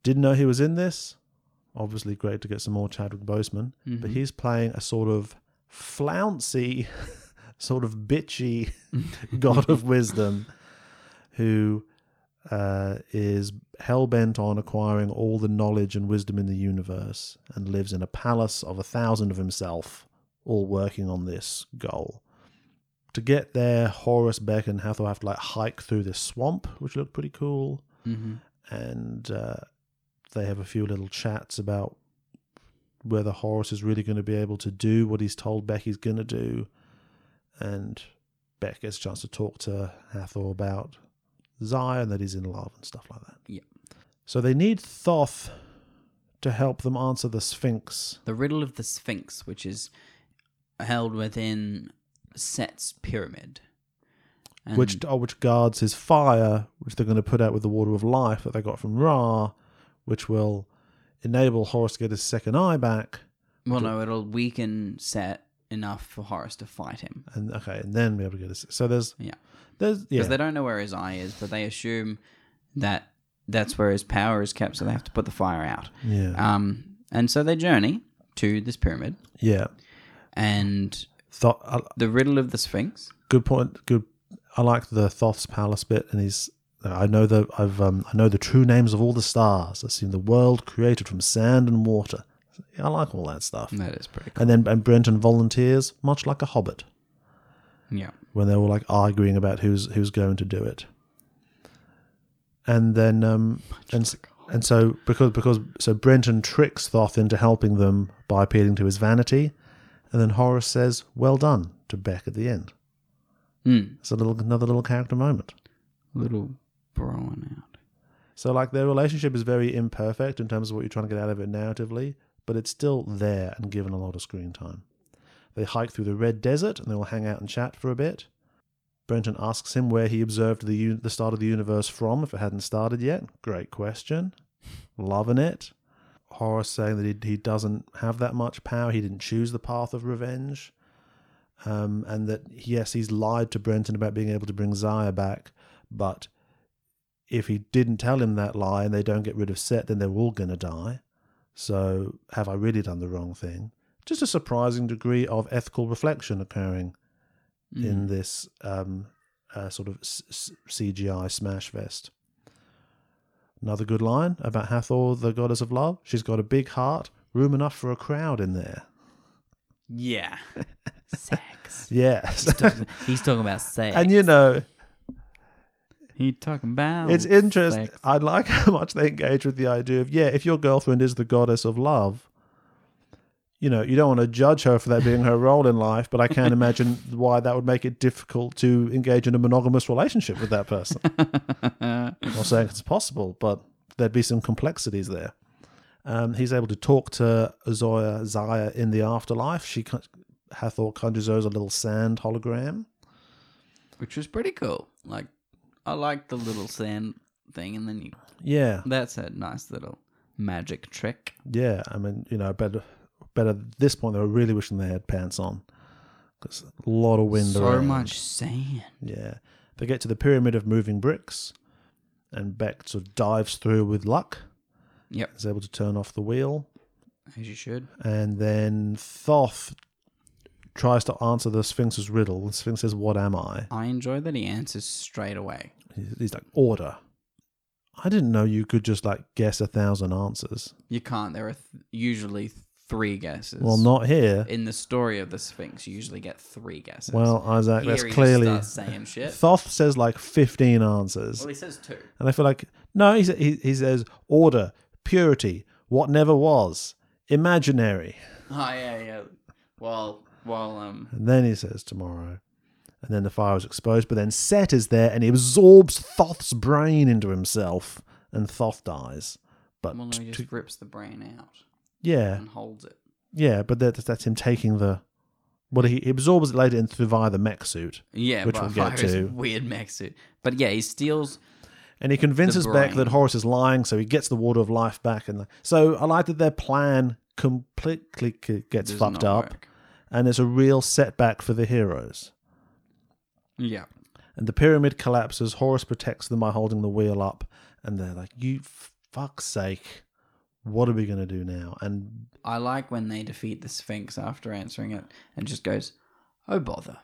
Speaker 6: Didn't know he was in this. Obviously, great to get some more Chadwick Boseman, but he's playing a sort of flouncy, [laughs] sort of bitchy god of wisdom who uh, is hell bent on acquiring all the knowledge and wisdom in the universe and lives in a palace of a thousand of himself, all working on this goal to get there, Horace Beck and Hathor have to like hike through this swamp, which looked pretty cool. And uh, they have a few little chats about whether Horace is really going to be able to do what he's told Beck he's going to do. And Beck gets a chance to talk to Hathor about Zion, that he's in love and stuff like that.
Speaker 5: Yeah.
Speaker 6: So they need Thoth to help them answer the Sphinx.
Speaker 5: The Riddle of the Sphinx, which is held within Set's pyramid. And
Speaker 6: which oh, which guards his fire, which they're going to put out with the water of life that they got from Ra, which will enable Horus to get his second eye back.
Speaker 5: well, no, it'll weaken Set enough for Horus to fight him.
Speaker 6: And okay, and then be able to get his. So there's
Speaker 5: Yeah.
Speaker 6: there's yeah
Speaker 5: because they don't know where his eye is, but they assume that that's where his power is kept, so they have to put the fire out.
Speaker 6: yeah
Speaker 5: Um, and so they journey to this pyramid,
Speaker 6: yeah.
Speaker 5: and
Speaker 6: Thoth, uh,
Speaker 5: the riddle of the Sphinx.
Speaker 6: good point. Good. I like the Thoth's palace bit, and he's. I know the I've um, I know the true names of all the stars. I've seen the world created from sand and water. I like all that stuff.
Speaker 5: That is pretty cool.
Speaker 6: And then and Brenton volunteers, much like a hobbit.
Speaker 5: Yeah,
Speaker 6: when they were like arguing about who's who's going to do it. And then um and, and so because because so Brenton tricks Thoth into helping them by appealing to his vanity, and then Horace says, "Well done" to Beck at the end.
Speaker 5: Hmm.
Speaker 6: It's a little another little character moment.
Speaker 5: little brawn out.
Speaker 6: So like their relationship is very imperfect in terms of what you're trying to get out of it narratively, but it's still there and given a lot of screen time. They hike through the red desert and they will hang out and chat for a bit. Brenton asks him where he observed the un- the start of the universe from if it hadn't started yet. Great question. Loving it. Horace saying that he, he doesn't have that much power. He didn't choose the path of revenge. Um, and that, yes, he's lied to Brenton about being able to bring Zaya back, but if he didn't tell him that lie and they don't get rid of Set, then they're all going to die. So, have I really done the wrong thing? Just a surprising degree of ethical reflection occurring in this um, uh, sort of s- s- CGI smash fest. Another good line about Hathor, the goddess of love. She's got a big heart, room enough for a crowd in there. [laughs]
Speaker 5: Yeah, sex.
Speaker 6: Yes.
Speaker 5: He's talking about sex.
Speaker 6: and you know,
Speaker 5: he talking about
Speaker 6: It's interesting.
Speaker 5: sex.
Speaker 6: I like [laughs] how much they engage with the idea of yeah, if your girlfriend is the goddess of love, you know, you don't want to judge her for that being her role in life, but I can't imagine why that would make it difficult to engage in a monogamous relationship with that person. I'm not saying it's possible, but there'd be some complexities there. Um, he's able to talk to Zoya Zaya in the afterlife. She con- Hathor conjures her as a little sand hologram.
Speaker 5: which was pretty cool. Like, I liked the little sand thing, and then you,
Speaker 6: Yeah,
Speaker 5: that's a nice little magic trick.
Speaker 6: yeah. I mean, you know, better, better. At this point, they were really wishing they had pants on because a lot of wind.
Speaker 5: So
Speaker 6: around.
Speaker 5: much sand.
Speaker 6: Yeah. They get to the pyramid of moving bricks, and Beck sort of dives through with luck.
Speaker 5: Yep,
Speaker 6: Is able to turn off the wheel,
Speaker 5: as you should.
Speaker 6: and then Thoth tries to answer the Sphinx's riddle. The Sphinx says, "What am I?"
Speaker 5: I enjoy that he answers straight away.
Speaker 6: He's- He's like, "Order." I didn't know you could just like guess a thousand answers.
Speaker 5: You can't. There are th- usually three guesses.
Speaker 6: Well, not here.
Speaker 5: in the story of the Sphinx. You usually get three guesses.
Speaker 6: Well, Isaac,
Speaker 5: Here
Speaker 6: that's
Speaker 5: he just
Speaker 6: clearly
Speaker 5: starts saying shit.
Speaker 6: Thoth says like fifteen answers.
Speaker 5: Well, he says two. [laughs]
Speaker 6: And I feel like, no, he, sa- he, he says order, purity, what never was, imaginary.
Speaker 5: Oh yeah, yeah. Well, well, um,
Speaker 6: And then he says tomorrow. And then the fire is exposed, but then Set is there and he absorbs Thoth's brain into himself, and Thoth dies. But
Speaker 5: well, no, he
Speaker 6: t-
Speaker 5: just
Speaker 6: t-
Speaker 5: rips the brain out
Speaker 6: yeah,
Speaker 5: and holds it.
Speaker 6: yeah, but that, that's him taking the. Well, he, he absorbs it later into via the mech suit,
Speaker 5: Yeah,
Speaker 6: Which
Speaker 5: but [laughs]
Speaker 6: we'll get
Speaker 5: Hyra's
Speaker 6: to.
Speaker 5: weird mech suit. But yeah, he steals.
Speaker 6: and he convinces
Speaker 5: The
Speaker 6: Beck
Speaker 5: brain.
Speaker 6: that Horus is lying, so he gets the water of life back. And so I like that their plan completely c- gets
Speaker 5: does
Speaker 6: fucked
Speaker 5: not
Speaker 6: up.
Speaker 5: work.
Speaker 6: and it's a real setback for the heroes.
Speaker 5: Yeah,
Speaker 6: And the pyramid collapses. Horus protects them by holding the wheel up, and they're like, "You f- fuck's sake, what are we gonna do now?" And
Speaker 5: I like when they defeat the Sphinx after answering it, and just goes, "Oh bother,"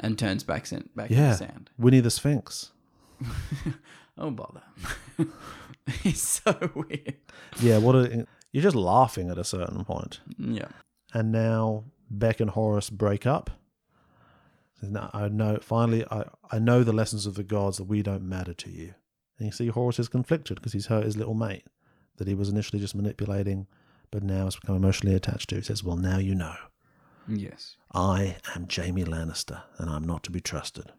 Speaker 5: and turns back in back
Speaker 6: yeah,
Speaker 5: into sand.
Speaker 6: Winnie the Sphinx.
Speaker 5: Oh bother. [laughs] He's so weird.
Speaker 6: Yeah, what a, you're just laughing at a certain point.
Speaker 5: Yeah.
Speaker 6: And now Beck and Horus break up. Says, "No, I know. Finally, I, I know the lessons of the gods that we don't matter to you. And you see, Horus is conflicted because he's hurt his little mate that he was initially just manipulating, but now has become emotionally attached to. He says, "Well, now you know.
Speaker 5: Yes.
Speaker 6: I am Jamie Lannister, and I'm not to be trusted."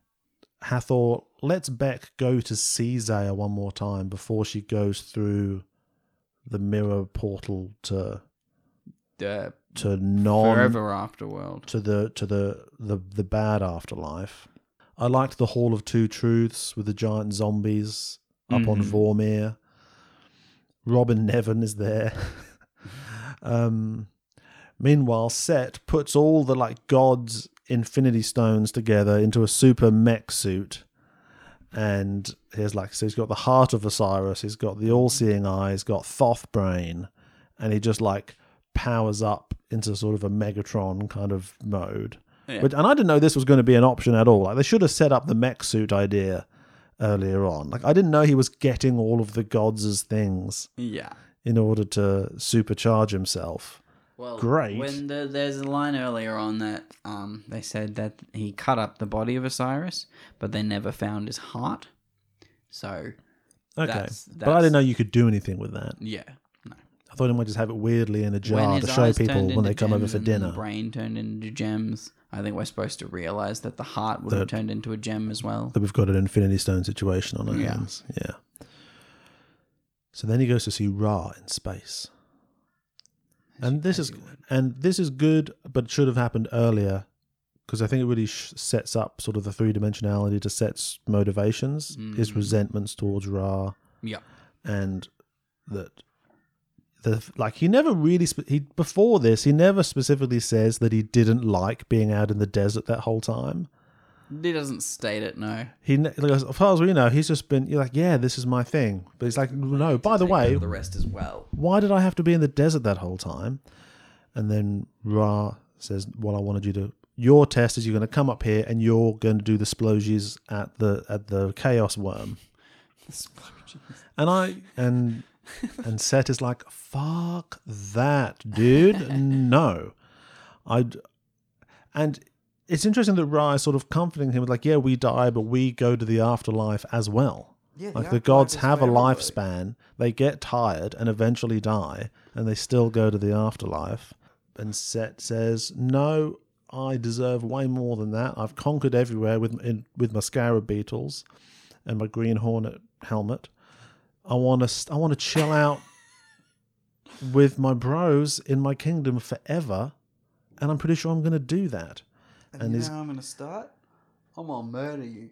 Speaker 6: Hathor lets Beck go to see Zaya one more time before she goes through the mirror portal to
Speaker 5: Uh,
Speaker 6: to non
Speaker 5: forever afterworld.
Speaker 6: to the to the the, the bad afterlife. I liked the Hall of Two Truths with the giant zombies up on Vormir. Robin Nevin is there. [laughs] um, meanwhile, Set puts all the like gods' infinity stones together into a super mech suit. And he's like, so he's got the heart of Osiris, he's got the all seeing eye, he's got Thoth brain, and he just like powers up into sort of a Megatron kind of mode. But, and I didn't know this was going to be an option at all. Like they should have set up the mech suit idea earlier on. Like I didn't know he was getting all of the gods' things
Speaker 5: Yeah.
Speaker 6: in order to supercharge himself.
Speaker 5: Well,
Speaker 6: Great.
Speaker 5: When the, there's a line earlier on that um, they said that he cut up the body of Osiris, but they never found his heart. So
Speaker 6: Okay,
Speaker 5: That's-
Speaker 6: but I
Speaker 5: that's-
Speaker 6: didn't know you could do anything with that.
Speaker 5: yeah, no.
Speaker 6: I thought he might just have it weirdly in a jar
Speaker 5: when
Speaker 6: to
Speaker 5: his
Speaker 6: show
Speaker 5: eyes
Speaker 6: people
Speaker 5: turned
Speaker 6: when they
Speaker 5: into
Speaker 6: come over
Speaker 5: gems
Speaker 6: for
Speaker 5: and then
Speaker 6: dinner.
Speaker 5: the brain turned into gems. I think we're supposed to realize that the heart would have
Speaker 6: That-
Speaker 5: turned into a gem as well.
Speaker 6: that we've got an Infinity Stone situation on our
Speaker 5: Yeah.
Speaker 6: hands. Yeah. So then he goes to see Ra in space, and this is and this is good, but it should have happened earlier because I think it really sh- sets up sort of the three dimensionality to Set's motivations, his resentments towards Ra,
Speaker 5: yeah,
Speaker 6: and that the like he never really spe- he before this he never specifically says that he didn't like being out in the desert that whole time
Speaker 5: he doesn't state it. No,
Speaker 6: he ne- like, as far as we know, he's just been you're like, yeah, this is my thing. But he's like, no. By the way,
Speaker 5: the rest as well.
Speaker 6: why did I have to be in the desert that whole time? And then Ra says, well, I wanted you to. Your test is you're going to come up here and you're going to do the splosies at the at the chaos worm. And I and and Set is like, fuck that, dude. No, I. And it's interesting that Ra is sort of comforting him with like, yeah, we die, but we go to the afterlife as well. like the gods have a lifespan; they get tired and eventually die, and they still go to the afterlife. and Set says, "No, I deserve way more than that. I've conquered everywhere with in, with my scarab beetles and my green hornet helmet. I want to I want to chill out with my bros in my kingdom forever, and I'm pretty sure I'm going to do that." And
Speaker 5: you
Speaker 6: he's
Speaker 5: know how I'm gonna start? I'm gonna murder you.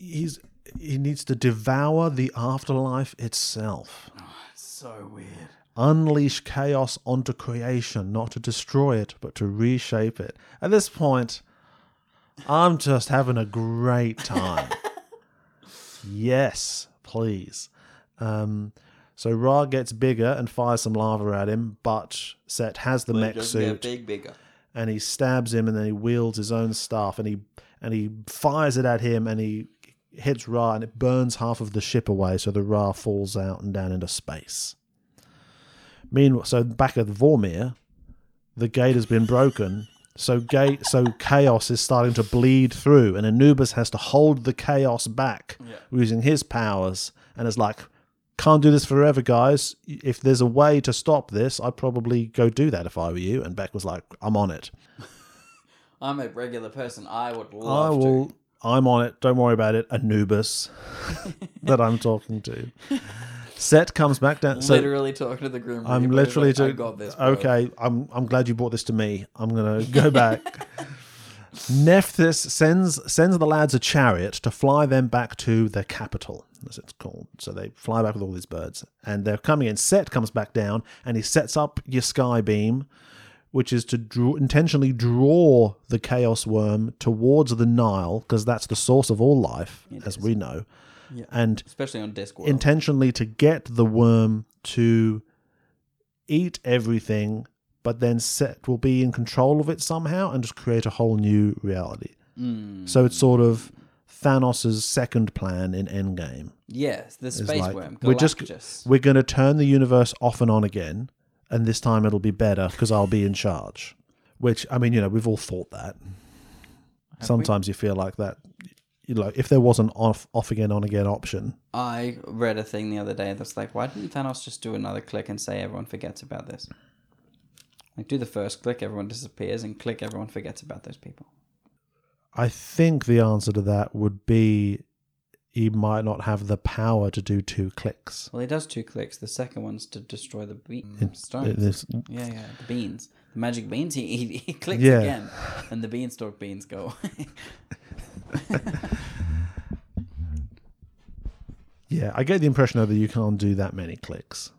Speaker 6: he's he needs to devour the afterlife itself.
Speaker 5: Oh, So weird.
Speaker 6: unleash chaos onto creation, not to destroy it, but to reshape it. At this point, I'm just having a
Speaker 5: [laughs]
Speaker 6: great time. yes, please. Um, so Ra gets bigger and fires some lava at him, but Set has the mech suit
Speaker 5: big bigger.
Speaker 6: and he stabs him and then he wields his own staff and he and he fires it at him and he hits Ra and it burns half of the ship away so the Ra falls out and down into space. Meanwhile, so back at Vormir, the gate has been broken. So gate, so chaos is starting to bleed through, and Anubis has to hold the chaos back using his powers, and is like, "Can't do this forever, guys. If there's a way to stop this, I'd probably go do that if I were you." And Beck was like, "I'm on it.
Speaker 5: I'm a regular person. I would
Speaker 6: I
Speaker 5: love
Speaker 6: will.
Speaker 5: to.
Speaker 6: I'm on it. Don't worry about it, Anubis, [laughs] that I'm talking [laughs] to." Set comes back down. So,
Speaker 5: literally talking to the groom.
Speaker 6: I'm literally
Speaker 5: like,
Speaker 6: doing.
Speaker 5: I got this. bro."
Speaker 6: Okay, I'm I'm glad you brought this to me. I'm gonna go back. [laughs] Nephthys sends sends the lads a chariot to fly them back to the capital, as it's called. So they fly back with all these birds, and they're coming in. Set comes back down, and he sets up your sky beam, which is to draw, intentionally draw the chaos worm towards the Nile, because that's the source of all life, as we know, and
Speaker 5: Especially on Discord.
Speaker 6: intentionally to get the worm to eat everything, but then Set will be in control of it somehow and just create a whole new reality.
Speaker 5: Hmm.
Speaker 6: So it's sort of Thanos' second plan in Endgame.
Speaker 5: yes, the
Speaker 6: It's
Speaker 5: space
Speaker 6: like,
Speaker 5: worm. Galactus.
Speaker 6: we're just we're going to turn the universe off and on again, and this time it'll be better because I'll be in charge. Which I mean, you know, we've all thought that. Sometimes you feel like that. You know, if there was an off, off again, on again option,
Speaker 5: I read a thing the other day that's like, why didn't Thanos just do another click and say everyone forgets about this? Like, do the first click, everyone disappears, and click, everyone forgets about those people.
Speaker 6: I think the answer to that would be he might not have the power to do two clicks.
Speaker 5: Well, he does two clicks. The second one's to destroy the be-
Speaker 6: It-
Speaker 5: stones.
Speaker 6: it's-
Speaker 5: Yeah, yeah, the beans. The magic beans, he, he, he [laughs] clicks
Speaker 6: Yeah.
Speaker 5: again, and the beanstalk beans go away. [laughs]
Speaker 6: yeah, I get the impression though that you can't do that many clicks.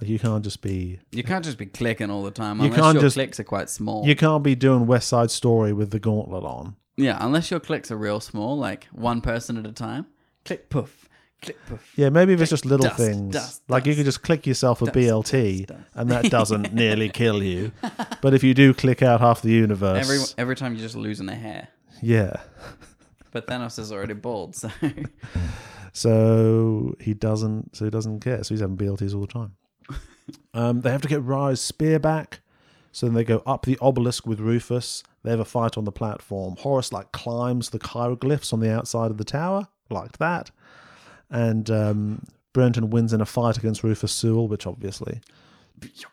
Speaker 6: Like you can't just be
Speaker 5: you can't just be clicking all the time.
Speaker 6: You
Speaker 5: unless
Speaker 6: can't
Speaker 5: your
Speaker 6: just-
Speaker 5: clicks are quite small.
Speaker 6: you can't be doing West Side Story with the gauntlet on.
Speaker 5: Yeah, unless your clicks are real small, like one person at a time. Click poof, click poof.
Speaker 6: Yeah, maybe if it's just little
Speaker 5: Dust,
Speaker 6: things.
Speaker 5: dust,
Speaker 6: like you
Speaker 5: dust.
Speaker 6: could just click yourself a
Speaker 5: Dust,
Speaker 6: BLT
Speaker 5: dust, dust.
Speaker 6: and
Speaker 5: [laughs]
Speaker 6: that doesn't nearly kill you. But if you do click out half the universe,
Speaker 5: Every every time you're just losing a hair.
Speaker 6: yeah.
Speaker 5: But Thanos is already bald, so [laughs]
Speaker 6: So he doesn't. So he doesn't care. So he's having BLTs all the time. um, they have to get Ra's spear back. So then they go up the obelisk with Rufus. They have a fight on the platform. Horus like climbs the hieroglyphs on the outside of the tower. Liked that. And um, Brenton wins in a fight against Rufus Sewell, which obviously.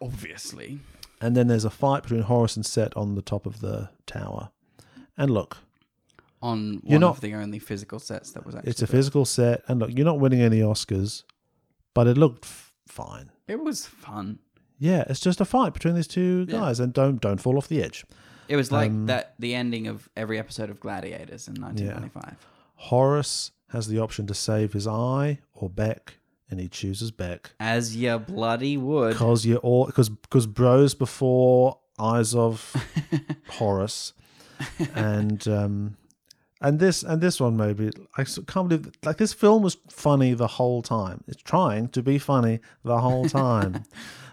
Speaker 5: obviously.
Speaker 6: And then there's a fight between Horus and Set on the top of the tower. And look,
Speaker 5: On one
Speaker 6: You're not-
Speaker 5: of the only physical sets that was actually
Speaker 6: it's a physical set. And look, you're not winning any Oscars, but it looked f- fine.
Speaker 5: it was fun.
Speaker 6: Yeah, it's just a fight between these two
Speaker 5: Yeah.
Speaker 6: guys, and don't don't fall off the edge.
Speaker 5: It was like
Speaker 6: Um,
Speaker 5: that the ending of every episode of Gladiators in nineteen ninety five.
Speaker 6: Horace has the option to save his eye or Beck, and he chooses Beck
Speaker 5: As ya bloody would.
Speaker 6: because you all because because bros before eyes of Horace, and um, and this and this one maybe I s- can't believe like this film was funny the whole time. It's trying to be funny the whole time.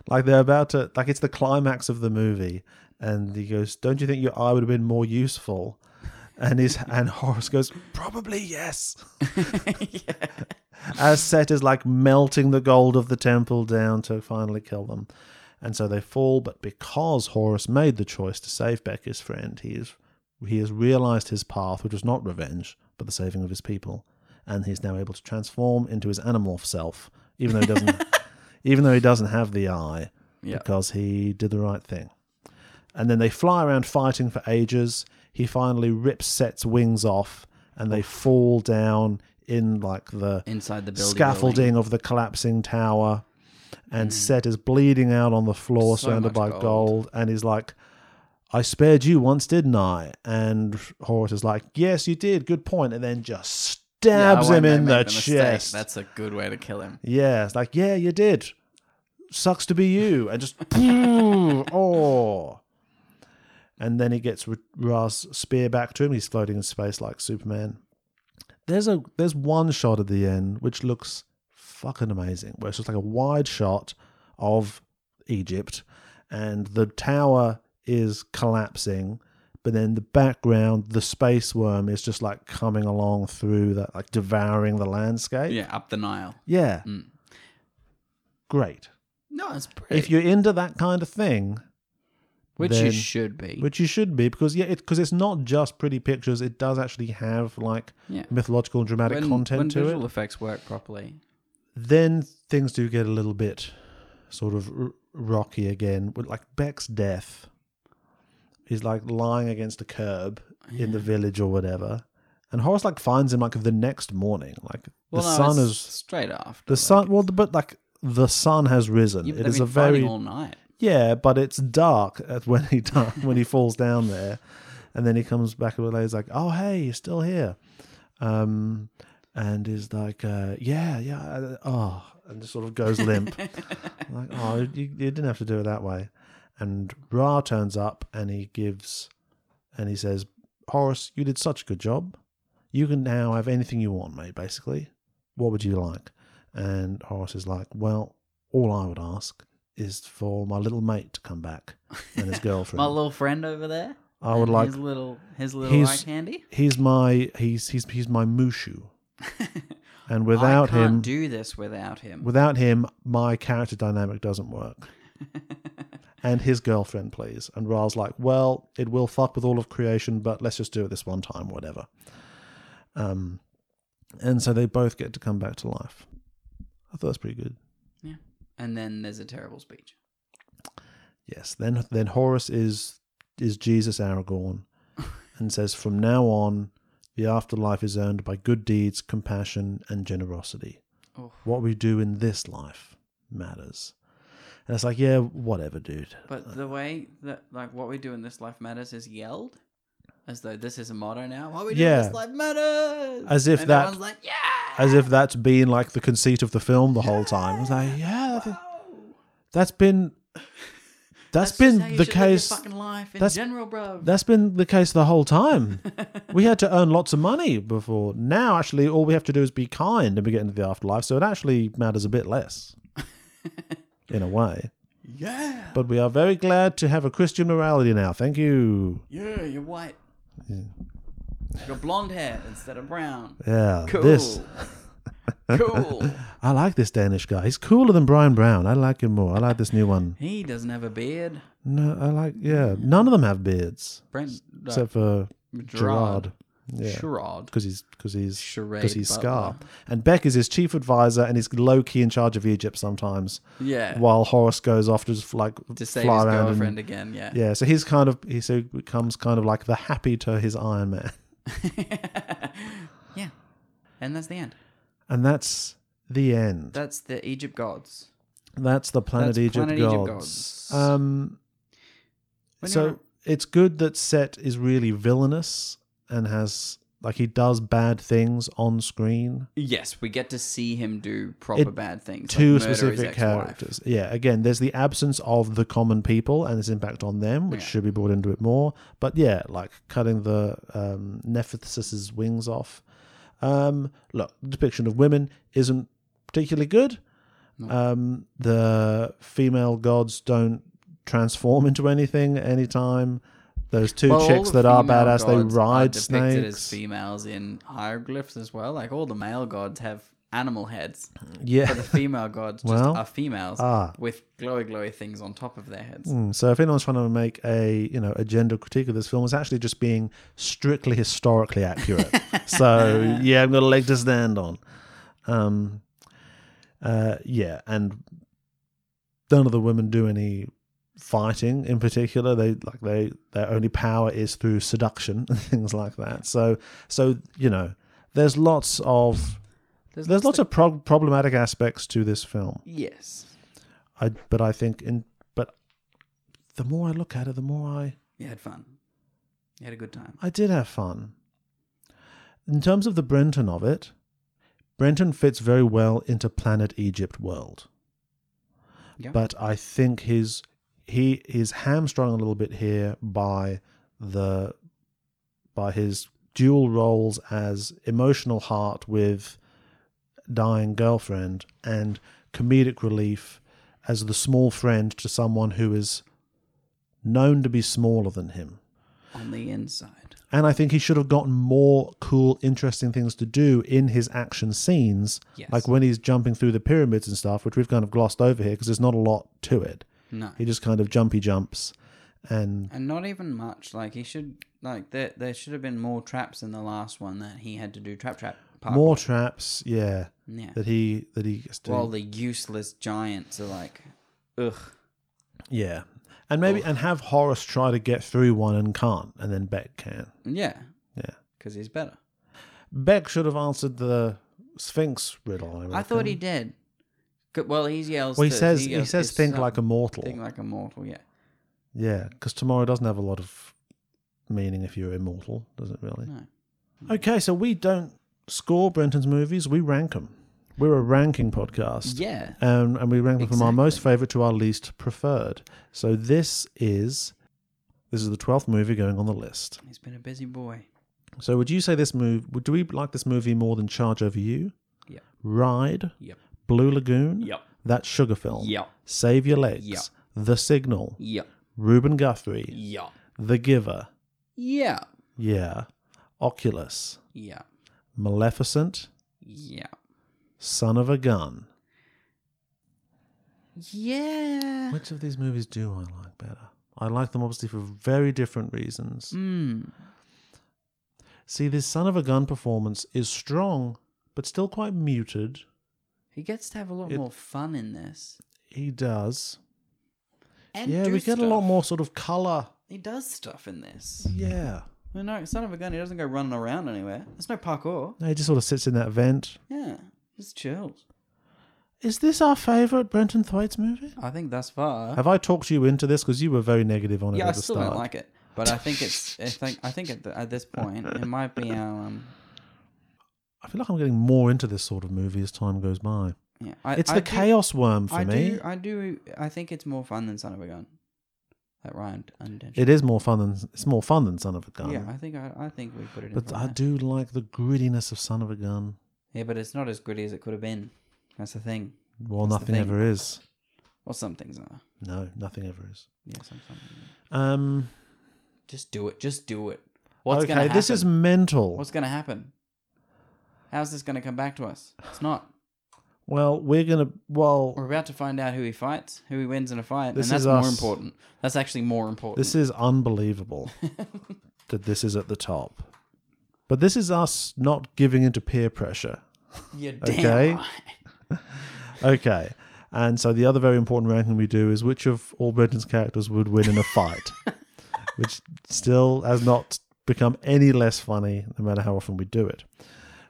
Speaker 6: like they're about to like it's the climax of the movie, and he goes, "Don't you think your eye would have been more useful?" And his and Horace goes, "Probably yes." As Set is like melting the gold of the temple down to finally kill them. And so they fall, but because Horus made the choice to save Beck, his friend, he is he has realized his path, which was not revenge, but the saving of his people, and he's now able to transform into his animorph self, even though he doesn't, even though he doesn't have the eye.
Speaker 5: Yeah.
Speaker 6: because he did the right thing. And then they fly around fighting for ages. He finally rips Set's wings off, and they fall down in like the
Speaker 5: Inside the building. Mm.
Speaker 6: scaffolding of the collapsing tower. And Set is bleeding out on the floor,
Speaker 5: So
Speaker 6: surrounded by
Speaker 5: much
Speaker 6: gold.
Speaker 5: gold.
Speaker 6: And he's like, I spared you once, didn't I? And Horus is like, Yes, you did. Good point. And then just
Speaker 5: Yeah,
Speaker 6: stabs
Speaker 5: when
Speaker 6: him
Speaker 5: they
Speaker 6: in
Speaker 5: make
Speaker 6: the,
Speaker 5: mistake,
Speaker 6: chest.
Speaker 5: That's a good way to kill him.
Speaker 6: Yeah, it's like, yeah, you did. Sucks to be you. And just, [laughs] oh. And then he gets Ra- Ra's spear back to him. He's floating in space like Superman. There's a there's one shot at the end which looks fucking amazing, where it's just like a wide shot of Egypt, and the tower is collapsing, but then the background, the space worm is just like coming along through that, like devouring the landscape.
Speaker 5: Yeah, up the Nile.
Speaker 6: Yeah.
Speaker 5: Mm.
Speaker 6: Great.
Speaker 5: No, it's pretty.
Speaker 6: If you're into that kind of thing,
Speaker 5: which
Speaker 6: then-
Speaker 5: you should be.
Speaker 6: which you should be, because yeah, because it's not just pretty pictures. It does actually have like
Speaker 5: Yeah.
Speaker 6: mythological and dramatic
Speaker 5: when,
Speaker 6: content
Speaker 5: when
Speaker 6: to
Speaker 5: visual
Speaker 6: it.
Speaker 5: effects work properly.
Speaker 6: Then things do get a little bit sort of r- rocky again. With like Beck's death, he's like lying against a curb in the village or whatever, and Horace like finds him like the next morning. Like
Speaker 5: Well,
Speaker 6: the
Speaker 5: no,
Speaker 6: sun
Speaker 5: it's
Speaker 6: is
Speaker 5: straight after.
Speaker 6: the sun. Well, but like the sun has risen.
Speaker 5: You've
Speaker 6: It
Speaker 5: they've
Speaker 6: is a
Speaker 5: been fighting
Speaker 6: very
Speaker 5: all night.
Speaker 6: Yeah, but it's dark at when he [laughs] di- when he falls down there, and then he comes back a little later. He's like, "Oh, hey, you're still here," um, and is like, uh, "Yeah, yeah, uh, oh," and just sort of
Speaker 5: [laughs]
Speaker 6: goes limp. like, "Oh, you, you didn't have to do it that way." And Ra turns up and he gives, and he says, "Horace, you did such a good job. You can now have anything you want, mate. Basically, what would you like?" And Horace is like, "Well, all I would ask is for my little mate to come back and his
Speaker 5: [laughs]
Speaker 6: girlfriend.
Speaker 5: My little friend over there.
Speaker 6: I would
Speaker 5: and
Speaker 6: like-
Speaker 5: his little his little eye
Speaker 6: He's-
Speaker 5: candy.
Speaker 6: he's my he's he's he's
Speaker 5: [laughs]
Speaker 6: my mushu, and
Speaker 5: I
Speaker 6: without
Speaker 5: can't
Speaker 6: him,
Speaker 5: do this without him.
Speaker 6: without him, my character dynamic doesn't
Speaker 5: [laughs]
Speaker 6: work." and his girlfriend, please. And Ra's like, "Well, it will fuck with all of creation, but let's just do it this one time, whatever." Um, and so they both get to come back to life. I thought that's pretty good.
Speaker 5: and then there's a terrible speech.
Speaker 6: Yes. Then then Horus is is
Speaker 5: [laughs]
Speaker 6: Jesus Aragorn and says from now on the afterlife is earned by good deeds, compassion and generosity.
Speaker 5: Oh.
Speaker 6: What we do in this life matters. And it's like, yeah, whatever, dude.
Speaker 5: But the way that like what we do in this life matters is yelled, as though this is a motto now. What we do in
Speaker 6: Yeah.
Speaker 5: this life matters.
Speaker 6: As if
Speaker 5: and
Speaker 6: that-
Speaker 5: everyone's like, "Ah!" yeah.
Speaker 6: As if that's been like the conceit of the film the whole time. It's like, yeah, that- that's been
Speaker 5: That's
Speaker 6: that's
Speaker 5: just
Speaker 6: been
Speaker 5: how you
Speaker 6: the
Speaker 5: should live your
Speaker 6: case.
Speaker 5: Fucking life in
Speaker 6: that's-
Speaker 5: general, bro.
Speaker 6: That's been the case the whole
Speaker 5: [laughs]
Speaker 6: time. we had to earn lots of money before. Now, actually, all we have to do is be kind and we get into the afterlife. So it actually matters a
Speaker 5: [laughs]
Speaker 6: bit less, in a way.
Speaker 5: yeah,
Speaker 6: But we are very glad to have a Christian morality now. Thank you.
Speaker 5: yeah. You're white. you Got blonde hair instead of
Speaker 6: [laughs]
Speaker 5: brown.
Speaker 6: Yeah,
Speaker 5: Cool.
Speaker 6: this
Speaker 5: cool.
Speaker 6: I like this Danish guy. He's cooler than Brian Brown. I like him more. I like this new one.
Speaker 5: He doesn't have a beard.
Speaker 6: No, I like. Yeah, none of them have beards
Speaker 5: Brent, no,
Speaker 6: except for Gerard.
Speaker 5: Gerard.
Speaker 6: Yeah.
Speaker 5: Gerard.
Speaker 6: because he's because he's
Speaker 5: Charade
Speaker 6: because he's
Speaker 5: Butler.
Speaker 6: Scar. And Beck is his chief advisor, and he's low key in charge of Egypt sometimes.
Speaker 5: Yeah.
Speaker 6: While Horace goes off to just like
Speaker 5: to save
Speaker 6: fly
Speaker 5: his
Speaker 6: around. and-
Speaker 5: girlfriend again. Yeah.
Speaker 6: yeah, so he's kind of he so becomes kind of like the happy to his Iron Man,
Speaker 5: [laughs]
Speaker 6: [laughs]
Speaker 5: yeah. And that's the end.
Speaker 6: and that's the end.
Speaker 5: That's the Egypt gods.
Speaker 6: that's the planet,
Speaker 5: That's
Speaker 6: Egypt,
Speaker 5: Planet Egypt
Speaker 6: gods.
Speaker 5: Gods.
Speaker 6: Um,
Speaker 5: When
Speaker 6: so
Speaker 5: you're-
Speaker 6: it's good that Set is really villainous and has like he does bad things on screen.
Speaker 5: Yes, we get to see him do proper
Speaker 6: It-
Speaker 5: bad things.
Speaker 6: two
Speaker 5: like murder his
Speaker 6: specific
Speaker 5: ex-wife.
Speaker 6: characters. Yeah, again, there's the absence of the common people and its impact on them, which
Speaker 5: Yeah.
Speaker 6: should be brought into it more. But yeah, like cutting the um, Nephthis's wings off. Um, look, the depiction of women isn't particularly good. Um, the female gods don't transform into anything anytime. Those two
Speaker 5: Well, all
Speaker 6: chicks
Speaker 5: the
Speaker 6: that are
Speaker 5: female
Speaker 6: badass, they
Speaker 5: gods are
Speaker 6: ride
Speaker 5: depicted As
Speaker 6: snakes.
Speaker 5: females in hieroglyphs as well. Like all the male gods have animal heads. [laughs]
Speaker 6: Yeah.
Speaker 5: But the female gods just
Speaker 6: Well,
Speaker 5: are females
Speaker 6: ah.
Speaker 5: with glowy glowy things on top of their heads.
Speaker 6: Mm, So if anyone's trying to make a you know a gender critique of this film, it's actually just being strictly historically [laughs] accurate. so yeah, I've got a leg to stand on. Um, uh, yeah, and none of the women do any fighting in particular. They like they their only power is through seduction [laughs] and things like that. So so you know, there's lots of there's, lots of pro- problematic aspects to this film.
Speaker 5: Yes.
Speaker 6: I but I think in but the more I look at it, the more I
Speaker 5: You had fun. You had a good time.
Speaker 6: I did have fun. In terms of the Brenton of it, Brenton fits very well into Planet Egypt world.
Speaker 5: Yeah.
Speaker 6: But I think his he is hamstrung a little bit here by the by his dual roles as emotional heart with dying girlfriend and comedic relief as the small friend to someone who is known to be smaller than him.
Speaker 5: On the inside.
Speaker 6: And I think he should have gotten more cool, interesting things to do in his action scenes.
Speaker 5: Yes.
Speaker 6: Like when he's jumping through the pyramids and stuff, which we've kind of glossed over here because there's not a lot to it.
Speaker 5: No.
Speaker 6: He just kind of jumpy jumps. And
Speaker 5: and not even much. Like he should like there there should have been more traps in the last one that he had to do trap trap parkour.
Speaker 6: more traps, yeah,
Speaker 5: yeah.
Speaker 6: that he that he gets to.
Speaker 5: While the useless giants are like, ugh.
Speaker 6: yeah. And maybe and have Horace try to get through one and can't, and then Beck can.
Speaker 5: Yeah,
Speaker 6: Yeah.
Speaker 5: because he's better.
Speaker 6: Beck should have answered the Sphinx riddle. I,
Speaker 5: I thought
Speaker 6: reckon.
Speaker 5: he did. Good- Well, he yells.
Speaker 6: Well, he
Speaker 5: to-
Speaker 6: says he,
Speaker 5: yells
Speaker 6: says
Speaker 5: his
Speaker 6: think
Speaker 5: son,
Speaker 6: like a mortal.
Speaker 5: Think like a mortal. Yeah.
Speaker 6: Yeah, because tomorrow doesn't have a lot of meaning if you're immortal, does it really?
Speaker 5: No.
Speaker 6: Okay, so we don't score Brenton's movies, we rank them. We're a ranking podcast.
Speaker 5: Yeah.
Speaker 6: Um, and we rank them from our most
Speaker 5: Exactly.
Speaker 6: favorite to our least preferred. So this is this is the 12th movie going on the list.
Speaker 5: He's been a busy boy.
Speaker 6: So would you say this movie would do we like this movie more than Charge Over You?
Speaker 5: Yep.
Speaker 6: Ride,
Speaker 5: Yep.
Speaker 6: Blue Lagoon,
Speaker 5: Yep.
Speaker 6: That Sugar Film,
Speaker 5: Yep.
Speaker 6: Save Your Legs,
Speaker 5: Yep.
Speaker 6: The Signal,
Speaker 5: Yep.
Speaker 6: Reuben Guthrie,
Speaker 5: Yeah.
Speaker 6: The Giver,
Speaker 5: Yeah.
Speaker 6: Yeah. Oculus.
Speaker 5: Yeah.
Speaker 6: Maleficent.
Speaker 5: Yeah.
Speaker 6: Son of a Gun.
Speaker 5: Yeah.
Speaker 6: Which of these movies do I like better? I like them obviously for very different reasons.
Speaker 5: Mm.
Speaker 6: See, this Son of a Gun performance is strong, but still quite muted.
Speaker 5: He gets to have a lot
Speaker 6: It-
Speaker 5: more fun in this.
Speaker 6: He does.
Speaker 5: And
Speaker 6: yeah,
Speaker 5: do
Speaker 6: we get a lot
Speaker 5: stuff.
Speaker 6: more sort of colour.
Speaker 5: He does stuff in this.
Speaker 6: Yeah.
Speaker 5: Well, no, son of a gun. He doesn't go running around anywhere. There's no parkour.
Speaker 6: No, he just sort of sits in that vent.
Speaker 5: Yeah, just chills.
Speaker 6: Is this our favourite Brenton Thwaites movie?
Speaker 5: I think thus far.
Speaker 6: Have I talked you into this? Because you were very negative on it
Speaker 5: yeah,
Speaker 6: at
Speaker 5: I
Speaker 6: the
Speaker 5: still
Speaker 6: start.
Speaker 5: don't like it, but I think it's. I think I think at, the, at this point it might be our. Um,
Speaker 6: I feel like I'm getting more into this sort of movie as time goes by.
Speaker 5: yeah, I,
Speaker 6: It's
Speaker 5: I
Speaker 6: the
Speaker 5: do-
Speaker 6: chaos worm for
Speaker 5: I
Speaker 6: me.
Speaker 5: do. I do. I think it's more fun than Son of a Gun. That Ryan unintentionally.
Speaker 6: It is more fun than it's more fun than Son of a Gun.
Speaker 5: Yeah, I think I, I think we put it. in
Speaker 6: but
Speaker 5: for
Speaker 6: I
Speaker 5: that.
Speaker 6: do like the grittiness of Son of a Gun.
Speaker 5: Yeah, but it's not as gritty as it could have been. That's the thing.
Speaker 6: Well,
Speaker 5: That's the
Speaker 6: nothing
Speaker 5: thing.
Speaker 6: ever is.
Speaker 5: Well, some things are.
Speaker 6: No, nothing ever is.
Speaker 5: Yeah, some, some things are.
Speaker 6: Um,
Speaker 5: Just do it. Just do it. What's
Speaker 6: okay,
Speaker 5: gonna happen?
Speaker 6: this is mental.
Speaker 5: What's going to happen? How's this going to come back to us? It's not.
Speaker 6: well, we're gonna. Well,
Speaker 5: We're about to find out who he fights, who he wins in a fight,
Speaker 6: This
Speaker 5: and that's
Speaker 6: is
Speaker 5: more
Speaker 6: us.
Speaker 5: important. That's actually more important.
Speaker 6: this
Speaker 5: [laughs]
Speaker 6: is unbelievable that this is at the top. But this is us not giving into peer pressure.
Speaker 5: You're
Speaker 6: okay.
Speaker 5: damn right.
Speaker 6: Okay. And so the other very important ranking we do is which of all Brenton's characters would win in
Speaker 5: [laughs]
Speaker 6: a fight, which still has not become any less funny no matter how often we do it.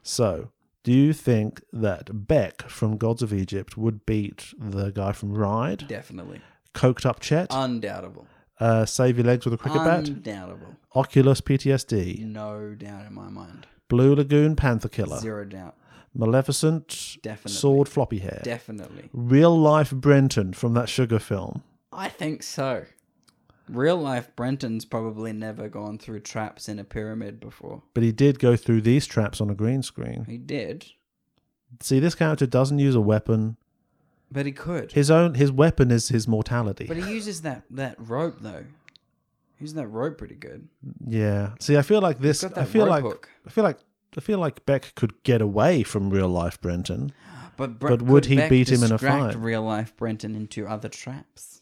Speaker 6: So, do you think that Beck from Gods of Egypt would beat the guy from Ride,
Speaker 5: Definitely.
Speaker 6: Coked Up Chet,
Speaker 5: Undoubtable.
Speaker 6: uh, Save Your Legs with a Cricket
Speaker 5: um,
Speaker 6: Bat,
Speaker 5: Undoubtable.
Speaker 6: Oculus PTSD,
Speaker 5: No doubt in my mind.
Speaker 6: Blue Lagoon Panther Killer,
Speaker 5: Zero doubt.
Speaker 6: Maleficent
Speaker 5: Definitely.
Speaker 6: Sword Floppy Hair,
Speaker 5: Definitely.
Speaker 6: Real Life Brenton from that sugar film?
Speaker 5: I think so. Real life Brenton's probably never gone through traps in a pyramid before.
Speaker 6: but he did go through these traps on a green screen.
Speaker 5: He did,
Speaker 6: See, this character doesn't use a weapon.
Speaker 5: but he could.
Speaker 6: His own his weapon is his mortality.
Speaker 5: But he uses that that rope though. He's that rope pretty good.
Speaker 6: yeah. See, I feel like this.
Speaker 5: got
Speaker 6: I
Speaker 5: that
Speaker 6: feel
Speaker 5: rope
Speaker 6: like
Speaker 5: hook.
Speaker 6: I feel like I feel like Beck could get away from real life Brenton.
Speaker 5: But,
Speaker 6: But would
Speaker 5: could
Speaker 6: he
Speaker 5: Beck
Speaker 6: beat him in a
Speaker 5: distract
Speaker 6: fight?
Speaker 5: Real life Brenton into other traps.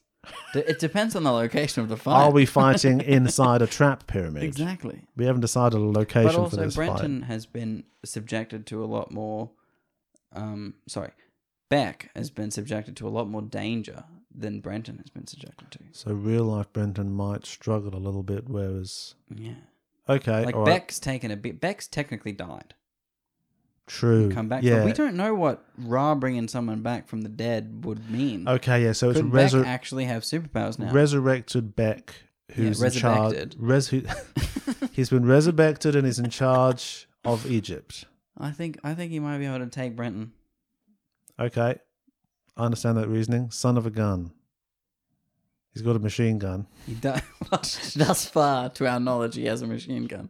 Speaker 5: D- it depends on the location of the fight.
Speaker 6: [laughs]
Speaker 5: [laughs]
Speaker 6: Are we fighting inside a trap pyramid?
Speaker 5: exactly?
Speaker 6: We haven't decided a location
Speaker 5: But
Speaker 6: for
Speaker 5: also,
Speaker 6: this
Speaker 5: Brenton
Speaker 6: fight.
Speaker 5: has been subjected to a lot more. Um, sorry, Beck has been subjected to a lot more danger than Brenton has been subjected to.
Speaker 6: So real life Brenton might struggle a little bit, whereas
Speaker 5: Yeah.
Speaker 6: okay,
Speaker 5: Like
Speaker 6: all right,
Speaker 5: Beck's taken a bit. Beck's technically died.
Speaker 6: true,
Speaker 5: Come back.
Speaker 6: yeah,
Speaker 5: But we don't know what Ra bringing someone back from the dead would mean.
Speaker 6: okay, yeah. So Oh, it's
Speaker 5: Could
Speaker 6: resu-
Speaker 5: Beck actually have superpowers now?
Speaker 6: resurrected Beck, who's in charge.
Speaker 5: resurrected.
Speaker 6: Res- who-
Speaker 5: [laughs]
Speaker 6: [laughs] he's been resurrected and is in charge of Egypt.
Speaker 5: I think I think he might be able to take Brenton.
Speaker 6: Okay, I understand that reasoning. Son of a gun. He's got a machine gun.
Speaker 5: He [laughs] does. Thus far, to our knowledge, he has a machine gun,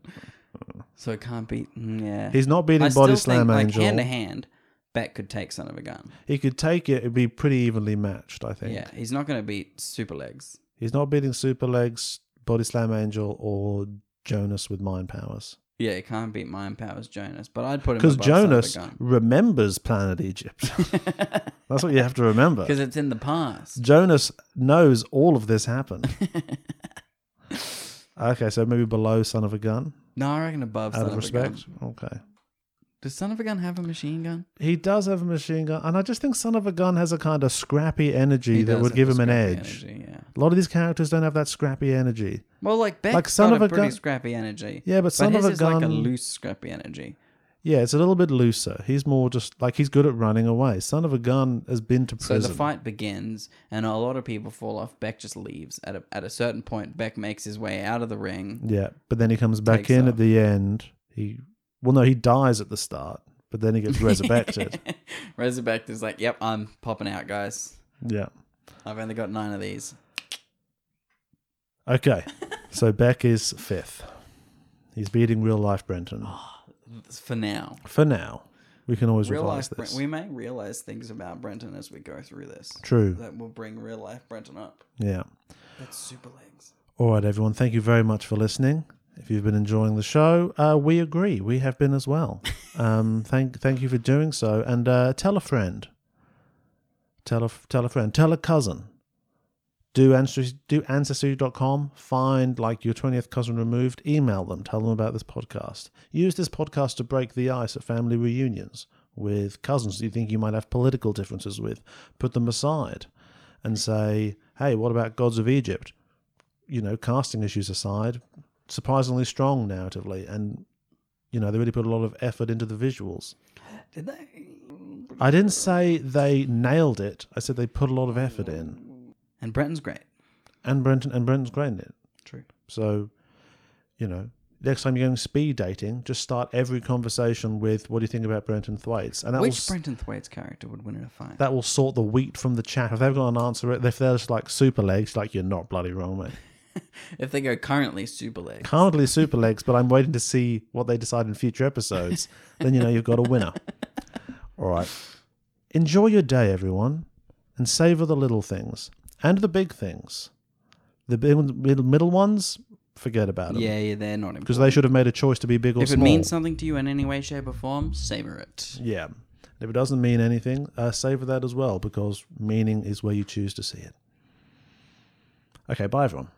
Speaker 5: so it can't be. mm, Yeah,
Speaker 6: He's not beating
Speaker 5: I still
Speaker 6: Body
Speaker 5: think,
Speaker 6: Slam
Speaker 5: like,
Speaker 6: Angel.
Speaker 5: hand to hand. Beck could take son of a gun.
Speaker 6: He could take it; it'd be pretty evenly matched, I think.
Speaker 5: Yeah, he's not going to beat super legs.
Speaker 6: He's not beating Super Legs, Body Slam Angel, or Jonas with mind powers.
Speaker 5: Yeah, he can't beat mind powers Jonas, but I'd put him
Speaker 6: Because
Speaker 5: above son of a
Speaker 6: Jonas
Speaker 5: gun.
Speaker 6: remembers planet Egypt. [laughs]
Speaker 5: [laughs]
Speaker 6: That's what you have to remember.
Speaker 5: because it's in the past.
Speaker 6: Jonas knows all of
Speaker 5: [laughs]
Speaker 6: this happened. okay, so maybe below Son of a Gun,
Speaker 5: No, I reckon above
Speaker 6: out
Speaker 5: son
Speaker 6: of
Speaker 5: of a gun.
Speaker 6: respect. Okay.
Speaker 5: Does son of a gun have a machine gun?
Speaker 6: He does have a machine gun, and I just think Son of a Gun has a kind of scrappy energy
Speaker 5: He
Speaker 6: that
Speaker 5: does
Speaker 6: would
Speaker 5: have
Speaker 6: give
Speaker 5: a
Speaker 6: him an
Speaker 5: scrappy
Speaker 6: edge.
Speaker 5: energy, yeah.
Speaker 6: A lot of these characters don't have that scrappy energy.
Speaker 5: Well, like Beck's
Speaker 6: Like, Son
Speaker 5: got
Speaker 6: of
Speaker 5: a
Speaker 6: a
Speaker 5: pretty
Speaker 6: Gun-
Speaker 5: scrappy energy.
Speaker 6: Yeah, but Son of
Speaker 5: his
Speaker 6: a
Speaker 5: is like a
Speaker 6: Gun-
Speaker 5: loose scrappy energy.
Speaker 6: Yeah, it's a little bit looser. He's more just like he's good at running away. Son of a Gun has been to
Speaker 5: So
Speaker 6: prison.
Speaker 5: the fight begins, and a lot of people fall off. Beck just leaves. At a, at a certain point, Beck makes his way out of the ring.
Speaker 6: Yeah, but then he comes back
Speaker 5: Takes
Speaker 6: in
Speaker 5: off.
Speaker 6: at the end. He well, no, he dies at the start, but then he
Speaker 5: [laughs]
Speaker 6: gets resurrected.
Speaker 5: Razorback is like, "Yep, I'm popping out, guys.
Speaker 6: yeah.
Speaker 5: I've only got nine of these."
Speaker 6: Okay. so Beck is fifth. He's beating real life Brenton
Speaker 5: For now,
Speaker 6: for now. We can always
Speaker 5: Oh. real life.
Speaker 6: revise this.
Speaker 5: Brent, we may realize things about Brenton as we go through this.
Speaker 6: True.
Speaker 5: That will bring real life Brenton up.
Speaker 6: Yeah.
Speaker 5: That's super legs.
Speaker 6: All right, everyone. Thank you very much for listening. If you've been enjoying the show, uh, we agree. We have been as well. Um, thank thank you for doing so, and uh, tell a friend. Tell a tell a friend. Tell a cousin. Do ancestry do ancestry.com. Find like your twentieth cousin removed. Email them. Tell them about this podcast. Use this podcast to break the ice at family reunions with cousins that you think you might have political differences with. Put them aside, and say, "Hey, what about gods of Egypt?" you know, casting issues aside, surprisingly strong narratively, and you know they really put a lot of effort into the visuals.
Speaker 5: Did they?
Speaker 6: I didn't say they nailed it. I said they put a lot of effort in,
Speaker 5: And Brenton's great.
Speaker 6: and Brenton and Brenton's great in it.
Speaker 5: True.
Speaker 6: So, you know, next time you're going speed dating, just start every conversation with "What do you think about Brenton Thwaites?" and that will
Speaker 5: Which
Speaker 6: s-
Speaker 5: Brenton Thwaites character would win in a fight?
Speaker 6: that will sort the wheat from the chaff. If they've got an answer, if they're just like super legs, like you're not bloody wrong, mate.
Speaker 5: if they go currently super legs.
Speaker 6: currently super legs, but I'm waiting to see what they decide in
Speaker 5: [laughs]
Speaker 6: future episodes. then you know you've got a winner. All right. Enjoy your day, everyone, and savor the little things and the big things. The big, middle, middle ones, forget about them.
Speaker 5: Yeah, yeah, they're not important.
Speaker 6: Because they should have made a choice to be big or
Speaker 5: If it
Speaker 6: small.
Speaker 5: means something to you in any way, shape, or form, savor it.
Speaker 6: Yeah. If it doesn't mean anything, uh, savor that as well, because meaning is where you choose to see it. Okay, bye, everyone.